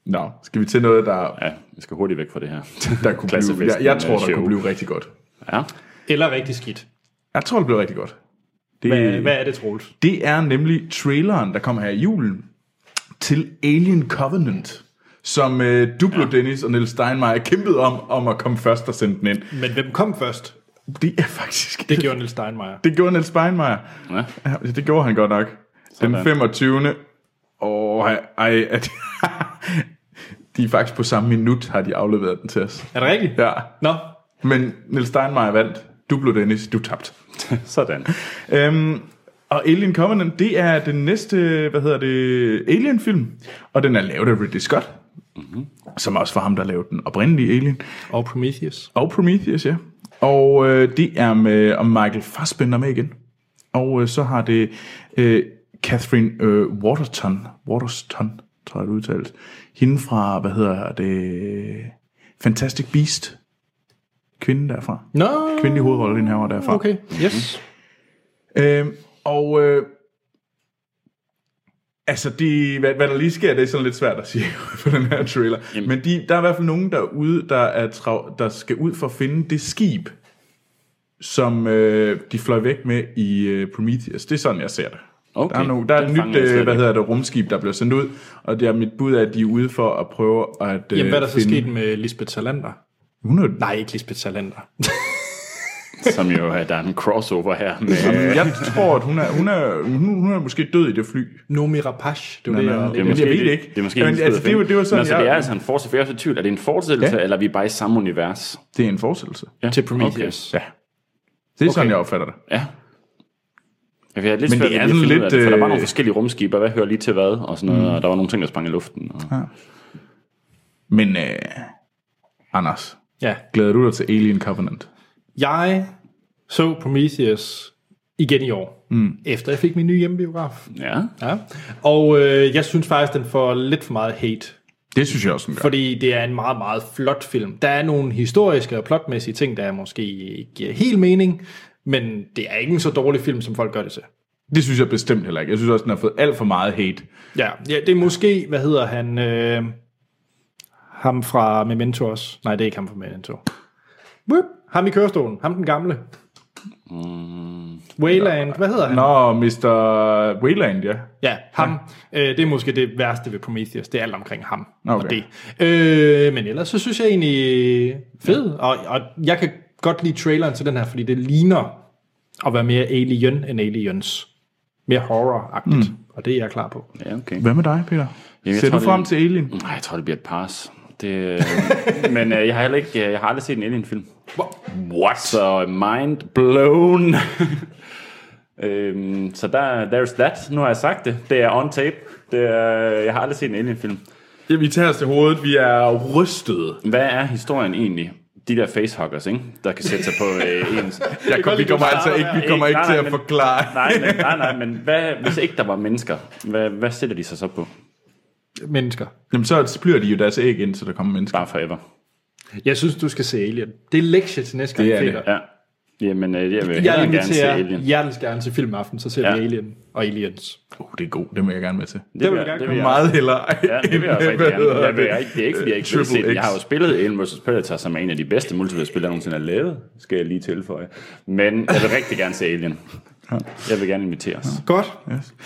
Speaker 2: Nå, skal vi til noget, der,
Speaker 3: Ja, vi skal hurtigt væk fra det her.
Speaker 2: der kunne blive, jeg,
Speaker 3: Klassefesten,
Speaker 2: jeg tror, der
Speaker 3: øh, show.
Speaker 2: kunne blive rigtig godt.
Speaker 3: Ja.
Speaker 1: Eller rigtig skidt.
Speaker 2: Jeg tror, det blev rigtig godt. Det,
Speaker 1: Hvad, hvad er det, Troels?
Speaker 2: Det er nemlig traileren, der kommer her i julen, til Alien Covenant, som øh, Duplo ja. Dennis og Niels Steinmeier kæmpede om, om at komme først og sende den ind.
Speaker 1: Men hvem kom først?
Speaker 2: Det er faktisk...
Speaker 1: Det gjorde Niels Steinmeier.
Speaker 2: det gjorde Niels Steinmeier.
Speaker 3: Ja.
Speaker 2: Ja, det gjorde han godt nok. Den 25. Og ej, ej, at- de er faktisk på samme minut, har de afleveret den til os.
Speaker 1: Er det rigtigt?
Speaker 2: Ja.
Speaker 1: Nå,
Speaker 2: Men Niels Steinmeier vandt. Duplo Dennis, du tabte.
Speaker 3: Sådan.
Speaker 2: Øhm, og Alien Covenant, det er den næste, hvad hedder det, Alien-film. Og den er lavet af Ridley Scott, mm-hmm. som også var ham, der lavede den oprindelige Alien.
Speaker 1: og Prometheus.
Speaker 2: Og Prometheus, ja. Og øh, det er med og Michael Fassbender med igen. Og øh, så har det øh, Catherine øh, Waterton, Waterston, tror jeg det er udtalt. Hende fra, hvad hedder det, Fantastic Beast. Kvinden derfra.
Speaker 1: Nå,
Speaker 2: Kvindelig hovedrolle, den her var derfra.
Speaker 1: okay.
Speaker 2: Mm.
Speaker 1: Yes.
Speaker 2: Øhm, og øh, altså, de, hvad, hvad der lige sker, det er sådan lidt svært at sige på den her trailer. Jamen. Men de, der er i hvert fald nogen derude, der, er trav, der skal ud for at finde det skib, som øh, de fløj væk med i øh, Prometheus. Det er sådan, jeg ser det.
Speaker 3: Okay.
Speaker 2: Der er, no, der er et
Speaker 3: Den
Speaker 2: nyt,
Speaker 3: fangede jeg slet
Speaker 2: øh, hvad
Speaker 3: ikke.
Speaker 2: hedder det, rumskib, der bliver sendt ud, og det er mit bud, at de er ude for at prøve at øh,
Speaker 1: Jamen, hvad er der så
Speaker 2: finde...
Speaker 1: sket med Lisbeth Salander?
Speaker 2: Hun er jo-
Speaker 1: Nej, ikke Lisbeth Salander.
Speaker 3: Som jo er, der er en crossover her med...
Speaker 2: Jamen, Jeg tror, at hun er, hun, er, hun, hun er måske død i det fly.
Speaker 1: Nomi Rapace, det var det,
Speaker 2: nej,
Speaker 1: jeg...
Speaker 2: nej.
Speaker 3: Det er
Speaker 2: Jamen,
Speaker 3: måske,
Speaker 2: jeg ved det ikke.
Speaker 3: Det er måske
Speaker 2: Jamen,
Speaker 3: hendes
Speaker 2: altså,
Speaker 3: fede
Speaker 2: det er jo-
Speaker 3: film.
Speaker 2: det er jo sådan,
Speaker 3: Men altså,
Speaker 2: jeg-
Speaker 3: det er altså en fortsættelse. Jeg er også i tvivl, er det en fortsættelse,
Speaker 2: Ja.
Speaker 3: ja. eller er vi bare i samme univers?
Speaker 2: Det er en fortsættelse.
Speaker 3: Ja.
Speaker 1: Til Prometheus.
Speaker 2: Ja. Det er okay. sådan, jeg opfatter det.
Speaker 3: Okay. Ja. Jeg vil have lidt
Speaker 2: Men
Speaker 3: svært
Speaker 2: det
Speaker 3: ved
Speaker 2: er
Speaker 3: lige at
Speaker 2: sådan
Speaker 3: finde ud
Speaker 2: lidt,
Speaker 3: af det, for der
Speaker 2: øh,
Speaker 3: var
Speaker 2: Mm.
Speaker 3: nogle forskellige rumskibe, og hvad hører lige til hvad, og sådan noget, og der var nogle ting, der sprang i luften. Og...
Speaker 2: Men øh, Anders,
Speaker 1: ja.
Speaker 2: glæder du dig til Alien Covenant?
Speaker 1: Jeg så Prometheus igen i år, mm. efter jeg fik min nye hjemmebiograf.
Speaker 3: Ja.
Speaker 1: Ja. Og øh, jeg synes faktisk, den får lidt for meget hate.
Speaker 2: Det synes jeg også, den gør.
Speaker 1: Fordi det er en meget, meget flot film. Der er nogle historiske og plotmæssige ting, der måske ikke giver helt mening, men det er ikke en så dårlig film, som folk gør det til.
Speaker 2: Det synes jeg bestemt heller ikke. Jeg synes også, den har fået alt for meget hate.
Speaker 1: Ja, ja det er måske, hvad hedder han, øh, ham fra Memento også. Nej, det er ikke ham fra Memento. Whoop. Ham i kørestolen, ham den gamle. Mm. Wayland, hvad hedder han?
Speaker 2: Nå, Mr. Wayland, ja.
Speaker 1: Ja, ham. Øh, det er måske det værste ved Prometheus. Det er alt omkring ham
Speaker 2: Okay.
Speaker 1: og det. Øh, men ellers så synes jeg egentlig øh, fed. Og, og jeg kan godt lide traileren til den her, fordi det ligner at være mere alien end aliens. Mere horror-agtigt. Mm. Og det er jeg klar på.
Speaker 3: Ja, okay.
Speaker 2: Hvad med dig, Peter? Jamen,
Speaker 3: jeg
Speaker 2: Ser
Speaker 3: tror,
Speaker 2: du frem
Speaker 3: det-
Speaker 2: til Alien?
Speaker 3: Nej, jeg tror, det bliver et pas. Det, øh, men øh, jeg har heller ikke, jeg har aldrig set en Alien-film. What? Så øh, mind blown. øhm, så der, there's that. Nu har jeg sagt det. Det er on tape. Det er, øh, jeg har aldrig set en Alien-film.
Speaker 2: Ja, vi tager os til hovedet. Vi er rystede.
Speaker 3: Hvad er historien egentlig? De der facehuggers, ikke? Der kan sætte sig på øh, ens...
Speaker 2: Jeg kom, vi kommer altså ikke, vi kommer ikke
Speaker 3: Nej,
Speaker 2: til
Speaker 3: nej,
Speaker 2: at
Speaker 3: men-
Speaker 2: forklare.
Speaker 3: Nej, nej, nej, nej men hvad, hvis ikke der var mennesker, hvad, hvad sætter de sig så på?
Speaker 1: Mennesker.
Speaker 2: Jamen, så bliver de jo deres æg ind, så der kommer mennesker.
Speaker 3: Bare forever.
Speaker 1: Jeg synes, du skal se Alien. Det er lektie til næste gang,
Speaker 2: Det er det.
Speaker 1: Peter.
Speaker 3: Ja. Jamen, øh, jeg vil
Speaker 1: Jeg
Speaker 3: hellere gerne se
Speaker 1: inviterer
Speaker 3: Alien.
Speaker 1: hjertens gerne til filmaften, så ser vi
Speaker 3: Ja.
Speaker 1: Alien og Aliens.
Speaker 2: Uh, det er god, det vil jeg gerne med til.
Speaker 1: Det vil jeg
Speaker 3: jeg-
Speaker 1: gerne
Speaker 3: det
Speaker 1: komme
Speaker 3: jeg-
Speaker 2: Meget hellere.
Speaker 3: Ja, det vil jeg også
Speaker 2: end,
Speaker 3: rigtig
Speaker 2: hvad hedder
Speaker 3: gerne. Jeg vil,
Speaker 2: det?
Speaker 3: ikke, det er ikke, fordi jeg ikke vil
Speaker 2: Triple
Speaker 3: se det.
Speaker 2: X.
Speaker 3: Jeg har jo spillet Alien vs. Predator, som er en af de bedste multiplayer-spil, der nogensinde er lavet, skal jeg lige tilføje. Men jeg vil rigtig gerne se Alien. Jeg vil gerne inviteres.
Speaker 1: Godt.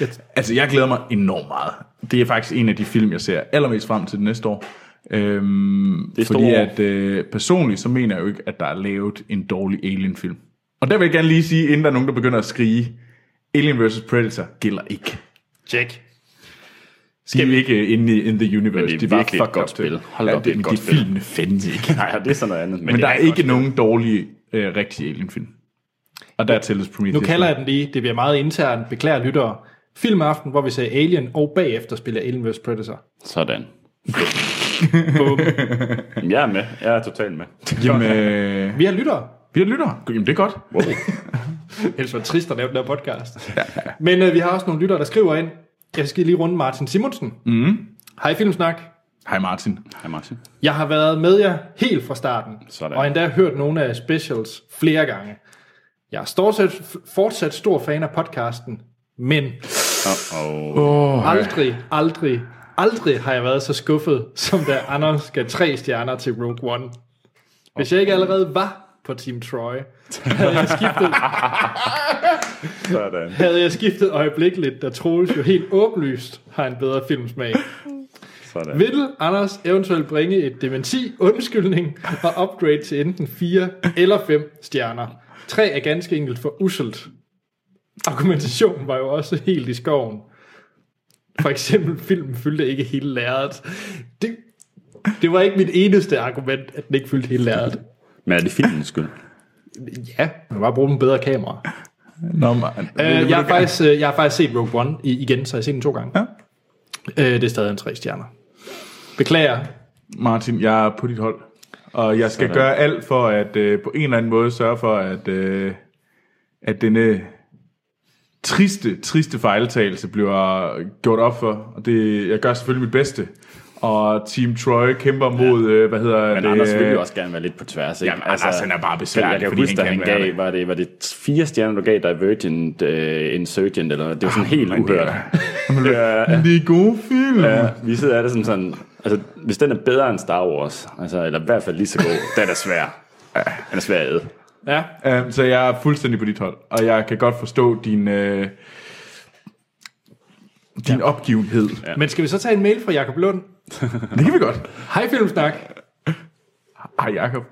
Speaker 2: Yes. Altså, jeg glæder mig enormt meget. Det er faktisk en af de film, jeg ser allermest frem til næste år. Øhm,
Speaker 3: Det
Speaker 2: fordi
Speaker 3: er store år.
Speaker 2: at øh, personligt, så mener jeg jo ikke, at der er lavet en dårlig Alien-film. Og der vil jeg gerne lige sige, inden der er nogen, der begynder at skrige, Alien vs. Predator gælder ikke.
Speaker 3: Check.
Speaker 2: Skal vi ikke øh, inde i in the universe?
Speaker 3: Men det er
Speaker 2: var
Speaker 3: virkelig et
Speaker 2: fucked
Speaker 3: godt
Speaker 2: up til.
Speaker 3: spil. Hold
Speaker 2: ja,
Speaker 3: op, det er et
Speaker 2: men
Speaker 3: godt
Speaker 2: de
Speaker 3: spil.
Speaker 2: filmene findes ikke.
Speaker 3: Nej, og det er sådan noget andet.
Speaker 2: Men
Speaker 3: det
Speaker 2: der er
Speaker 3: godt.
Speaker 2: ikke nogen dårlige, øh, rigtige Alien-film. Og der tælles Prometheus.
Speaker 1: Nu kalder jeg den lige, det bliver meget internt, beklager lyttere. Filmaften, hvor vi ser Alien, og bagefter spiller Alien vs. Predator.
Speaker 3: Sådan. Bum. Jeg er med. Jeg er totalt med.
Speaker 2: Jamen, øh,
Speaker 1: Vi har lyttere.
Speaker 2: vi har lyttere. Jamen, det er godt.
Speaker 1: Ellers var det trist at lave den her podcast. Men øh, vi har også nogle lyttere, der skriver ind. Jeg skal lige runde Martin Simonsen. Mm.
Speaker 3: Mm-hmm.
Speaker 1: Hej Filmsnak.
Speaker 2: Hej Martin.
Speaker 3: Hej Martin.
Speaker 1: Jeg har været med jer helt fra starten,
Speaker 3: Sådan.
Speaker 1: og endda hørt nogle af specials flere gange. Jeg er stort set, fortsat stor fan af podcasten, men
Speaker 3: Oh,
Speaker 2: Oh,
Speaker 1: aldrig, aldrig, aldrig har jeg været så skuffet, som da Anders gav tre stjerner til Rogue One. Hvis jeg ikke allerede var på Team Troy, havde jeg skiftet,
Speaker 3: sådan.
Speaker 1: havde jeg skiftet øjeblikkeligt, da Troels jo helt åbenlyst har en bedre filmsmag.
Speaker 3: sådan.
Speaker 1: Vil Anders eventuelt bringe et dementi, undskyldning og upgrade til enten 4 eller 5 stjerner? 3 er ganske enkelt for uselt. Argumentationen var jo også helt i skoven. For eksempel, filmen fyldte ikke hele lærredet. Det, det var ikke mit eneste argument, at den ikke fyldte hele lærredet.
Speaker 3: Men er det filmens skyld?
Speaker 1: Ja, man kan bare bruge en bedre kamera.
Speaker 2: Nå, man.
Speaker 1: Øh, jeg, har faktisk, øh, jeg har faktisk set Rogue One i, igen, så jeg har set den to gange.
Speaker 2: Ja.
Speaker 1: Øh, det er stadig en 3 stjerner. Beklager,
Speaker 2: Martin, jeg er på dit hold. Og jeg skal Sådan. gøre alt for at øh, på en eller anden måde sørge for, at, øh, at denne triste, triste fejltagelse bliver gjort op for. Og det, jeg gør selvfølgelig mit bedste. Og Team Troy kæmper mod, øh, hvad hedder
Speaker 3: Men
Speaker 2: det?
Speaker 3: Anders vil jo også gerne være lidt på tværs, ikke?
Speaker 2: Jamen, Anders, han er bare besværlig,
Speaker 3: Jeg kan
Speaker 2: fordi
Speaker 3: huske, da
Speaker 2: han
Speaker 3: han
Speaker 2: kan være
Speaker 3: gav,
Speaker 2: det.
Speaker 3: var det, var det fire stjerner, du gav Divergent, uh, Insurgent, eller det var
Speaker 2: Ah,
Speaker 3: sådan helt uhørt.
Speaker 2: Ja. Det er gode film. Ja.
Speaker 3: Ja, vi sidder af det som sådan, altså hvis den er bedre end Star Wars, altså, eller i hvert fald lige så god, den er svær. Den er svær at æde.
Speaker 1: Ja,
Speaker 2: Um, så jeg er fuldstændig på dit hold, og jeg kan godt forstå din, øh, din ja. opgivenhed. Ja.
Speaker 1: men skal vi så tage en mail fra Jakob Lund?
Speaker 2: Det kan vi godt.
Speaker 1: Hej Filmsnak.
Speaker 2: Hej Jacob.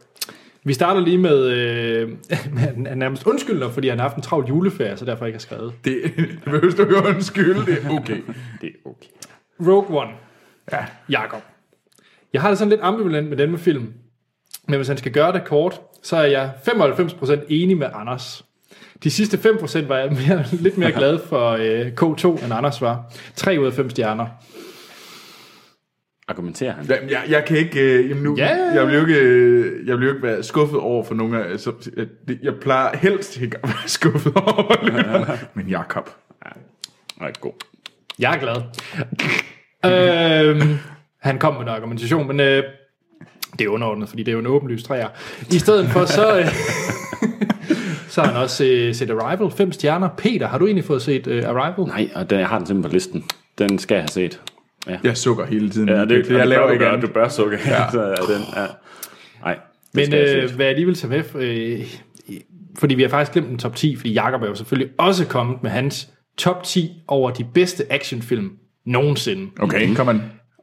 Speaker 1: Vi starter lige med, øh, han er nærmest undskylder, fordi han har haft en travl juleferie, så derfor ikke har skrevet.
Speaker 2: Det, det behøver du ikke undskylde, det er okay.
Speaker 3: Det er okay.
Speaker 1: Rogue One.
Speaker 2: Ja.
Speaker 1: Jakob. Jeg har det sådan lidt ambivalent med denne film, men hvis han skal gøre det kort, så er jeg 95% enig med Anders. De sidste 5% var jeg mere, lidt mere glad for øh, K2, end Anders var. 3 ud af 5 stjerner.
Speaker 3: Argumenterer han.
Speaker 2: Jamen, jeg, jeg kan ikke, øh, jamen nu,
Speaker 1: Ja.
Speaker 2: jeg vil jo ikke, øh, jeg vil jo ikke være skuffet over for nogen af, så, øh, det- jeg plejer helst ikke at være skuffet over lytterne. Men Jacob,
Speaker 3: Ret god.
Speaker 1: Jeg er glad. øhm, han kom med en argumentation, men øh, det er underordnet, fordi det er jo en åbenlyst træer. I stedet for, så, øh, så har han også øh, set Arrival. Fem stjerner. Peter, har du egentlig fået set øh, Arrival?
Speaker 3: Nej, og den, jeg har den simpelthen på listen. Den skal jeg have set. Ja,
Speaker 2: jeg sukker hele tiden.
Speaker 3: ja det, det,
Speaker 2: jeg
Speaker 3: det
Speaker 2: laver
Speaker 3: bør
Speaker 2: ikke
Speaker 3: du gøre,
Speaker 2: andet.
Speaker 3: du bør sukke. Ja. så er den, ja. Nej, det
Speaker 1: men
Speaker 3: skal jeg have
Speaker 1: øh,
Speaker 3: set.
Speaker 1: hvad jeg lige vil tage med, øh, fordi vi har faktisk glemt en top 10, fordi Jakob er jo selvfølgelig også kommet med hans top 10 over de bedste actionfilm nogensinde.
Speaker 2: Okay,
Speaker 3: Mhm.
Speaker 2: kom an.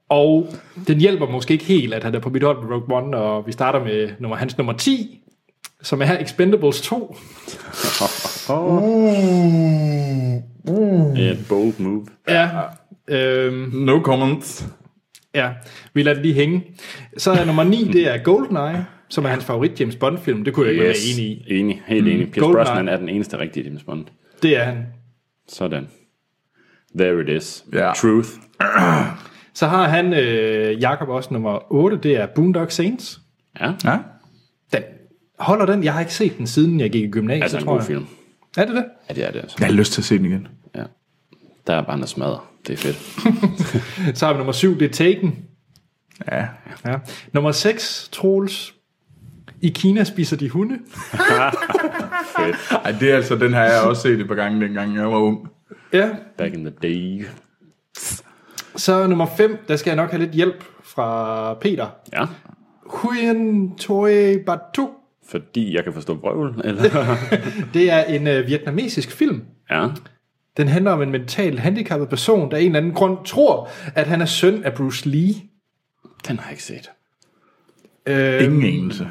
Speaker 1: Og den hjælper måske ikke helt, at han er på mit hold med Rogue One, og vi starter med nummer, hans nummer 10, som er Expendables 2.
Speaker 3: Et bold move.
Speaker 1: Ja, øhm,
Speaker 2: No comments.
Speaker 1: ja. vi lader det lige hænge. Så er nummer 9, det er GoldenEye, som er hans favorit James Bond-film. Det kunne jeg ikke yes. være enig i.
Speaker 3: Enig, Mm. helt enig. Pierce
Speaker 1: Goldeneye.
Speaker 3: Brosnan er den eneste rigtige James Bond.
Speaker 1: Det er han.
Speaker 3: Sådan. There it is.
Speaker 2: Ja.
Speaker 3: Truth.
Speaker 1: Så har han, øh, Jakob også nummer 8, det er Boondock Saints.
Speaker 3: Ja, Altså,
Speaker 2: Ja?
Speaker 1: Den, holder den? Jeg har ikke set den, siden jeg gik i gymnasiet,
Speaker 3: altså en
Speaker 1: tror
Speaker 3: god
Speaker 1: jeg.
Speaker 3: film.
Speaker 1: Er det det?
Speaker 3: Ja, det er det altså.
Speaker 2: Jeg har lyst til at se den igen.
Speaker 3: Ja. Der er bare noget smadder. Det er fedt.
Speaker 1: Så har vi nummer 7, det er Taken.
Speaker 2: Ja.
Speaker 1: Ja. Nummer 6, Troels. I Kina spiser de hunde.
Speaker 3: Fedt.
Speaker 2: Ej, det er altså, den har jeg også set et par gange, dengang jeg var ung.
Speaker 1: Ja,
Speaker 3: Back in the day.
Speaker 1: så nummer 5, der skal jeg nok have lidt hjælp fra Peter.
Speaker 3: Ja,
Speaker 1: Huyen Toi Batu.
Speaker 3: fordi jeg kan forstå brøvl. Eller?
Speaker 1: Det er en øh, vietnamesisk film.
Speaker 3: ja.
Speaker 1: Den handler om en mentalt handicappet person, der af en eller anden grund tror, at han er søn af Bruce Lee.
Speaker 3: Den har jeg ikke set.
Speaker 1: Øh,
Speaker 2: Ingen anelse.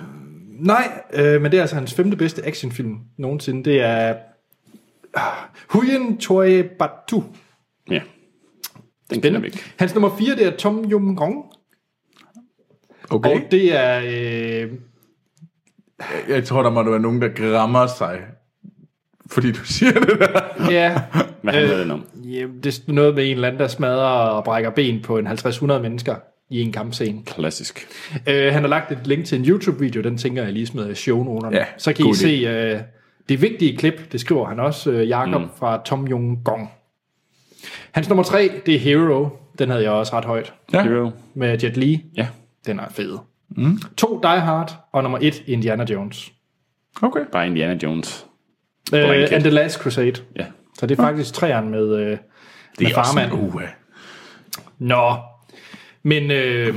Speaker 1: Nej, øh, men det er altså hans femte bedste actionfilm nogensinde. Det er ah, Huyen Toi Batu.
Speaker 3: Ja. Den kender vi ikke.
Speaker 1: Hans nummer 4, det er Tom Yum Gong.
Speaker 2: Okay?
Speaker 1: Okay. Og det er... Øh,
Speaker 2: Jeg tror, der må være nogen, der græmmer sig, fordi du siger det der.
Speaker 1: ja,
Speaker 3: Hvad handler den om?
Speaker 1: jamen, det er noget med en eller anden, der smadrer og brækker ben på en 50-100 mennesker i en kampscene.
Speaker 3: Klassisk.
Speaker 1: Øh, han har lagt et link til en YouTube-video, den tænker jeg lige smider i shownoterne.
Speaker 2: Ja,
Speaker 1: Så kan I
Speaker 2: god idé.
Speaker 1: se øh, det vigtige klip, det skriver han også, øh, Jakob mm. fra Tom Jung Gong. Hans nummer 3, det er Hero. Den havde jeg også ret højt.
Speaker 2: Ja.
Speaker 3: Hero.
Speaker 1: Med Jet Li.
Speaker 3: Ja.
Speaker 1: Den er fed. Mm. To Die Hard, og nummer 1, Indiana Jones.
Speaker 2: Okay.
Speaker 3: Bare Indiana Jones.
Speaker 1: Øh,
Speaker 3: Blanket.
Speaker 1: and The Last Crusade.
Speaker 3: Ja.
Speaker 1: Så det er faktisk træerne med, øh, med farmand.
Speaker 2: uha.
Speaker 1: Nå, men øh,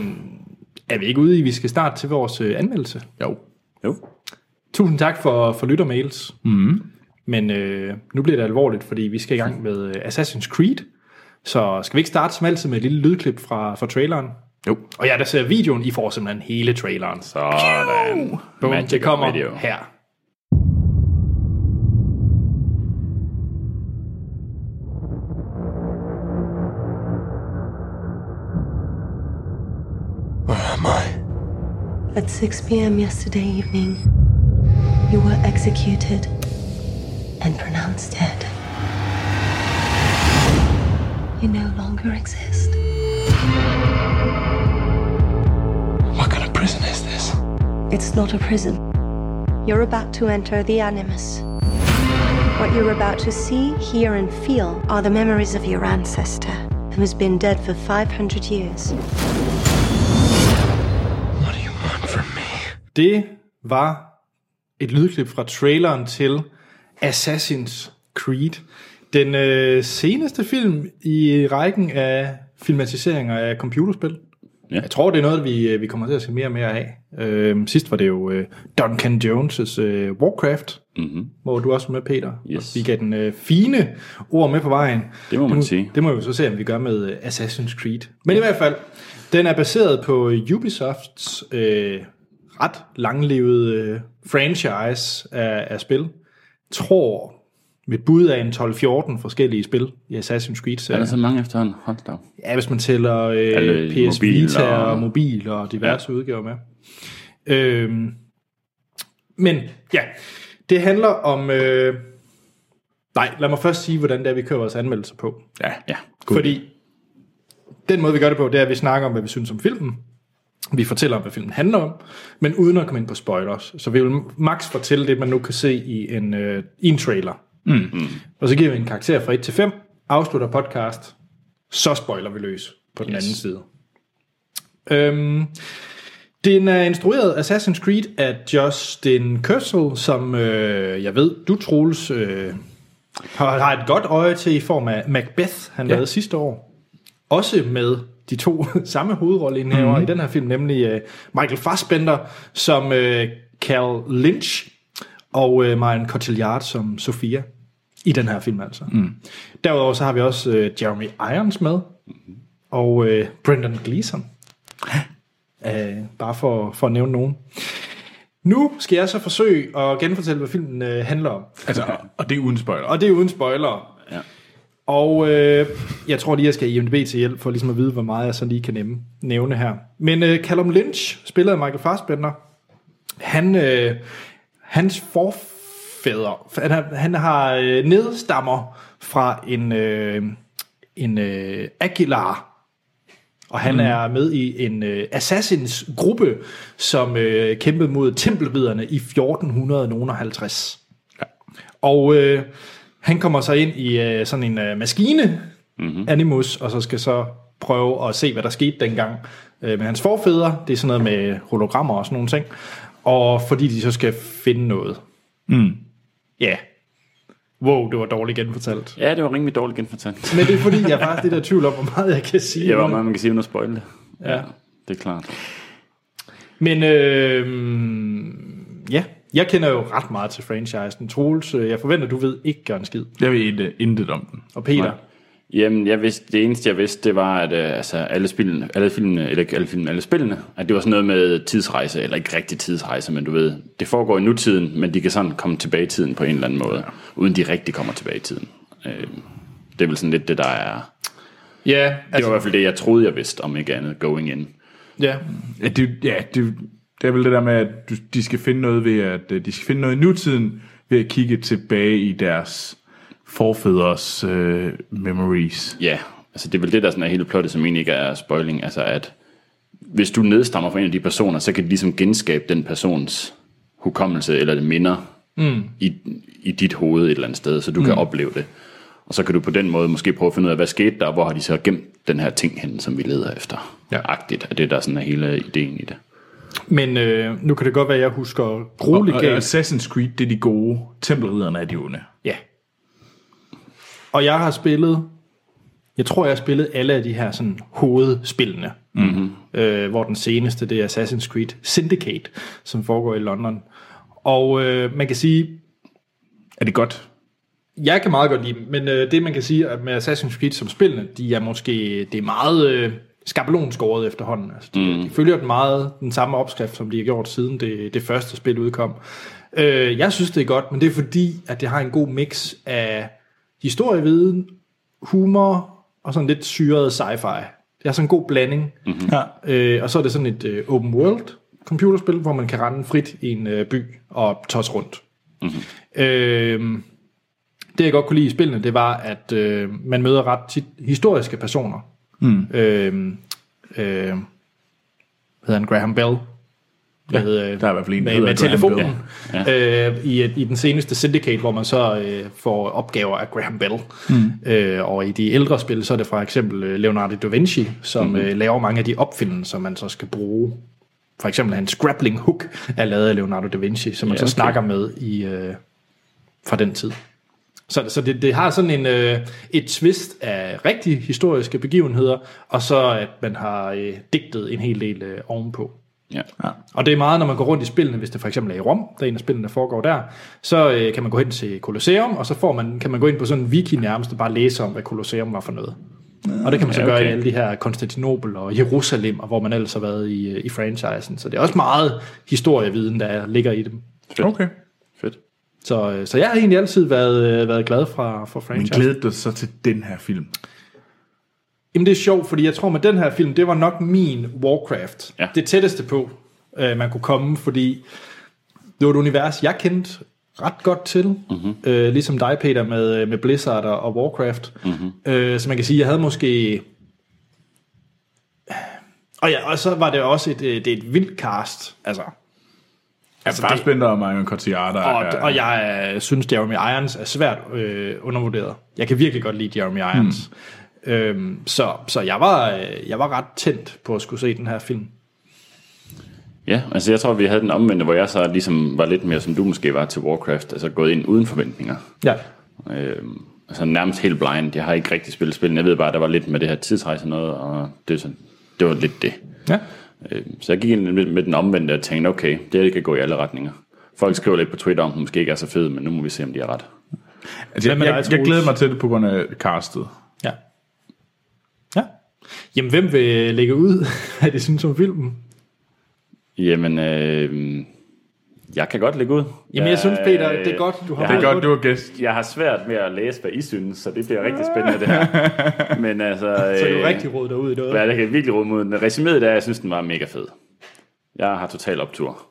Speaker 1: er vi ikke ude i, vi skal starte til vores øh, anmeldelse?
Speaker 2: Jo.
Speaker 3: Jo.
Speaker 1: Tusind tak for, for lyttermails. Mm. Men øh, nu bliver det alvorligt, fordi vi skal i gang med øh, Assassin's Creed. Så skal vi ikke starte som altid med et lille lydklip fra, fra traileren?
Speaker 2: Jo.
Speaker 1: Og jer, der ser videoen, I får simpelthen hele traileren.
Speaker 3: Sådan.
Speaker 1: Boom,
Speaker 3: Magic
Speaker 1: det kommer
Speaker 3: video.
Speaker 1: her.
Speaker 4: At 6 p.m. yesterday evening, you were executed and pronounced dead. You no longer exist.
Speaker 5: What kind of prison is this?
Speaker 4: It's not a prison. You're about to enter the Animus. What you're about to see, hear, and feel are the memories of your ancestor, who has been dead for 500 years.
Speaker 5: What do you want from me?
Speaker 1: Det var et lydklip fra traileren til Assassin's Creed. Den øh, seneste film i rækken af filmatiseringer af computerspil.
Speaker 3: Ja.
Speaker 1: Jeg tror, det er noget, vi, øh, vi kommer til at se mere og mere af. Øh, sidst var det jo øh, Duncan Jones' øh, Warcraft,
Speaker 3: Mm-hmm.
Speaker 1: hvor du også var med, Peter.
Speaker 3: Yes.
Speaker 1: Og vi gav den øh, fine ord med på vejen.
Speaker 3: Det må man
Speaker 1: det,
Speaker 3: sige.
Speaker 1: Det må vi så se, om vi gør med øh, Assassin's Creed. Men i hvert fald, den er baseret på Ubisofts øh, ret langlevede øh, franchise af, af spil. Tror mit bud er en 12-14 forskellige spil i Assassin's
Speaker 3: Er
Speaker 1: Creed.
Speaker 3: der så mange efterhånden? Hold da. op.
Speaker 1: Ja, hvis man tæller øh,
Speaker 3: Altså- Alle
Speaker 1: PS
Speaker 3: mobil
Speaker 1: Vita og...
Speaker 3: og-
Speaker 1: og mobil og diverse ja. udgaver med. Øhm, men ja, det handler om... Øh, nej, lad mig først sige, hvordan det er, vi kører vores anmeldelser på.
Speaker 2: Ja.
Speaker 3: Ja.
Speaker 1: God. Fordi den måde, vi gør det på, det er, at vi snakker om, hvad vi synes om filmen. Vi fortæller om, hvad filmen handler om, men uden at komme ind på spoilers. Så vi vil max fortælle det, man nu kan se i en, øh, i en trailer. Mm. Og så giver vi en karakter fra 1 til 5, afslutter podcast, så spoiler vi løs på den yes. anden side. Øhm, den er instrueret af Assassin's Creed af Justin Køssel, som øh, jeg ved, du Troels øh, har, har et godt øje til i form af Macbeth, han ja. lavede sidste år. Også med de to samme hovedrolleindehavere mm-hmm. i den her film, nemlig øh, Michael Fassbender som øh, Cal Lynch og øh, Marion Cotillard som Sofia i den her film altså. Mm. Derudover så har vi også øh, Jeremy Irons med og øh, Brendan Gleeson. Æh, bare for, for at nævne nogen. Nu skal jeg så forsøge at genfortælle, hvad filmen øh, handler om.
Speaker 2: Altså, og det er uden spoiler.
Speaker 1: Og det er uden spoiler.
Speaker 3: Ja.
Speaker 1: Og øh, jeg tror lige, jeg skal i IMDb til hjælp for ligesom at vide, hvor meget jeg så lige kan nævne, nævne her. Men øh, Callum Lynch, spillet af Michael Fassbender, han, øh, hans forfædre, han, har- han har øh, nedstammer fra en, øh, en øh, Aguilar, og han mm. er med i en øh, assassins gruppe, som øh, kæmpede mod tempelridderne i 1450. Og øh, han kommer så ind i øh, sådan en øh, maskine, mm-hmm. Animus, og så skal så prøve at se, hvad der skete dengang øh, med hans forfædre. Det er sådan noget med hologrammer og sådan nogle ting. og fordi de så skal finde noget. Mm. Ja. Wow, det var dårligt genfortalt.
Speaker 3: Ja, det var rimelig dårligt genfortalt.
Speaker 1: Men det er fordi, jeg er faktisk lidt i tvivl om, hvor meget jeg kan sige.
Speaker 3: Jeg var
Speaker 1: om det.
Speaker 3: meget, man kan sige, uden at spoil det.
Speaker 1: Ja.
Speaker 3: Det er klart.
Speaker 1: Men øh, ja, jeg kender jo ret meget til franchisen. Troels, øh, jeg forventer, du ved ikke gør en skid.
Speaker 2: Jeg ved ikke, øh, intet om den.
Speaker 1: Og Peter,
Speaker 3: Nej. Jamen, jeg vidste, det eneste, jeg vidste, det var, at øh, altså, alle, spillene, alle filmene, eller ikke alle filmene, alle spillene, at det var sådan noget med tidsrejse, eller ikke rigtig tidsrejse, men du ved, det foregår i nutiden, men de kan sådan komme tilbage i tiden på en eller anden måde, ja. uden de rigtig kommer tilbage i tiden. Øh, det er vel sådan lidt det, der er... Det
Speaker 1: ja, altså,
Speaker 3: var i hvert fald det, jeg troede, jeg vidste, om ikke andet, going in.
Speaker 1: ja,
Speaker 2: Ja, det, ja det, det er vel det der med, at du, de skal finde noget ved at øh, de skal finde noget i nutiden ved at kigge tilbage i deres forfædres øh, memories.
Speaker 3: Ja, altså det er vel det, der sådan er hele plottet, som egentlig ikke er spoiling, altså at hvis du nedstammer fra en af de personer, så kan de ligesom genskabe den persons hukommelse eller det minder mm. i, i dit hoved et eller andet sted, så du mm. kan opleve det. Og så kan du på den måde måske prøve at finde ud af, hvad skete der, og hvor har de så gemt den her ting hen, som vi leder efter.
Speaker 1: Ja.
Speaker 3: Ja. Agtigt, at det der sådan er hele ideen i det.
Speaker 1: men øh, nu kan det godt være, at jeg husker
Speaker 2: Og,
Speaker 1: grueligt
Speaker 2: og
Speaker 1: galt.
Speaker 2: Assassin's Creed, det er de gode. Tempelridderne er de onde.
Speaker 1: Ja. Og jeg har spillet, jeg tror, jeg har spillet alle af de her sådan, hovedspillene.
Speaker 2: Mhm.
Speaker 1: Mm-hmm. Øh, hvor den seneste, det er Assassin's Creed Syndicate, som foregår i London. Og øh, man kan sige,
Speaker 2: Er det godt?
Speaker 1: Jeg kan meget godt lide dem, men øh, det man kan sige at med Assassin's Creed som spillene, de er måske, det er meget øh, skabelonskåret efterhånden. Altså, de, mm. de følger den meget den samme opskrift, som de har gjort siden det, det første spil udkom. Øh, jeg synes, det er godt, men det er fordi, at det har en god mix af historieviden, humor og sådan lidt syret sci-fi. Det er sådan en god blanding. Mm-hmm.
Speaker 2: Ja.
Speaker 1: Øh, og så er det sådan et øh, open world computerspil, hvor man kan rende frit i en øh, by og tosse rundt. Mm-hmm. Øh, det jeg godt kunne lide i spillene, det var, at øh, man møder ret tit historiske personer. Mm. Øh, øh, hvad hedder han? Graham Bell? Hvad ja, hedder,
Speaker 2: der er i hvert fald en, der
Speaker 1: med,
Speaker 2: hedder
Speaker 1: med
Speaker 2: Graham
Speaker 1: telefonen. Ja. Øh, i, I den seneste Syndicate, hvor man så øh, får opgaver af Graham Bell. Mm. Øh, og i de ældre spil, så er det for eksempel øh, Leonardo da Vinci, som
Speaker 2: Mm-hmm.
Speaker 1: mm. øh, laver mange af de opfindelser, som man så skal bruge. For eksempel hans grappling hook er lavet af Leonardo da Vinci, som man ja,
Speaker 3: Ja,
Speaker 1: så
Speaker 3: okay.
Speaker 1: snakker med i øh, fra den tid. Så, så det, det har sådan en øh, et twist af rigtige historiske begivenheder, og så at man har øh, digtet en hel del øh, ovenpå.
Speaker 3: Ja.
Speaker 1: Og det er meget, når man går rundt i spillene, hvis det for eksempel er i Rom, der er en af spillene, der foregår der, så øh, kan man gå hen til Colosseum, og så får man, kan man gå ind på sådan en wiki nærmest og bare læse om, hvad Colosseum var for noget. Og det kan man så
Speaker 3: Ja,
Speaker 1: okay. gøre i
Speaker 3: okay.
Speaker 1: alle de her Konstantinopel og Jerusalem, og hvor man ellers har været i, øh, i franchisen. Så det er også meget historieviden, der ligger i dem.
Speaker 3: Fedt.
Speaker 2: Okay.
Speaker 3: Fedt.
Speaker 1: Så, øh, så jeg har egentlig altid været, øh, været glad fra, for
Speaker 2: Men
Speaker 1: franchisen.
Speaker 2: glæder du så til den her film?
Speaker 1: Jamen det er sjovt, fordi jeg tror med den her film, det var nok min Warcraft.
Speaker 3: Ja.
Speaker 1: Det tætteste på, øh, man kunne komme, fordi det var et univers, jeg kendte ret godt til. Mm-hmm. Øh, ligesom dig, Peter, med, med Blizzard og, og Warcraft. Mm-hmm. Øh, så man kan sige, jeg havde måske... Og, ja, og så var det også et, øh, det er et vildt cast. Altså,
Speaker 2: Altså, Farsbender og Marion Cotillard. der
Speaker 1: og,
Speaker 2: er-
Speaker 1: og jeg øh, synes, Jeremy Irons er svært øh, undervurderet. Jeg kan virkelig godt lide Jeremy Irons. Mm. Øhm, så så jeg, var, øh, jeg var ret tændt på at skulle se den her film.
Speaker 3: Ja, altså jeg tror, vi havde den omvendte, hvor jeg så ligesom var lidt mere, som du måske var til Warcraft, altså gået ind uden forventninger.
Speaker 1: Ja.
Speaker 3: Øh, altså nærmest helt blind. Jeg har ikke rigtig spillet spillet. Jeg ved bare, at der var lidt med det her tidsrejse noget, og det, er sådan, det var lidt det.
Speaker 1: ja.
Speaker 3: Øh, så jeg gik ind med, med den omvendte og tænkte, okay, det her det kan gå i alle retninger. Folk skriver lidt på Twitter om, at den måske ikke er så fed, men nu må vi se, om de har ret.
Speaker 2: altså, jeg,
Speaker 1: Hvad med dig,
Speaker 2: jeg, jeg
Speaker 1: Troels?
Speaker 2: glæder mig til det på grund af castet.
Speaker 1: Ja. Ja. Jamen, hvem vil lægge ud, hvad de synes om filmen?
Speaker 3: Jamen, øh, jeg kan godt lægge ud.
Speaker 1: Jamen, jeg synes, Peter, det er godt, du har
Speaker 3: jeg
Speaker 1: valgt
Speaker 2: Det er godt, du er gæst.
Speaker 3: Jeg har svært med at læse, hvad I synes, så det bliver rigtig spændende, det her. Men altså... Øh,
Speaker 1: Så er du rigtig råd derud i noget.
Speaker 3: Ja, det kan jeg virkelig råde mod den. Resuméet er, at jeg synes, den var mega fed. Jeg har total optur.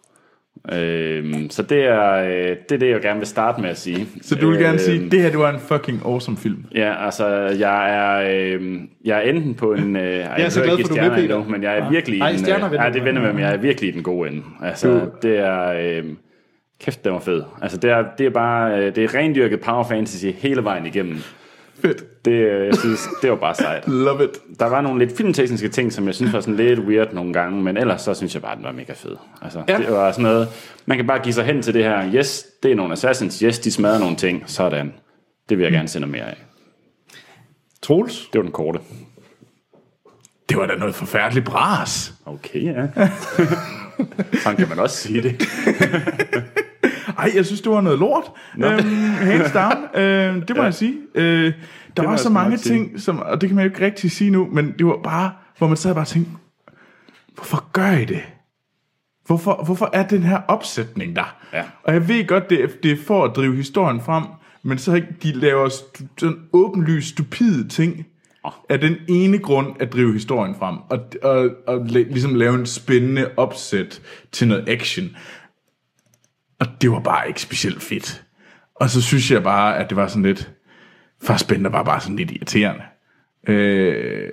Speaker 3: Øhm, så det er, øh, det er det, jeg gerne vil starte med at sige.
Speaker 2: Så du vil gerne sige,
Speaker 3: Øhm,
Speaker 2: det her det var en fucking awesome film.
Speaker 3: Ja, altså, jeg er, øh, jeg er enten på en... Øh, jeg
Speaker 1: er så
Speaker 3: behøver
Speaker 1: glad
Speaker 3: ikke
Speaker 1: for,
Speaker 3: give
Speaker 1: du er med,
Speaker 3: stjerner
Speaker 1: Peter. Ah.
Speaker 3: endnu, Men jeg er virkelig... i
Speaker 1: Ej,
Speaker 3: den, øh,
Speaker 1: stjerner vender
Speaker 3: Ja,
Speaker 1: du
Speaker 3: det
Speaker 1: med.
Speaker 3: vender med, men jeg er virkelig i den gode ende. Altså, det er... Øh, kæft, den var fed. Altså, det er, det er bare... Øh, det er rendyrket power fantasy hele vejen igennem.
Speaker 2: Fedt.
Speaker 3: Det, øh, jeg synes, det var bare sejt.
Speaker 2: Love it.
Speaker 3: Der var nogle lidt filmtekniske ting, som jeg synes var sådan lidt weird nogle gange, men ellers så synes jeg bare, at den var mega fed. Altså, ja. det var sådan noget, man kan bare give sig hen til det her, yes, det er nogle assassins, yes, de smadrer nogle ting, sådan. Det vil jeg gerne se noget mere af.
Speaker 1: Troels?
Speaker 3: Det var den korte.
Speaker 2: Det var da noget forfærdeligt bras.
Speaker 3: Okay, ja. Sådan kan man også sige det.
Speaker 2: Ej, jeg synes, det var noget lort. Øhm, hands down. Øhm, det må ja. jeg sige. Øh, der var
Speaker 3: jeg
Speaker 2: så
Speaker 3: sgu
Speaker 2: mange
Speaker 3: nok sige.
Speaker 2: ting, som, og det kan man jo ikke rigtig sige nu, men det var bare, hvor man sad og bare tænkte, hvorfor gør I det? Hvorfor, hvorfor er den her opsætning der?
Speaker 3: Ja.
Speaker 2: Og jeg ved godt, det er, det er for at drive historien frem, men så har ikke- de laver stu, sådan åbenlyst stupide ting
Speaker 3: Åh.
Speaker 2: af den ene grund at drive historien frem, og, og, og la- ligesom lave en spændende opsæt til noget action. Og det var bare ikke specielt fedt. Og så synes jeg bare, at det var sådan lidt... Fassbender var bare sådan lidt irriterende. Øh,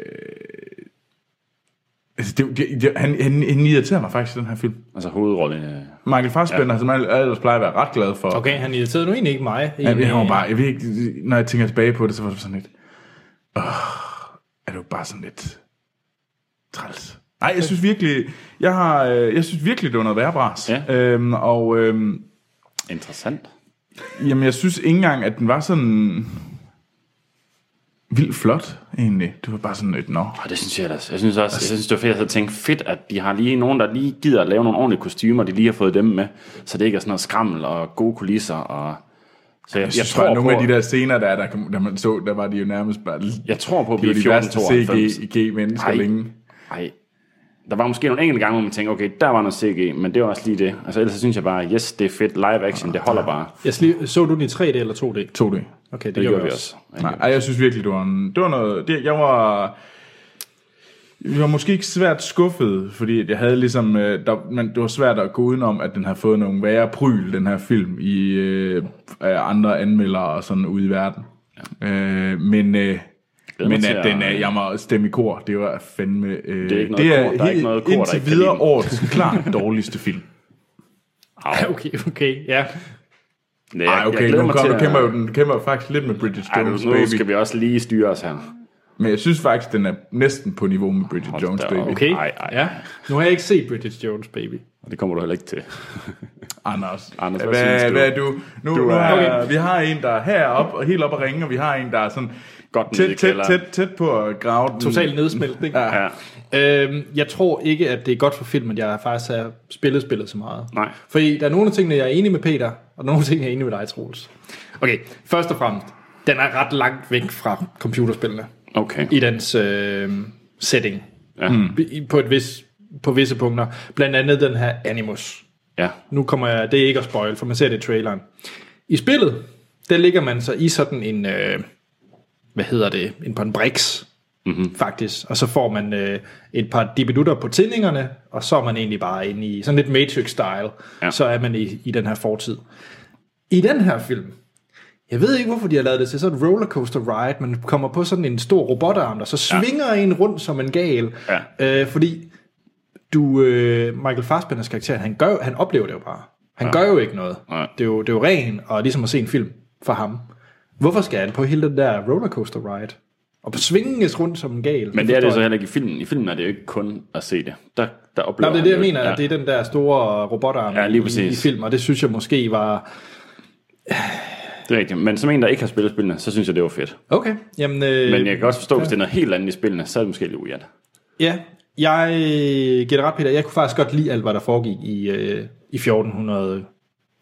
Speaker 2: altså det, det, det, han, han, han irriterer mig faktisk i den her film.
Speaker 3: Altså hovedrollen. øh,
Speaker 2: Michael Fassbender, ja. som jeg ellers plejer at være ret glad for.
Speaker 1: Okay, han irriterede nu egentlig ikke mig.
Speaker 2: Jeg, jeg, var bare, jeg ved ikke, når jeg tænker tilbage på det, så var det sådan lidt... Åh, er du bare sådan lidt... Træls. Nej, jeg synes virkelig, jeg har, øh, jeg synes virkelig, det var noget værre bras.
Speaker 3: Ja.
Speaker 2: Øhm, og øhm,
Speaker 3: Interessant.
Speaker 2: Jamen, jeg synes ikke engang, at den var sådan vildt flot, egentlig. Det var bare sådan et nå.
Speaker 3: Og det synes jeg ellers. Jeg synes også,
Speaker 2: Altså-
Speaker 3: jeg synes, det var fedt at tænke, fedt, at de har lige nogen, der lige gider at lave nogle ordentlige kostymer, de lige har fået dem med, så det ikke er sådan noget skrammel og gode kulisser. Og... Så jeg,
Speaker 2: Jeg, jeg tror,
Speaker 3: på,
Speaker 2: at nogle af de der scener, der, er, der, kom- der man så, der var de jo nærmest bare...
Speaker 3: Jeg tror på, at
Speaker 2: de
Speaker 3: vi
Speaker 2: var
Speaker 3: er
Speaker 2: de værste
Speaker 3: 1492.
Speaker 2: CG-mennesker
Speaker 3: Nej.
Speaker 2: længe.
Speaker 3: Ej. Der var måske nogle enkelte gange, hvor man tænkte, okay, der var noget CG, men det var også lige det. Altså ellers så synes jeg bare, yes, det er fedt, live action, det holder bare.
Speaker 1: Jeg sli- så du den i 3D eller 2D?
Speaker 2: 2D.
Speaker 1: Okay, det,
Speaker 3: Det gjorde vi også.
Speaker 2: Nej, ej, jeg synes virkelig, det var, en, det var noget... Det, jeg var... Jeg var måske ikke svært skuffet, fordi at jeg havde ligesom... øh, Der, men det var svært at gå udenom, at den har fået nogle værre pryl, den her film, i øh, af andre anmeldere og sådan ude i verden. Ja. Øh, men... Øh,
Speaker 3: Glæder
Speaker 2: men
Speaker 3: mig til
Speaker 2: at den er,
Speaker 3: at-
Speaker 2: jeg må stemme i kor, det var fandme... Øh,
Speaker 3: Det er ikke noget kor, der er ikke noget kor, der
Speaker 2: indtil
Speaker 3: ikke kan
Speaker 2: videre
Speaker 3: lide den.
Speaker 2: årets klart dårligste film.
Speaker 1: Ja, Okay, okay, ja.
Speaker 3: Nej,
Speaker 2: Ej, okay, nu, kom, nu kæmper jo den du kæmper jo faktisk lidt med Bridget
Speaker 3: Ej, nu,
Speaker 2: Jones'
Speaker 3: nu
Speaker 2: Baby.
Speaker 3: skal vi også lige styre os her.
Speaker 2: Men jeg synes faktisk, den er næsten på niveau med Bridget
Speaker 3: Hold
Speaker 2: Jones'
Speaker 3: da op.
Speaker 2: Baby.
Speaker 1: Okay,
Speaker 3: Ej, ej,
Speaker 1: ja.
Speaker 3: ej.
Speaker 1: Nu har jeg ikke set Bridget Jones, baby.
Speaker 3: Og det kommer du heller ikke til.
Speaker 2: Anders.
Speaker 3: Anders, hvad
Speaker 2: hvad, hvad,
Speaker 3: synes du?
Speaker 2: hvad er du? Nu,
Speaker 3: Du
Speaker 2: du
Speaker 3: er-
Speaker 2: er,
Speaker 1: Okay.
Speaker 2: Vi har en, der er heroppe og helt op at ringe, og vi har en, der er sådan
Speaker 3: Godt nede i
Speaker 2: tæt, tæt,
Speaker 3: kælderen.
Speaker 2: tæt, tæt på at grave den.
Speaker 1: Total nedsmeltning.
Speaker 3: Ja.
Speaker 1: Øhm, jeg tror ikke, at det er godt for filmen, at jeg faktisk har spillet spillet så meget.
Speaker 3: Nej.
Speaker 1: Fordi der er nogle af tingene, jeg er enig med Peter, og nogle af tingene, jeg er enig med dig, Troels. Okay, først og fremmest, den er ret langt væk fra computerspillene
Speaker 3: Okay.
Speaker 1: i dens øh, setting.
Speaker 3: Ja.
Speaker 1: I- På, et vis, på visse punkter. Blandt andet den her Animus.
Speaker 3: ja.
Speaker 1: Nu kommer jeg, det er ikke at spoil, for man ser det i traileren. I spillet, der ligger man så i sådan en, øh, hvad hedder det, en på en brix, mm-hmm. faktisk. Og så får man øh, et par dibidutter på tændingerne, og så er man egentlig bare inde i, sådan lidt Matrix-style,
Speaker 3: Ja.
Speaker 1: ja. så er man i, i den her fortid. I den her film, jeg ved ikke, hvorfor de har lavet det til sådan en rollercoaster ride, man kommer på sådan en stor robotarm, der så svinger ja. en rundt som en gal. Ja. Øh, fordi du, øh, Michael Fassbenders karakter, han, gør, han oplever det jo bare. Han ja. gør jo ikke noget.
Speaker 3: Nej.
Speaker 1: Det, er jo, det er jo ren og ligesom at se en film for ham. Hvorfor skal han på hele den der rollercoaster ride? Og på svinges rundt som en gal.
Speaker 3: Men det er det
Speaker 1: forstår
Speaker 3: så
Speaker 1: jeg
Speaker 3: heller ikke i filmen. I filmen er det jo ikke kun at se det. Der, der
Speaker 1: ikke.
Speaker 3: oplever
Speaker 1: Nå, det er
Speaker 3: han
Speaker 1: det,
Speaker 3: jo
Speaker 1: jeg
Speaker 3: ikke-
Speaker 1: mener, at det er den der store robotarm
Speaker 3: Ja, lige
Speaker 1: i, i
Speaker 3: præcis.
Speaker 1: film, og det synes jeg måske var...
Speaker 3: Det er rigtigt. Men som en, der ikke har spillet spillene, så synes jeg, det var fedt.
Speaker 1: Okay, jamen... Øh,
Speaker 3: Men jeg kan også forstå, hvis det er noget helt andet i spillene, så er det måske lidt weird.
Speaker 1: Ja, jeg øh, giver dig ret, Peter. Jeg kunne faktisk godt lide alt, hvad der foregik i, øh, i 1400 et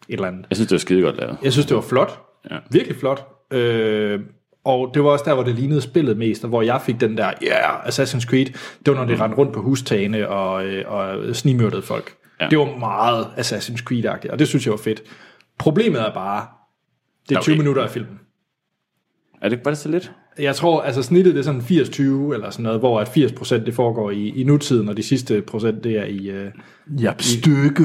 Speaker 1: eller andet.
Speaker 3: Jeg synes, det var skide godt lavet.
Speaker 1: Jeg synes, det var flot.
Speaker 3: Ja.
Speaker 1: Virkelig flot. Øh, og det var også der, hvor det lignede spillet mest, og hvor jeg fik den der, ja, yeah, Assassin's Creed, det var, når det rendte rundt på hustagene og, øh, og snimyrdede folk.
Speaker 3: Ja.
Speaker 1: Ja. Det var meget Assassin's Creed-agtigt, og det synes jeg var fedt. Problemet er bare, det er
Speaker 3: Okay.
Speaker 1: 20 minutter af filmen.
Speaker 3: Er det, var det så lidt?
Speaker 1: Jeg tror, altså snittet det er sådan 80-20 eller sådan noget, hvor at 80% det foregår i, i nutiden, og de sidste procent det er i, øh,
Speaker 2: Jap, stykke.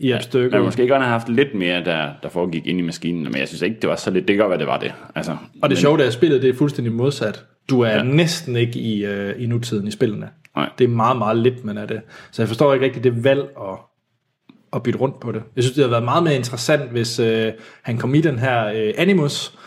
Speaker 1: i ja,
Speaker 3: Man
Speaker 1: stykker.
Speaker 3: måske ikke godt have haft lidt mere, der, der foregik inde i maskinen, men jeg synes ikke, det var så lidt. Det kan godt være, det var det. Altså,
Speaker 1: Og det
Speaker 3: men-
Speaker 1: sjove er, at spillet det er fuldstændig modsat. Du er ja. næsten ikke i, øh, i nutiden i spillene.
Speaker 3: Nej.
Speaker 1: Det er meget, meget lidt, man er det. Så jeg forstår ikke rigtig det valg at, at bytte rundt på det. Jeg synes, det havde været meget mere interessant, hvis øh, han kom i den her øh, Animus,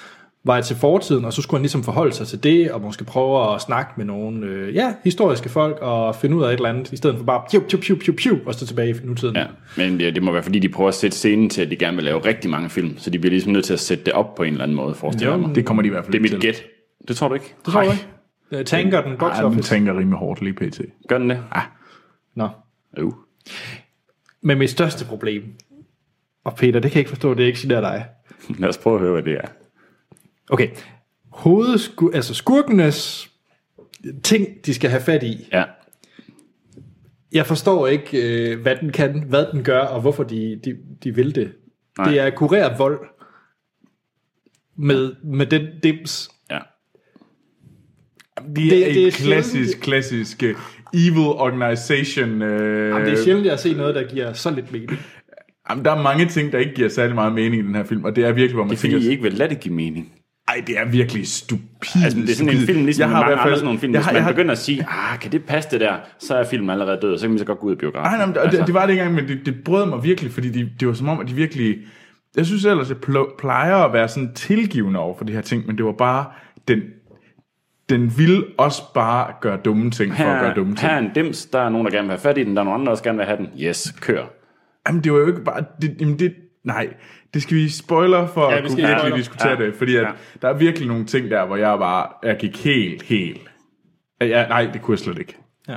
Speaker 1: var til fortiden, og så skulle han ligesom forholde sig til det, og måske prøve at snakke med nogle øh, ja, historiske folk, og finde ud af et eller andet, i stedet for bare piu, piu, piu, piu, piu, og stå tilbage i nutiden.
Speaker 3: Ja, men det, det må være, fordi de prøver at sætte scenen til, at de gerne vil lave rigtig mange film, så de bliver ligesom nødt til at sætte det op på en eller anden måde, forestiller jeg mig.
Speaker 2: Det kommer de i hvert fald
Speaker 3: Det er
Speaker 2: ikke
Speaker 3: mit
Speaker 2: til.
Speaker 3: gæt. Det tror du ikke?
Speaker 1: Det tror jeg ikke. Øh, Tanker den box
Speaker 2: Ej, den
Speaker 1: office.
Speaker 2: tænker rimelig hårdt lige pt.
Speaker 3: Gør den det? Ah.
Speaker 1: Nå.
Speaker 3: Uh.
Speaker 1: Men mit største problem, og Peter, det kan jeg ikke forstå, det er ikke generer dig.
Speaker 3: Lad os prøve at høre, hvad det er.
Speaker 1: Okay. Hovedsku, altså skurkenes ting, de skal have fat i.
Speaker 3: Ja.
Speaker 1: Jeg forstår ikke, øh, hvad den kan, hvad den gør, og hvorfor de, de, de vil det. Nej.
Speaker 3: Nej.
Speaker 1: Det er at kurere vold med, med den dims.
Speaker 3: ja.
Speaker 2: De
Speaker 1: Det-
Speaker 2: er det,
Speaker 1: det
Speaker 2: det
Speaker 1: er
Speaker 2: et klassisk,
Speaker 1: sjældent-
Speaker 2: klassisk øh, evil organization. Øh,
Speaker 1: Jamen, det er sjældent, jeg har set noget, der giver så lidt mening.
Speaker 2: jamen, der er mange ting, der ikke giver særlig meget mening i den her film, og det er virkelig, hvor man
Speaker 3: Det er fordi, I
Speaker 2: tænker,
Speaker 3: ikke vil lade det give mening.
Speaker 2: ej, det er virkelig stupid.
Speaker 3: Altså, det er sådan en
Speaker 2: stupid.
Speaker 3: film, ligesom jeg
Speaker 2: i
Speaker 3: har mange
Speaker 2: hvert fald-
Speaker 3: andre sådan nogle film.
Speaker 2: jeg
Speaker 3: Hvis
Speaker 2: har-
Speaker 3: man
Speaker 2: jeg har-
Speaker 3: begynder at sige, ah, kan det passe det der, så er filmen allerede død, så kan man så godt gå ud af biografen.
Speaker 2: Ej, nej, men det, altså. det var det ikke engang, men det, det brød mig virkelig, fordi de, det var som om, at de virkelig... Jeg synes ellers, jeg pl- plejer at være sådan tilgivende over for de her ting, men det var bare... Den, den ville også bare gøre dumme ting for at gøre dumme
Speaker 3: her,
Speaker 2: ting.
Speaker 3: her er en dims, der er nogen, der gerne vil have fat i den, der er nogen andre, der også gerne vil have den. Yes, kør.
Speaker 2: Jamen, det var jo ikke bare... Det, jamen, det, nej, det skal vi spoiler for
Speaker 1: Ja,
Speaker 2: ja,
Speaker 1: vi
Speaker 2: at kunne
Speaker 1: skal spoiler.
Speaker 2: virkelig diskutere
Speaker 3: Ja.
Speaker 2: det, fordi at
Speaker 3: Ja.
Speaker 2: der er virkelig nogle ting der, hvor jeg bare... Jeg gik helt, helt... Ja, nej, det kunne jeg slet ikke.
Speaker 1: Ja.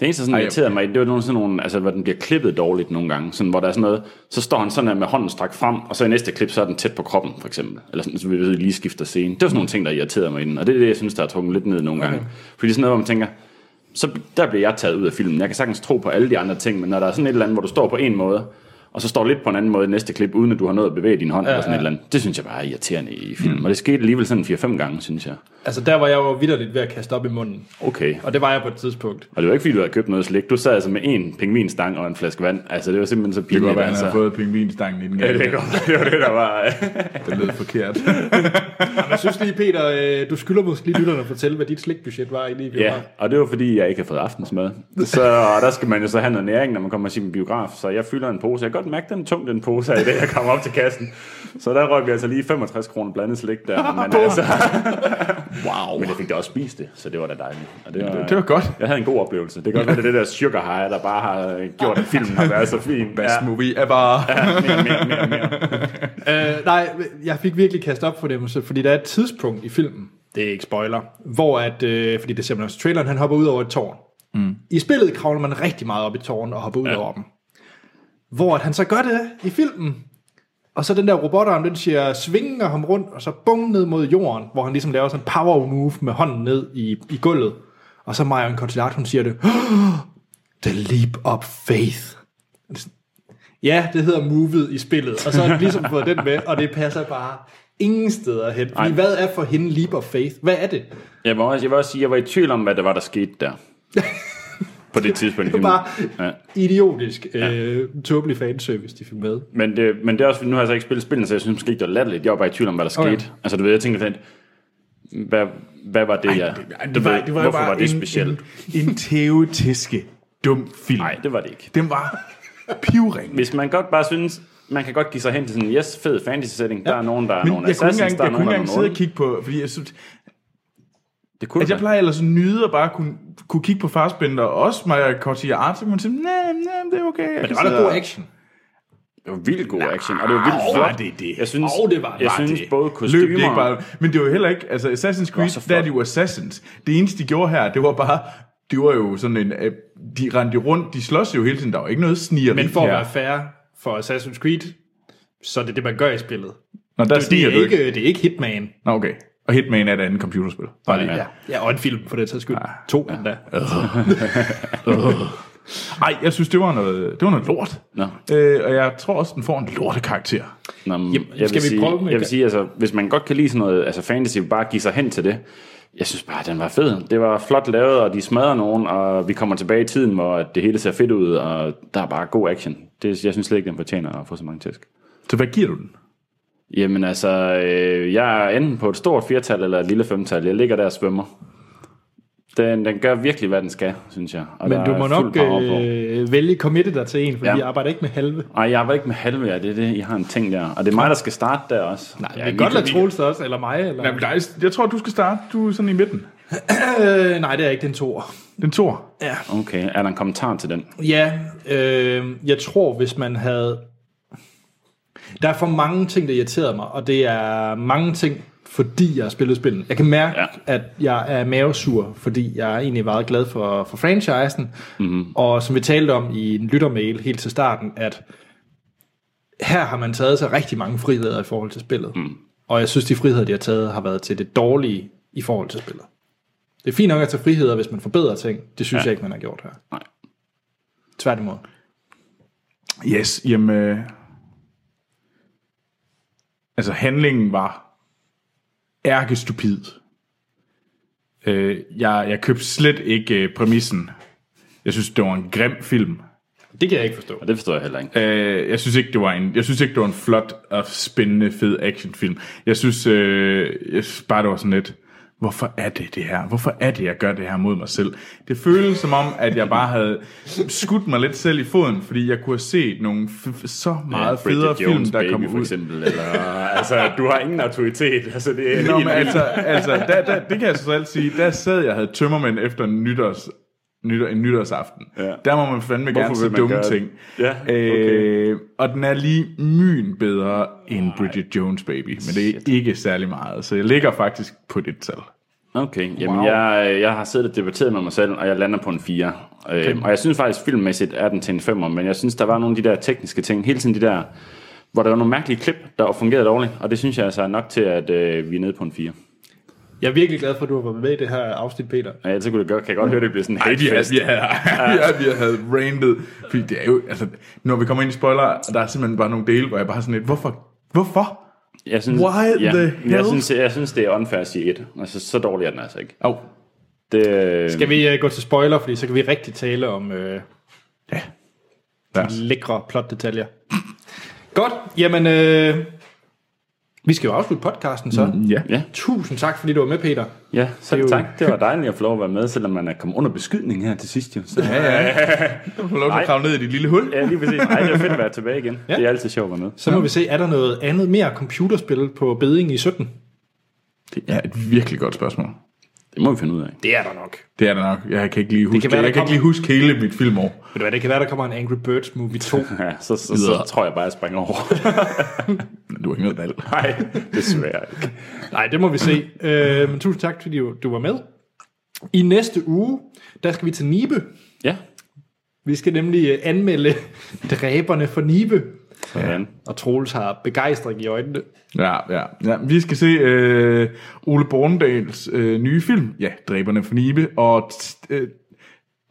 Speaker 3: Det eneste, der sådan
Speaker 2: Ej,
Speaker 3: irriterede mig, det var nogle, sådan nogle, altså, hvor den bliver klippet dårligt nogle gange, sådan, hvor der er sådan noget, så står han sådan her med hånden strakt frem, og så i næste klip, så er den tæt på kroppen, for eksempel. Eller sådan, så vi lige skifter scene. Det var sådan nogle ting, der irriterede mig i den, og det er det, jeg synes, der er trukket lidt ned nogle gange. Fordi det er sådan noget, hvor man tænker, så der bliver jeg taget ud af filmen. Jeg kan sagtens tro på alle de andre ting, men når der er sådan et eller andet, hvor du står på en måde, og så står lidt på en anden måde i næste klip, uden at du har nået at bevæge din hånd, ja, eller sådan
Speaker 1: ja.
Speaker 3: et eller andet. Det synes jeg bare er irriterende i filmen, mm. og det skete alligevel sådan 4-5 gange, synes jeg.
Speaker 1: Altså, der var jeg jo vidderligt ved at kaste op i munden.
Speaker 3: Okay.
Speaker 1: Og det var jeg på et tidspunkt.
Speaker 3: Og det var ikke, fordi du havde købt noget slik. Du sad altså med en pingvinstang og en flaske vand. Altså, det var simpelthen så
Speaker 2: Det
Speaker 3: pinligt.
Speaker 2: kunne godt være, at han
Speaker 3: altså.
Speaker 2: havde fået pingvinstangen i den
Speaker 3: Ja,
Speaker 2: gang.
Speaker 3: det kan godt være. Det var det, der var...
Speaker 2: Det lød forkert.
Speaker 1: Jeg synes lige, Peter, øh, du skylder måske lige lytterne at fortælle, hvad dit slikbudget var i lige
Speaker 3: ja, og det var, fordi jeg ikke havde fået aftensmad. Så og der skal man jo så have noget næring, når man kommer til sin biograf. Så jeg fylder en pose. Jeg kan godt mærke, den er tung, den pose her, i dag, jeg kommer op til kassen. Så der røg vi altså lige 65 kroner blandet slik der. Men, altså, wow. Men jeg fik da også spist det, så det var da dejligt. Og det, var,
Speaker 2: det var godt.
Speaker 3: Jeg havde en god oplevelse. Det kan godt være, det er det der sugar high, der bare har gjort, at filmen har været så fin.
Speaker 2: Best movie ever.
Speaker 3: mere, mere, mere, mere.
Speaker 1: Øh, nej, jeg fik virkelig kastet op for det, så- fordi der er et tidspunkt i filmen, det er ikke spoiler, hvor at, øh, fordi det ser man også i traileren, han hopper ud over et tårn. Mm. I spillet kravler man rigtig meget op i tårn og hopper ud ja. over dem. Hvor at han så gør det i filmen, og så den der robotarm, den siger, svinger ham rundt, og så bung ned mod jorden, hvor han ligesom laver sådan en power move med hånden ned i, i gulvet. Og så Marion Cotillard, hun siger det, The Leap of Faith. Ja, det hedder movet i spillet, og så har de ligesom fået den med, og det passer bare ingen steder hen. Fordi
Speaker 3: Nej.
Speaker 1: hvad er for hende Leap of Faith? Hvad er det?
Speaker 3: Jeg vil, også, jeg vil også sige, at jeg var i tvivl om, hvad der var, der skete der. På det tidspunkt. i
Speaker 1: Det er
Speaker 3: filmen.
Speaker 1: bare
Speaker 3: Ja.
Speaker 1: ja. idiotisk, øh, tåbelig fanservice, de fik med.
Speaker 3: Men, det, men det er også, nu har jeg så ikke spillet spillene, så jeg synes måske ikke, det var latterligt. Jeg var bare i tvivl om, hvad der skete.
Speaker 1: Okay.
Speaker 3: Okay. Altså, du ved, jeg tænkte lidt, hvad, hvad var det, Ej, jeg...
Speaker 2: det,
Speaker 3: du
Speaker 2: det, var,
Speaker 3: ved,
Speaker 2: det var
Speaker 3: hvorfor
Speaker 2: bare
Speaker 3: var det
Speaker 2: en,
Speaker 3: specielt?
Speaker 2: En, en teoretiske dum film.
Speaker 3: Nej, det var det ikke.
Speaker 2: Den var pivring.
Speaker 3: Hvis man godt bare synes, man kan godt give sig hen til sådan, yes, fed fantasy setting, ja. der er nogen, der er
Speaker 2: Men
Speaker 3: nogen
Speaker 2: jeg kunne ikke
Speaker 3: assassins,
Speaker 2: engang,
Speaker 3: der er
Speaker 2: jeg kunne ikke
Speaker 3: nogen, der er
Speaker 2: engang sidde og
Speaker 3: nogen.
Speaker 2: kigge på, fordi jeg synes,
Speaker 3: Det kunne
Speaker 2: at jeg
Speaker 3: jeg
Speaker 2: plejer ellers at nyde at bare kunne, kunne kigge på Farsbender, og også Maja Cotillard, så kunne man sige, nej, nej, det er okay. Men
Speaker 1: Det var da god action.
Speaker 3: Det var vildt god action, og det var vildt
Speaker 2: Au,
Speaker 3: flot.
Speaker 2: var det det.
Speaker 3: Jeg synes,
Speaker 1: Au, det var det.
Speaker 3: jeg
Speaker 1: Var
Speaker 3: synes
Speaker 1: det.
Speaker 3: både
Speaker 2: Løb de ikke
Speaker 3: kostymer...
Speaker 2: bare, men det var jo heller ikke, altså Assassin's
Speaker 3: så
Speaker 2: Creed,
Speaker 3: flot.
Speaker 2: der er de jo assassins. Det eneste, de gjorde her, det var bare, det var jo sådan en, øh, de rendte rundt, de slås jo hele tiden, der var ikke noget snigeri
Speaker 1: Men for at
Speaker 2: her.
Speaker 1: være fair for Assassin's Creed, så er det det, man gør i spillet.
Speaker 2: Nå, der
Speaker 1: Det
Speaker 2: sniger
Speaker 1: er
Speaker 2: du ikke.
Speaker 1: ikke, det er ikke Hitman.
Speaker 2: Nå, okay. Og Hitman er et andet computerspil. Bare lige.
Speaker 1: Ja. Ah, ja, og en film for det sags skyld. To endda.
Speaker 2: Ej, jeg synes, det var noget, det var noget lort.
Speaker 3: Nå.
Speaker 2: Øh, og jeg tror også, den får en lortekarakter.
Speaker 3: Nå, men
Speaker 1: Jamen,
Speaker 3: jeg vil
Speaker 1: skal vi
Speaker 3: sige,
Speaker 1: prøve med-
Speaker 3: Jeg vil sige, altså, hvis man godt kan lide sådan noget altså fantasy, bare give sig hen til det. Jeg synes bare, den var fed. Det var flot lavet, og de smadrer nogen, og vi kommer tilbage i tiden, hvor det hele ser fedt ud, og der er bare god action. Det, jeg synes slet ikke, den fortjener at få så mange tæsk.
Speaker 2: Så hvad giver du den?
Speaker 3: Jamen altså, øh, jeg er enten på et stort firtal eller et lille femtal. Jeg ligger der og svømmer. Den, den gør virkelig, hvad den skal, synes jeg. Og
Speaker 1: Men
Speaker 3: der
Speaker 1: du
Speaker 3: er
Speaker 1: må
Speaker 3: fuld
Speaker 1: nok
Speaker 3: power på.
Speaker 1: øh, vælge committed dig til en, for
Speaker 3: Ja.
Speaker 1: ja. jeg arbejder ikke med halve.
Speaker 3: Ej, jeg arbejder ikke med halve jer, det er det, I har en ting der. Og det er mig, der skal starte der også. Nej,
Speaker 1: Jeg kan godt lade Troels det også, eller mig. Eller...
Speaker 2: Jamen, dig, jeg tror, du skal starte. Du er sådan i midten.
Speaker 1: Øh, nej, det er ikke den to år.
Speaker 2: Den tor.
Speaker 3: Okay, er der en kommentar til den?
Speaker 1: Ja, øh, jeg tror, hvis man havde... Der er for mange ting, der irriterede mig, og det er mange ting, fordi jeg har spillet spillet. Jeg kan mærke,
Speaker 3: Ja.
Speaker 1: ja. at jeg er mavesur, fordi jeg er egentlig meget glad for, for franchisen. Mm-hmm. Og som vi talte om i en lyttermail helt til starten, at her har man taget sig rigtig mange friheder i forhold til spillet. Mm. Og jeg synes, de friheder, de har taget, har været til det dårlige i forhold til spillet. Det er fint nok at tage friheder, hvis man forbedrer ting. Det synes ja. jeg ikke, man har gjort her.
Speaker 3: Nej.
Speaker 1: Tværtimod.
Speaker 2: Yes, jamen... Øh, altså, handlingen var ærkestupid. Øh, jeg, jeg købte slet ikke øh, præmissen. Jeg synes, det var en grim film.
Speaker 1: Det kan jeg ikke forstå.
Speaker 3: Og det forstår jeg heller ikke.
Speaker 2: Øh, jeg synes ikke det var en jeg synes ikke det var en flot og spændende fed actionfilm. Jeg synes, øh, jeg synes bare det var sådan lidt hvorfor er det det her? Hvorfor er det jeg gør det her mod mig selv? Det føles som om at jeg bare havde skudt mig lidt selv i foden, fordi jeg kunne have set nogle f- f- så meget
Speaker 3: Bridget
Speaker 2: federe film
Speaker 3: Jones
Speaker 2: der
Speaker 3: Baby,
Speaker 2: kom
Speaker 3: for
Speaker 2: ud.
Speaker 3: eksempel. Eller, altså, du har ingen autoritet. Altså, det er
Speaker 2: Nå,
Speaker 3: helt
Speaker 2: men altså, altså der, der, det kan jeg så selv sige, der sad jeg og havde tømmermænd efter en nytårs, nytår, en nytårsaften.
Speaker 3: Ja.
Speaker 2: Der må man fandme
Speaker 3: Hvorfor
Speaker 2: gerne
Speaker 3: vil
Speaker 2: se
Speaker 3: man
Speaker 2: dumme
Speaker 3: gøre det?
Speaker 2: ting.
Speaker 3: Ja, okay.
Speaker 2: øh, og den er lige myen bedre end Bridget Jones Baby, men det er ikke særlig meget, så jeg ligger faktisk på dit tal.
Speaker 3: Okay, jamen wow. jeg, jeg har siddet og debatteret med mig selv, og jeg lander på en 4. Øh, og jeg synes faktisk, filmmæssigt er den til en 5, men jeg synes, der var nogle af de der tekniske ting, hele tiden de der, hvor der var nogle mærkelige klip, der fungerede dårligt, og det synes jeg altså er nok til, at øh, vi er nede på en 4.
Speaker 1: Jeg er virkelig glad for, at du har været med i det her afsnit, Peter.
Speaker 3: Ja, ellers så kunne det godt, kan jeg godt høre, det bliver sådan en
Speaker 2: Ej, vi havde,
Speaker 3: hatefest.
Speaker 2: vi havde, ja, vi havde ranted, fordi det er jo, altså, når vi kommer ind i spoiler, der er simpelthen bare nogle dele, hvor jeg bare er sådan lidt, hvorfor? Hvorfor?
Speaker 3: Jeg synes,
Speaker 2: Why
Speaker 3: ja,
Speaker 2: the
Speaker 3: Jeg
Speaker 2: hell?
Speaker 3: synes, jeg, jeg synes, det er unfair at sige 1. Altså, så dårlig er den altså ikke.
Speaker 2: Oh.
Speaker 3: Det, øh,
Speaker 1: Skal vi uh, gå til spoiler, fordi så kan vi rigtig tale om uh,
Speaker 2: Ja.
Speaker 1: lækre plotdetaljer. Godt, jamen øh, vi skal jo afslutte podcasten så. Mm.
Speaker 2: Ja.
Speaker 3: Ja,
Speaker 1: Tusind tak, fordi du var med, Peter.
Speaker 3: ja så
Speaker 1: Det er jo-
Speaker 3: tak. Det var dejligt at få lov at være med, selvom man er kommet under beskydning her til sidst. Jo. Så,
Speaker 2: Du får lov til
Speaker 3: Nej.
Speaker 2: at kravle ned i dit lille hul.
Speaker 3: ja, lige præcis. Ej, det er fedt at være tilbage igen. Ja. Det er altid sjovt at være med.
Speaker 1: Så må vi se, er der noget andet mere computerspil på beding i 17?
Speaker 2: Det er et virkelig godt spørgsmål.
Speaker 3: Det må vi finde ud af.
Speaker 1: Det er der nok.
Speaker 2: Det er det nok. Jeg kan ikke lige huske,
Speaker 1: kan
Speaker 2: det
Speaker 1: være, der
Speaker 2: jeg kan ikke lige huske hele mit filmår.
Speaker 1: Ved du hvad, det kan være, der kommer en Angry Birds Movie 2.
Speaker 3: Ja, så, så, så
Speaker 2: Videre.
Speaker 3: tror jeg bare, jeg springer over.
Speaker 2: Men Du har ikke noget valg.
Speaker 3: Nej, desværre ikke.
Speaker 1: Nej, det må vi se. Øh, men tusind tak, fordi du du var med. I næste uge, der skal vi til Nibe.
Speaker 3: Ja,
Speaker 1: Vi skal nemlig øh, anmelde dræberne for Nibe.
Speaker 3: sådan.
Speaker 1: Og Troels har begejstring i øjnene.
Speaker 2: Ja, ja, ja. Vi skal se øh, Ole Borndals øh, nye film. Ja, Dræberne for Nibe. Og t- øh,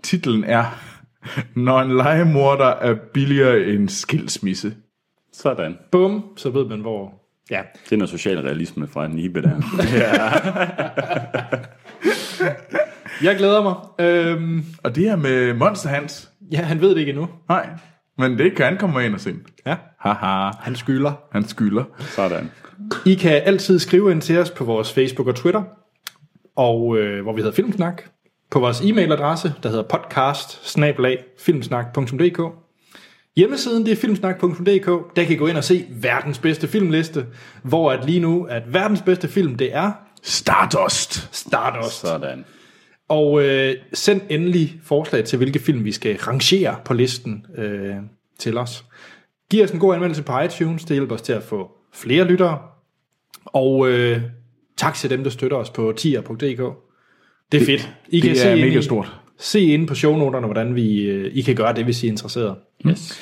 Speaker 2: titlen er Når en legemorder er billigere end skilsmisse.
Speaker 3: Sådan.
Speaker 1: Bum, så ved man hvor. Ja,
Speaker 3: Det er noget social realisme fra Nibe der.
Speaker 1: jeg glæder mig. Øhm,
Speaker 2: Og det er med Monster Hans.
Speaker 1: ja, han ved det ikke endnu.
Speaker 2: Nej, men det kan han komme ind og se.
Speaker 1: Ja.
Speaker 2: Haha,
Speaker 1: Han skylder.
Speaker 2: han skylder.
Speaker 3: Sådan.
Speaker 1: I kan altid skrive ind til os på vores Facebook og Twitter, og øh, hvor vi hedder Filmsnak, på vores e-mailadresse, der hedder podcast filmsnak.dk. Hjemmesiden det er filmsnak.dk, der kan I gå ind og se verdens bedste filmliste, hvor at lige nu, at verdens bedste film, det er
Speaker 2: Stardust.
Speaker 1: Stardust.
Speaker 3: Sådan.
Speaker 1: Og øh, send endelig forslag til, hvilke film vi skal rangere på listen øh, til os. Giv os en god anmeldelse på iTunes, det hjælper os til at få flere lyttere. Og øh, tak til dem, der støtter os på tier.dk. Det er fedt. I kan
Speaker 2: det
Speaker 1: se
Speaker 2: er
Speaker 1: ind
Speaker 2: mega
Speaker 1: i-
Speaker 2: stort.
Speaker 1: Se inde på shownoterne, hvordan vi, øh, I kan gøre det, hvis I er interesseret.
Speaker 3: Yes.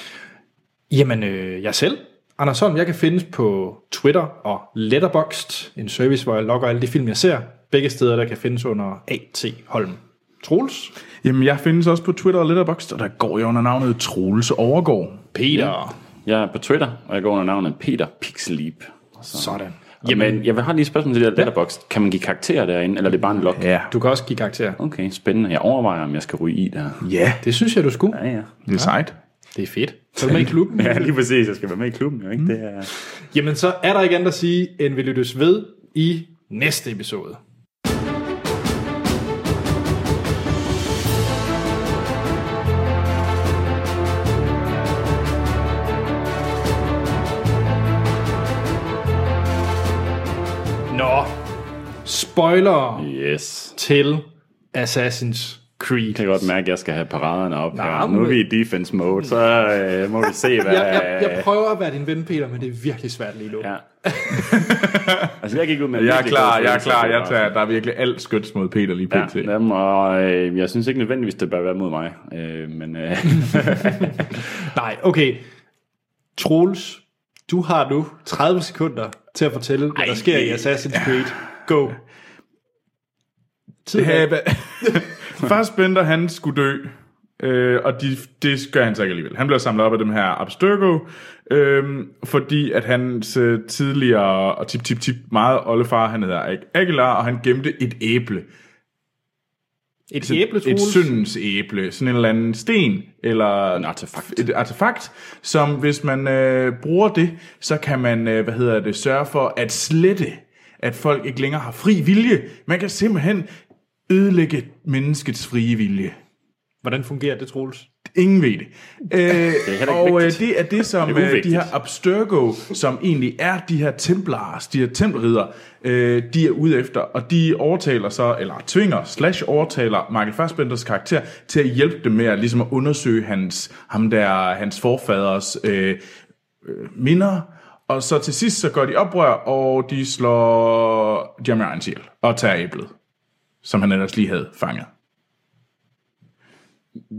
Speaker 1: Jamen, øh, jeg selv. Anders Holm, jeg kan findes på Twitter og Letterboxd, en service, hvor jeg logger alle de film, jeg ser. Begge steder, der kan findes under A.T. Holm. Troels?
Speaker 2: Jamen, jeg findes også på Twitter og Letterboxd, og der går jeg under navnet Troels Overgaard.
Speaker 1: Peter.
Speaker 3: Jeg er på Twitter, og jeg går under navnet Peter Pixelip.
Speaker 1: Sådan.
Speaker 3: Jamen, jeg vil have lige et spørgsmål til det der letterbox. Kan man give karakterer derinde, eller er det bare en log?
Speaker 2: Ja.
Speaker 1: Du kan også give karakter.
Speaker 3: Okay, spændende. Jeg overvejer, om jeg skal ryge i der.
Speaker 2: Ja,
Speaker 1: Det synes jeg, du skulle.
Speaker 3: Ja, ja.
Speaker 2: det er sejt.
Speaker 1: Det er fedt. Så er du med i klubben.
Speaker 3: Ja, lige præcis. Jeg skal være med i klubben, jo, ikke? Det er...
Speaker 1: Jamen, så er der ikke andet at sige, end vi lyttes ved i næste episode. spoiler
Speaker 3: Yes.
Speaker 1: til Assassin's Creed.
Speaker 3: Jeg kan godt mærke, at jeg skal have paraderne op
Speaker 1: Nå,
Speaker 3: her.
Speaker 1: men-
Speaker 3: Nu er vi i defense mode, så øh, må vi se, hvad...
Speaker 1: Jeg, jeg, jeg prøver at være din ven, Peter, men det er virkelig svært lige nu.
Speaker 3: Ja. altså, jeg gik ud med... en
Speaker 2: Jeg er
Speaker 3: virkelig
Speaker 2: klar,
Speaker 3: god
Speaker 2: jeg er
Speaker 3: følelse
Speaker 2: klar.
Speaker 3: af
Speaker 2: Jeg
Speaker 3: det.
Speaker 2: tager, der er virkelig alt skyts mod Peter lige pt.
Speaker 3: Ja, jamen, og øh, jeg synes ikke nødvendigvis, det bør være mod mig. Øh, men øh,
Speaker 1: Nej, okay. Troels, du har nu 30 sekunder til at fortælle, hvad der
Speaker 2: Ej,
Speaker 1: sker i
Speaker 2: det-
Speaker 1: Assassin's Creed. Go. Tid er-
Speaker 2: Have. Fassbender, han skulle dø. Øh, og de, det gør han så ikke alligevel. Han bliver samlet op af dem her Abstergo, øh, fordi at hans øh, tidligere, og tip, tip, tip, meget oldefar, han hedder Ag- Aguilar, og han gemte et æble.
Speaker 1: Et
Speaker 2: Et-
Speaker 1: æble,
Speaker 2: Et
Speaker 1: Troels.
Speaker 2: syndens æble. Sådan en eller anden sten, eller
Speaker 3: En artefakt.
Speaker 2: et artefakt, som hvis man øh, bruger det, så kan man, øh, hvad hedder det, sørge for at slette, at folk ikke længere har fri vilje. Man kan simpelthen ødelægge menneskets frie vilje.
Speaker 1: Hvordan fungerer det, Troels?
Speaker 2: Ingen ved det. Øh,
Speaker 3: ikke
Speaker 2: og øh,
Speaker 3: vigtigt.
Speaker 2: det er det, som
Speaker 3: Det er
Speaker 2: det er de
Speaker 3: uvigtigt.
Speaker 2: her Abstergo, som egentlig er de her templars, de her tempelridder, øh, de er ude efter, og de overtaler så, eller tvinger, slash overtaler Michael Fassbenders karakter til at hjælpe dem med at, ligesom at undersøge hans, ham der, hans forfaders øh, minder, og så til sidst så går de oprør, og de slår Jeremy Irons ihjel og tager æblet, som han ellers lige havde fanget.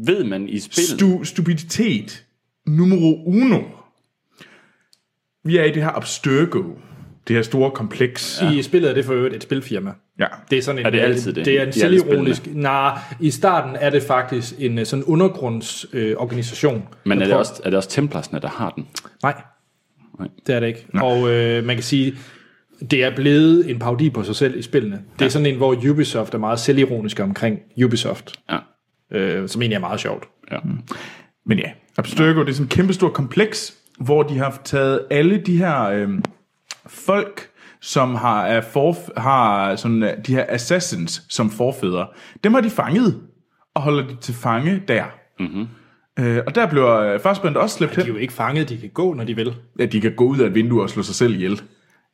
Speaker 3: ved man i spillet...
Speaker 2: Stu, stupiditet numero uno. Vi er i det her Abstergo, det her store kompleks.
Speaker 1: I spillet er det for øvrigt et spilfirma.
Speaker 2: Ja.
Speaker 1: Det er sådan en, øh,
Speaker 3: Er det altid det?
Speaker 1: Det er en
Speaker 3: I alle
Speaker 1: selvironisk... Nej, i starten er det faktisk en øh, sådan undergrundsorganisation. Øh, organisation.
Speaker 3: Men
Speaker 1: Der
Speaker 3: er det,
Speaker 1: prøver-
Speaker 3: også, er det også Templarsne, der har den?
Speaker 1: Nej,
Speaker 3: Nej.
Speaker 1: det er det ikke. Og øh, man kan sige, det er blevet en parodi på sig selv i spillene. Det er sådan en, hvor Ubisoft er meget selvironisk omkring Ubisoft,
Speaker 3: Ja.
Speaker 1: øh, som egentlig er meget sjovt.
Speaker 3: ja.
Speaker 2: Men ja, Abstergo, det er sådan et kæmpestort kompleks, hvor de har taget alle de her øh, folk, som har, er forf- har sådan, øh, de her assassins som forfædre. Dem har de fanget, og holder de til fange der. Mm-hmm. Øh, og der bliver øh, Fassbender også slæbt
Speaker 1: De er
Speaker 2: hen.
Speaker 1: jo ikke fanget, de kan gå, når de vil.
Speaker 2: Ja, de kan gå ud af et vindue og slå sig selv ihjel.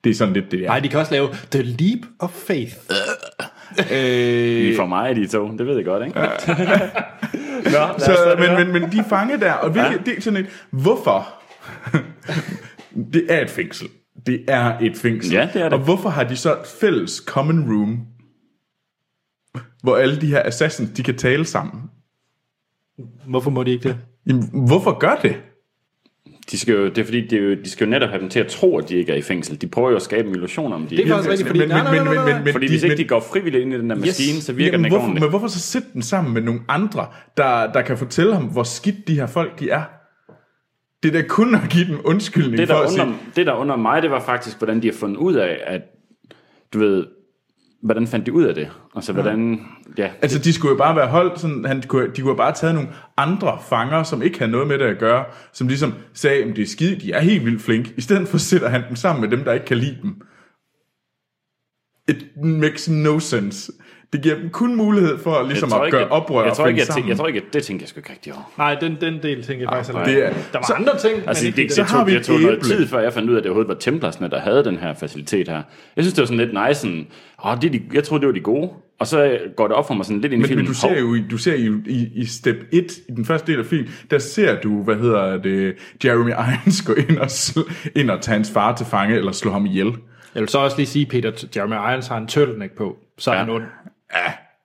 Speaker 2: Det er sådan lidt det, der.
Speaker 1: Nej, de kan også lave The Leap of Faith.
Speaker 3: I for mig, de to. Det ved jeg godt, ikke? Ja. Nå, så,
Speaker 2: Så, men, men, men de er fanget der, og hvilket, ja. det er sådan et, hvorfor? det er et fængsel. Det er et fængsel.
Speaker 3: Ja, det er det.
Speaker 2: Og hvorfor har de så et fælles common room, hvor alle de her assassins, de kan tale sammen?
Speaker 1: Hvorfor må de ikke det?
Speaker 2: Jamen, hvorfor gør det?
Speaker 1: altså
Speaker 3: de skal jo, det er fordi, de, er jo, de skal jo netop have dem til at tro, at de ikke er i fængsel. De prøver jo at skabe en illusion om, de
Speaker 1: Det er faktisk rigtigt, fordi...
Speaker 2: Men, men,
Speaker 1: nej, nej,
Speaker 2: men,
Speaker 1: nej,
Speaker 2: men,
Speaker 1: nej,
Speaker 2: men,
Speaker 1: nej.
Speaker 2: men,
Speaker 3: Fordi hvis ikke de går frivilligt ind i den der maskine, så virker den
Speaker 2: Jamen,
Speaker 3: ikke
Speaker 2: hvorfor,
Speaker 3: ordentligt.
Speaker 2: Men hvorfor så sætte den sammen med nogle andre, der, der kan fortælle ham, hvor skidt de her folk de er? Det er da kun at give dem undskyldning
Speaker 3: det,
Speaker 2: for
Speaker 3: der
Speaker 2: at sige,
Speaker 3: under, det, der under mig, det var faktisk, hvordan de har fundet ud af, at du ved, hvordan fandt de ud af det? Altså, hvordan, ja.
Speaker 2: Altså, de skulle jo bare være holdt, sådan, han, de kunne de kunne have bare taget nogle andre fanger, som ikke havde noget med det at gøre, som ligesom sagde, at det er skide, de er helt vildt flink. I stedet for sætter han dem sammen med dem, der ikke kan lide dem. It makes no sense. Det giver dem kun mulighed for ligesom at gøre oprør
Speaker 3: jeg, tror
Speaker 2: og
Speaker 3: ikke,
Speaker 2: finde
Speaker 3: jeg,
Speaker 2: sammen.
Speaker 3: tænker, jeg tror ikke, at det tænker jeg sgu ikke rigtig over.
Speaker 1: Nej, den, den del tænker jeg faktisk heller
Speaker 2: det
Speaker 1: ikke.
Speaker 2: er-
Speaker 1: Der var
Speaker 2: så-
Speaker 1: andre ting,
Speaker 3: Altså,
Speaker 1: men
Speaker 3: det,
Speaker 1: ikke
Speaker 3: det,
Speaker 1: de
Speaker 2: så
Speaker 3: det,
Speaker 1: der.
Speaker 2: har
Speaker 3: tog,
Speaker 2: vi
Speaker 3: det tog noget
Speaker 2: æble.
Speaker 3: tid, før jeg fandt ud af, at det overhovedet var templarsne, der havde den her facilitet her. Jeg synes, det var sådan lidt nice. Sådan, oh, det er de, jeg troede, det var de gode. Og så øh, går det op for mig sådan lidt ind i
Speaker 2: Men,
Speaker 3: filmen.
Speaker 2: men du ser
Speaker 3: hov,
Speaker 2: jo, i- du ser jo i, i step 1, i den første del af filmen, der ser du, hvad hedder det, Jeremy Irons gå ind og, sl- ind og tage hans far til fange, eller slå ham ihjel.
Speaker 1: Jeg vil så også lige sige, Peter, Jeremy Irons har en turtleneck på, så er han ond.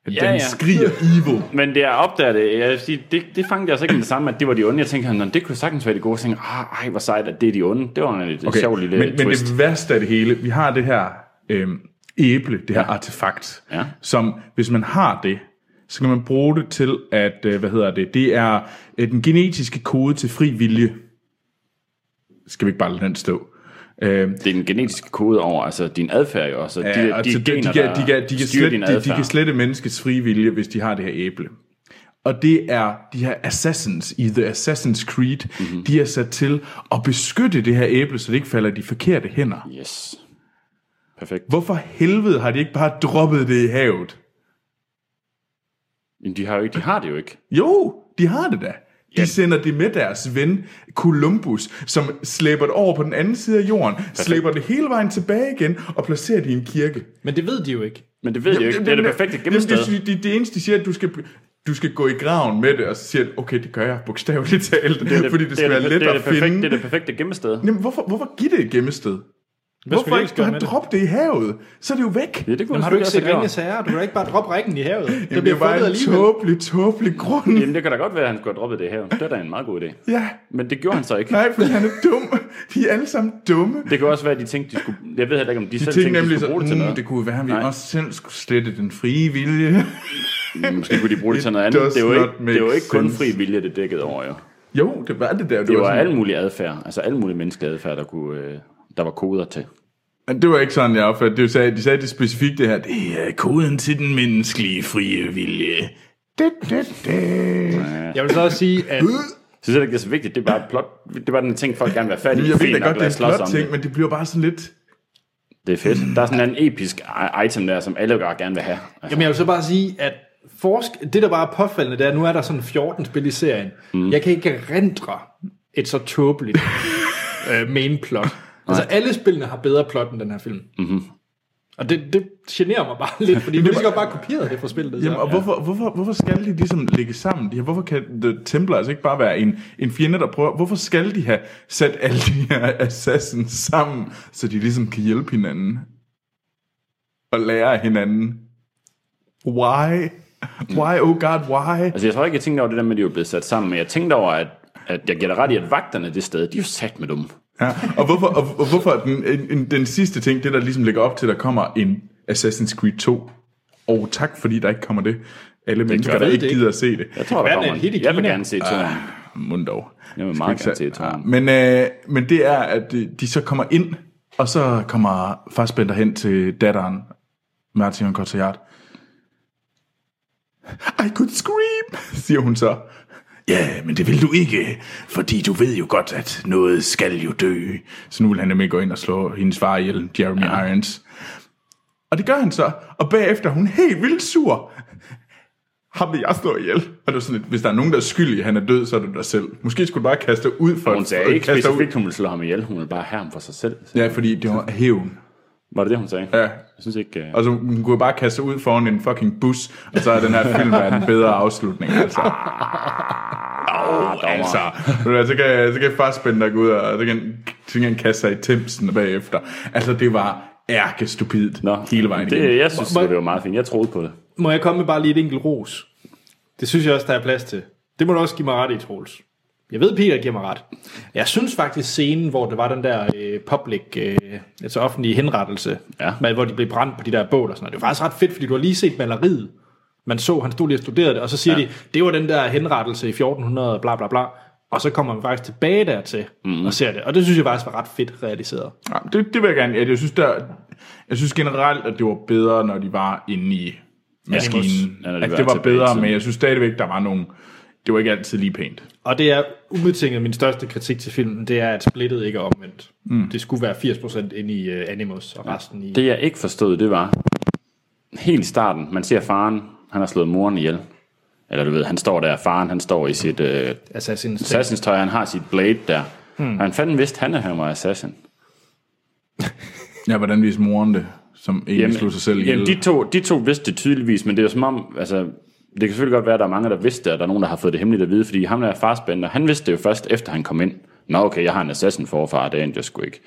Speaker 2: Den
Speaker 3: ja.
Speaker 2: skriger evil.
Speaker 3: Men det jeg opdager det, jeg vil sige, det, det fangede jeg så ikke med det samme, at det var de onde. Jeg tænkte, "Nå, det kunne sagtens være de gode. Jeg tænkte, ah, ej, hvor sejt, at det er de onde. Det var en lidt okay. sjov lille
Speaker 2: men,
Speaker 3: men,
Speaker 2: men
Speaker 3: twist.
Speaker 2: det værste af det hele, vi har det her øhm, æble, det her ja. artefakt,
Speaker 3: Ja.
Speaker 2: som hvis man har det, så kan man bruge det til at, øh, hvad hedder det, det er øh, den genetiske kode til fri vilje. Skal vi ikke bare lade den stå? Øh,
Speaker 3: det er den genetiske kode over altså din adfærd jo også. Ja, de,
Speaker 2: Ja, og
Speaker 3: de,
Speaker 2: så
Speaker 3: de, gener,
Speaker 2: de, kan, de, kan, de,
Speaker 3: der
Speaker 2: kan
Speaker 3: styrer
Speaker 2: slette,
Speaker 3: din
Speaker 2: de,
Speaker 3: adfærd.
Speaker 2: de kan slette menneskets frie vilje, hvis de har det her æble. Og det er de her assassins i The Assassin's Creed,
Speaker 3: Mhm.
Speaker 2: mm-hmm. de er sat til at beskytte det her æble, så det ikke falder i de forkerte hænder.
Speaker 3: Yes. Perfekt.
Speaker 2: Hvorfor helvede har de ikke bare droppet det i havet?
Speaker 3: Men de har, jo ikke, de har det jo ikke.
Speaker 2: Jo, de har det da. De sender det med deres ven, Columbus, som slæber det over på den anden side af jorden, slæber det hele vejen tilbage igen og placerer det i en kirke.
Speaker 1: Men det ved de jo ikke.
Speaker 3: Men det ved jeg jo ikke. Det er det perfekte gemmested.
Speaker 2: Jamen, det, det, det eneste, de siger, at du skal, du skal gå i graven med det, og så siger de, okay, det gør jeg bogstaveligt talt, det det, fordi det skal
Speaker 3: er
Speaker 2: det, være let
Speaker 3: det er
Speaker 2: at
Speaker 3: det perfekte-
Speaker 2: finde.
Speaker 3: Det er det perfekte gemmested.
Speaker 2: Jamen, hvorfor, hvorfor give det et gemmested? Hvorfor
Speaker 1: de
Speaker 2: ikke
Speaker 1: ellers
Speaker 2: du
Speaker 1: gøre
Speaker 2: har
Speaker 1: med det?
Speaker 2: droppet det i havet? Så er det jo væk.
Speaker 3: Ja, det kunne
Speaker 1: Jamen,
Speaker 3: man
Speaker 1: har du ikke set
Speaker 3: selvfølgelig
Speaker 1: ringe
Speaker 3: også have
Speaker 1: sager? Du kan da ikke bare droppe rækken i havet.
Speaker 2: Jamen, det er bare en tåbelig, tåbelig grund.
Speaker 3: gjort. Jamen, det kan da godt være, at han skulle have droppet det her. Det er da en meget god idé.
Speaker 2: Ja.
Speaker 3: Men det gjorde han så ikke.
Speaker 2: Nej, for han er dum. De er alle sammen dumme.
Speaker 3: Det kan også være, at de tænkte, de skulle... Jeg ved heller ikke, om de, de selv
Speaker 2: Tænk
Speaker 3: tænkte, de
Speaker 2: nemlig
Speaker 3: skulle bruge det til
Speaker 2: så, mm,
Speaker 3: noget.
Speaker 2: det kunne være, at vi
Speaker 3: Nej.
Speaker 2: også selv skulle slette den frie vilje.
Speaker 3: Måske kunne de bruge det til noget
Speaker 2: It
Speaker 3: andet.
Speaker 2: does
Speaker 3: Det er jo
Speaker 2: not
Speaker 3: ikke, det er jo
Speaker 2: make
Speaker 3: ikke kun
Speaker 2: sense.
Speaker 3: fri vilje, det dækkede over, jo.
Speaker 2: Jo, det var det der.
Speaker 3: Det var
Speaker 2: sådan-
Speaker 3: al mulig adfærd, altså al mulig menneskelig adfærd, der, kunne, øh, der var koder til.
Speaker 2: Men Det var ikke sådan, jeg opfattede. det. De sagde, de sagde det specifikt det her. Det er koden til den menneskelige frie vilje. Det, det, det.
Speaker 1: Jeg vil så også sige, at
Speaker 3: Så det er ikke så vigtigt, det er bare et plot. Det var den ting, folk gerne vil være fat i.
Speaker 2: Jeg
Speaker 3: Fint
Speaker 2: ved da
Speaker 3: nok,
Speaker 2: godt,
Speaker 3: lad
Speaker 2: det
Speaker 3: os
Speaker 2: er en
Speaker 3: slås
Speaker 2: flot
Speaker 3: om
Speaker 2: ting, men det bliver bare sådan lidt...
Speaker 3: Det er fedt. Der er sådan en anden episk i- item der, som alle gør gerne vil have. Altså,
Speaker 1: Jamen, jeg vil så bare sige, at forsk, det der bare er påfaldende, det er, at nu er der sådan 14 spil i serien. Mm. Jeg kan ikke erindre et så tåbeligt øh, main plot. Altså, alle spillene har bedre plot end den her film. Mm-hmm. Og det, det generer mig bare lidt, fordi vi lige så godt bare kopieret det fra spillet.
Speaker 2: Jamen, og
Speaker 1: så.
Speaker 2: hvorfor, hvorfor, hvorfor skal de ligesom ligge sammen? De her, hvorfor kan The Templar altså ikke bare være en, en fjende, der prøver... Hvorfor skal de have sat alle de her assassins sammen, så de ligesom kan hjælpe hinanden? Og lære af hinanden? Why? Why, oh god, why?
Speaker 3: altså jeg tror ikke, jeg tænkte over det der med, at de var blevet sat sammen, men jeg tænkte over, at, at jeg gætter ret i, at vagterne det sted, de er jo sat med dumme.
Speaker 2: Ja, og hvorfor, og, og hvorfor den, en, en, den sidste ting, det der ligesom ligger op til, der kommer en Assassin's Creed 2. Og tak, fordi der ikke kommer det. Alle mennesker,
Speaker 3: gør
Speaker 2: der
Speaker 3: det
Speaker 2: ikke
Speaker 1: ikke.
Speaker 2: gider at se det.
Speaker 3: Jeg tror, der
Speaker 1: være,
Speaker 3: kommer
Speaker 1: den er et hit i
Speaker 3: en- Jeg vil
Speaker 1: Kina.
Speaker 3: gerne se toren.
Speaker 2: Ah. Mund dog.
Speaker 3: Jeg vil
Speaker 2: Skal
Speaker 3: meget
Speaker 2: ikke
Speaker 3: gerne
Speaker 2: sige-
Speaker 3: se toren.
Speaker 2: Men, øh, men det er, at øh, de så kommer ind, og så kommer Fassbender hen til datteren, Martin Cotillard. I could scream, siger hun så. Ja, men det vil du ikke, fordi du ved jo godt, at noget skal jo dø. Så nu vil han nemlig gå ind og slå hendes far ihjel, Jeremy ja. Irons. Og det gør han så, og bagefter er hun helt vildt sur. Ham vil jeg slå ihjel. Og det var sådan lidt, hvis der er nogen, der er skyldig, at han er død, så er det dig selv. Måske skulle du bare kaste dig ud for
Speaker 3: Hun sagde
Speaker 2: øh,
Speaker 3: ikke
Speaker 2: kaste dig ud.
Speaker 3: specifikt, hun ville slå ham ihjel. Hun ville bare have ham for sig selv.
Speaker 2: Ja, fordi det var hævn.
Speaker 3: Var det det, hun sagde?
Speaker 2: Ja.
Speaker 3: Jeg synes ikke... øh,
Speaker 2: Og så hun kunne bare kaste sig ud foran en fucking bus, og så er den her film er en bedre afslutning. Altså.
Speaker 3: Ah, dommer.
Speaker 2: altså. Ved du hvad, Så kan, så kan Fassbender gå ud, og så kan, så kan han kaste sig i Thamesen bagefter. Altså, det var ærkestupidt
Speaker 3: Nå,
Speaker 2: hele vejen igennem.
Speaker 3: det, jeg synes,
Speaker 1: Må- må-
Speaker 3: det var meget fint. Jeg troede på det.
Speaker 1: Må jeg komme med bare lige et enkelt ros? Det synes jeg også, der er plads til. Det må du også give mig ret i, Troels. Jeg ved, Peter giver mig ret. Jeg synes faktisk scenen, hvor det var den der øh, public, øh, altså offentlige henrettelse,
Speaker 3: Ja.
Speaker 1: med, hvor de blev brændt på de der bål og sådan noget. Det var faktisk ret fedt, fordi du har lige set maleriet. Man så, han stod lige og studerede det, og så siger ja. de, det var den der henrettelse i 1400, bla bla bla. Og så kommer man faktisk tilbage dertil mm. og ser det. Og det synes jeg faktisk var ret fedt realiseret.
Speaker 2: Ja, det, det vil jeg gerne. Jeg, jeg, synes, der, jeg synes generelt, at det var bedre, når de var inde i maskinen.
Speaker 3: Ja,
Speaker 2: Ja,
Speaker 3: når
Speaker 2: det, var, at
Speaker 3: de var
Speaker 2: det var
Speaker 3: tilbage i
Speaker 2: bedre,
Speaker 3: tiden.
Speaker 2: men jeg synes stadigvæk, der var nogle... Det var ikke altid lige pænt.
Speaker 1: Og det er ubetinget min største kritik til filmen, det er, at splittet ikke er omvendt. Mm. Det skulle være 80% ind i uh, Animus, og resten i...
Speaker 3: Det jeg ikke forstod, det var, helt i starten, man ser faren, han har slået moren ihjel. Eller du ved, han står der, faren han står i sit øh,
Speaker 1: Assassin's Creed.
Speaker 3: assassins tøj, han har sit blade der. Hmm. Han fanden vidste, han at han var assassin.
Speaker 2: Ja, hvordan viste moren det, som egentlig jamen, slog sig selv ihjel?
Speaker 3: jamen de, to, de to vidste det tydeligvis, men det er jo som om, altså, det kan selvfølgelig godt være, at der er mange, der vidste det, og der er nogen, der har fået det hemmeligt at vide, fordi ham der er farspænder, han vidste det jo først, efter han kom ind. Nå okay, jeg har en assassin forfar, det endte jeg sgu ikke.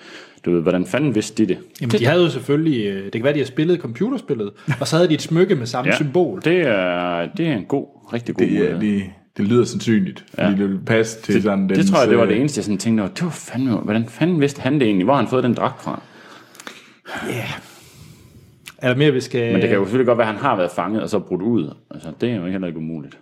Speaker 3: Du ved, hvordan fanden vidste de det?
Speaker 1: Jamen, de havde jo selvfølgelig... øh, Det kan være, de har spillet computerspillet, og så havde de et smykke med samme ja. symbol.
Speaker 3: Det er, det er en god, rigtig god
Speaker 2: det,
Speaker 3: mulighed.
Speaker 2: ja, det, det lyder sandsynligt, fordi ja. det ville passe til sådan øh, den...
Speaker 3: det tror jeg, det var det eneste, jeg sådan tænkte over. Det var fandme, hvordan fanden vidste han det egentlig? Hvor har han fået den dragt fra?
Speaker 1: Er der mere, vi skal...
Speaker 3: Men det kan jo selvfølgelig godt være, at han har været fanget og så brudt ud. Altså, det er jo ikke heller ikke umuligt.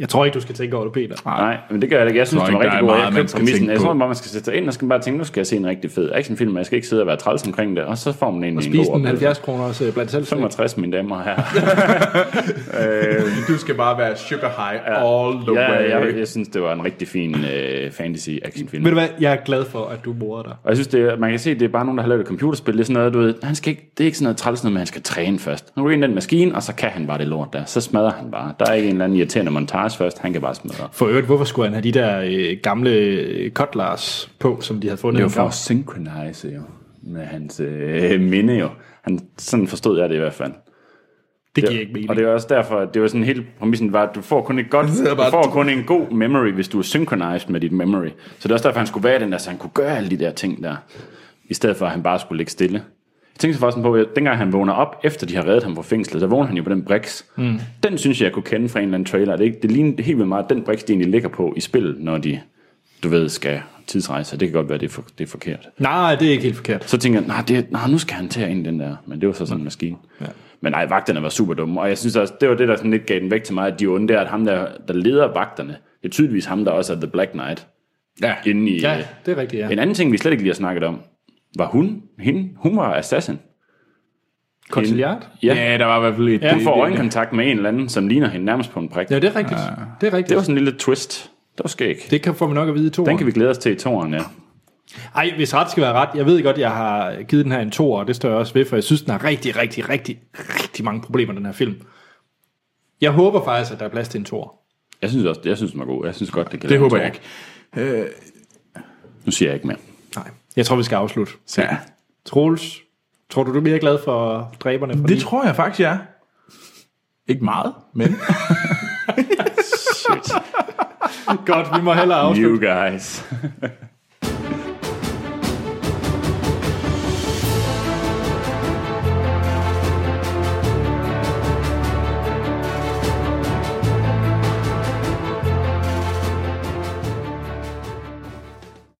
Speaker 1: Jeg tror ikke, du skal tænke over det, Peter.
Speaker 3: Nej, men det gør jeg heller ikke. Jeg synes,
Speaker 2: tror
Speaker 3: det var
Speaker 2: ikke, der
Speaker 3: rigtig
Speaker 2: er
Speaker 3: godt.
Speaker 2: meget,
Speaker 3: Jeg
Speaker 2: man
Speaker 3: købte
Speaker 2: skal
Speaker 3: præmissen.
Speaker 2: tænke
Speaker 3: Jeg tror
Speaker 2: på.
Speaker 3: bare, man skal sætte sig ind og skal bare tænke, nu skal jeg se en rigtig fed actionfilm, og jeg skal ikke sidde og være træls omkring det. Og så får man egentlig en
Speaker 1: Spis
Speaker 3: god
Speaker 1: den
Speaker 3: oplevelse.
Speaker 1: 70 kroner også øh, blandt selv.
Speaker 3: 65, mine damer og herrer.
Speaker 2: Du skal bare være sugar high all the
Speaker 3: Ja,
Speaker 2: way.
Speaker 3: jeg, jeg, jeg, synes, det var en rigtig fin øh, fantasy actionfilm.
Speaker 1: Ved du hvad? Jeg er glad for, at du morer dig.
Speaker 3: Og jeg synes, det er, man kan se, det er bare nogen, der har lavet et computerspil. Det er sådan noget, du ved, han skal ikke, det er ikke sådan noget træls noget, men han skal træne først. Nu går ind i den maskine, og så kan han bare det lort der. Så smadrer han bare. Der er ikke en eller anden irriterende montage Lars først, han kan bare smadre.
Speaker 1: For øvrigt, hvorfor skulle han have de der øh, gamle øh, kotlars på, som de havde fundet? i
Speaker 3: Det var
Speaker 1: en
Speaker 3: for
Speaker 1: grav?
Speaker 3: at synchronize jo, med hans øh, minde jo. Han, sådan forstod jeg det i hvert fald.
Speaker 1: det giver ikke mening.
Speaker 3: Og det er også derfor, at det var sådan hele præmissen var, at du får kun et godt,
Speaker 2: sidder bare-
Speaker 3: du får kun en god memory, hvis du er synchronized med dit memory. Så det er også derfor, han skulle være i den der, så han kunne gøre alle de der ting der, i stedet for at han bare skulle ligge stille. Jeg tænkte faktisk på, at dengang han vågner op, efter de har reddet ham fra fængslet, så vågner han jo på den brix. Mm. Den synes jeg, jeg kunne kende fra en eller anden trailer. Det, er ikke- det ligner helt vildt meget den brix, de egentlig ligger på i spillet, når de, du ved, skal tidsrejse. Det kan godt være, det er, for, det er forkert.
Speaker 1: Nej, det er ikke helt forkert.
Speaker 3: Så tænker jeg, nej, det, nej, nu skal han tage ind i den der. Men det var så sådan en maskine. Ja. Men nej, vagterne var super dumme. Og jeg synes også, det var det, der sådan lidt gav den væk til mig, at de er onde, det er, at ham, der, der leder vagterne, det er tydeligvis ham, der også er The Black Knight. Ja, inde i, øh,
Speaker 1: Ja, det er rigtigt, ja.
Speaker 3: En anden ting, vi slet ikke lige har snakket om, var hun, hende, hun var assassin.
Speaker 1: Konsiliat?
Speaker 3: Ja, ja
Speaker 2: Ja, der var i hvert fald et...
Speaker 1: Ja,
Speaker 3: hun får
Speaker 2: det-
Speaker 3: øjenkontakt med en eller anden, som ligner hende nærmest på en prik.
Speaker 1: Ja,
Speaker 3: Ja.
Speaker 1: det er rigtigt. Det er rigtigt.
Speaker 3: Det var sådan en lille twist. Det var skægt.
Speaker 1: Det kan få mig nok at vide i to
Speaker 3: Den kan vi glæde os til i toren, ja.
Speaker 1: Ej, hvis ret skal være ret. Jeg ved godt, jeg har givet den her en to, og det står jeg også ved, for jeg synes, den har rigtig, rigtig, rigtig, rigtig mange problemer, den her film. Jeg håber faktisk, at der er plads til en to.
Speaker 3: Jeg synes også, jeg synes, den var god. Jeg synes godt, det
Speaker 2: Det
Speaker 3: kan lave en
Speaker 2: håber jeg
Speaker 3: toer.
Speaker 2: ikke.
Speaker 3: Nu siger jeg ikke mere.
Speaker 1: Nej. Jeg tror, vi skal afslutte.
Speaker 2: Ja.
Speaker 1: Troels, tror du, du bliver glad for dræberne? Fra
Speaker 2: Det
Speaker 1: Lee?
Speaker 2: tror jeg faktisk, jeg er. Ikke meget, men...
Speaker 3: Shit.
Speaker 1: Godt, vi må hellere afslutte.
Speaker 3: You guys.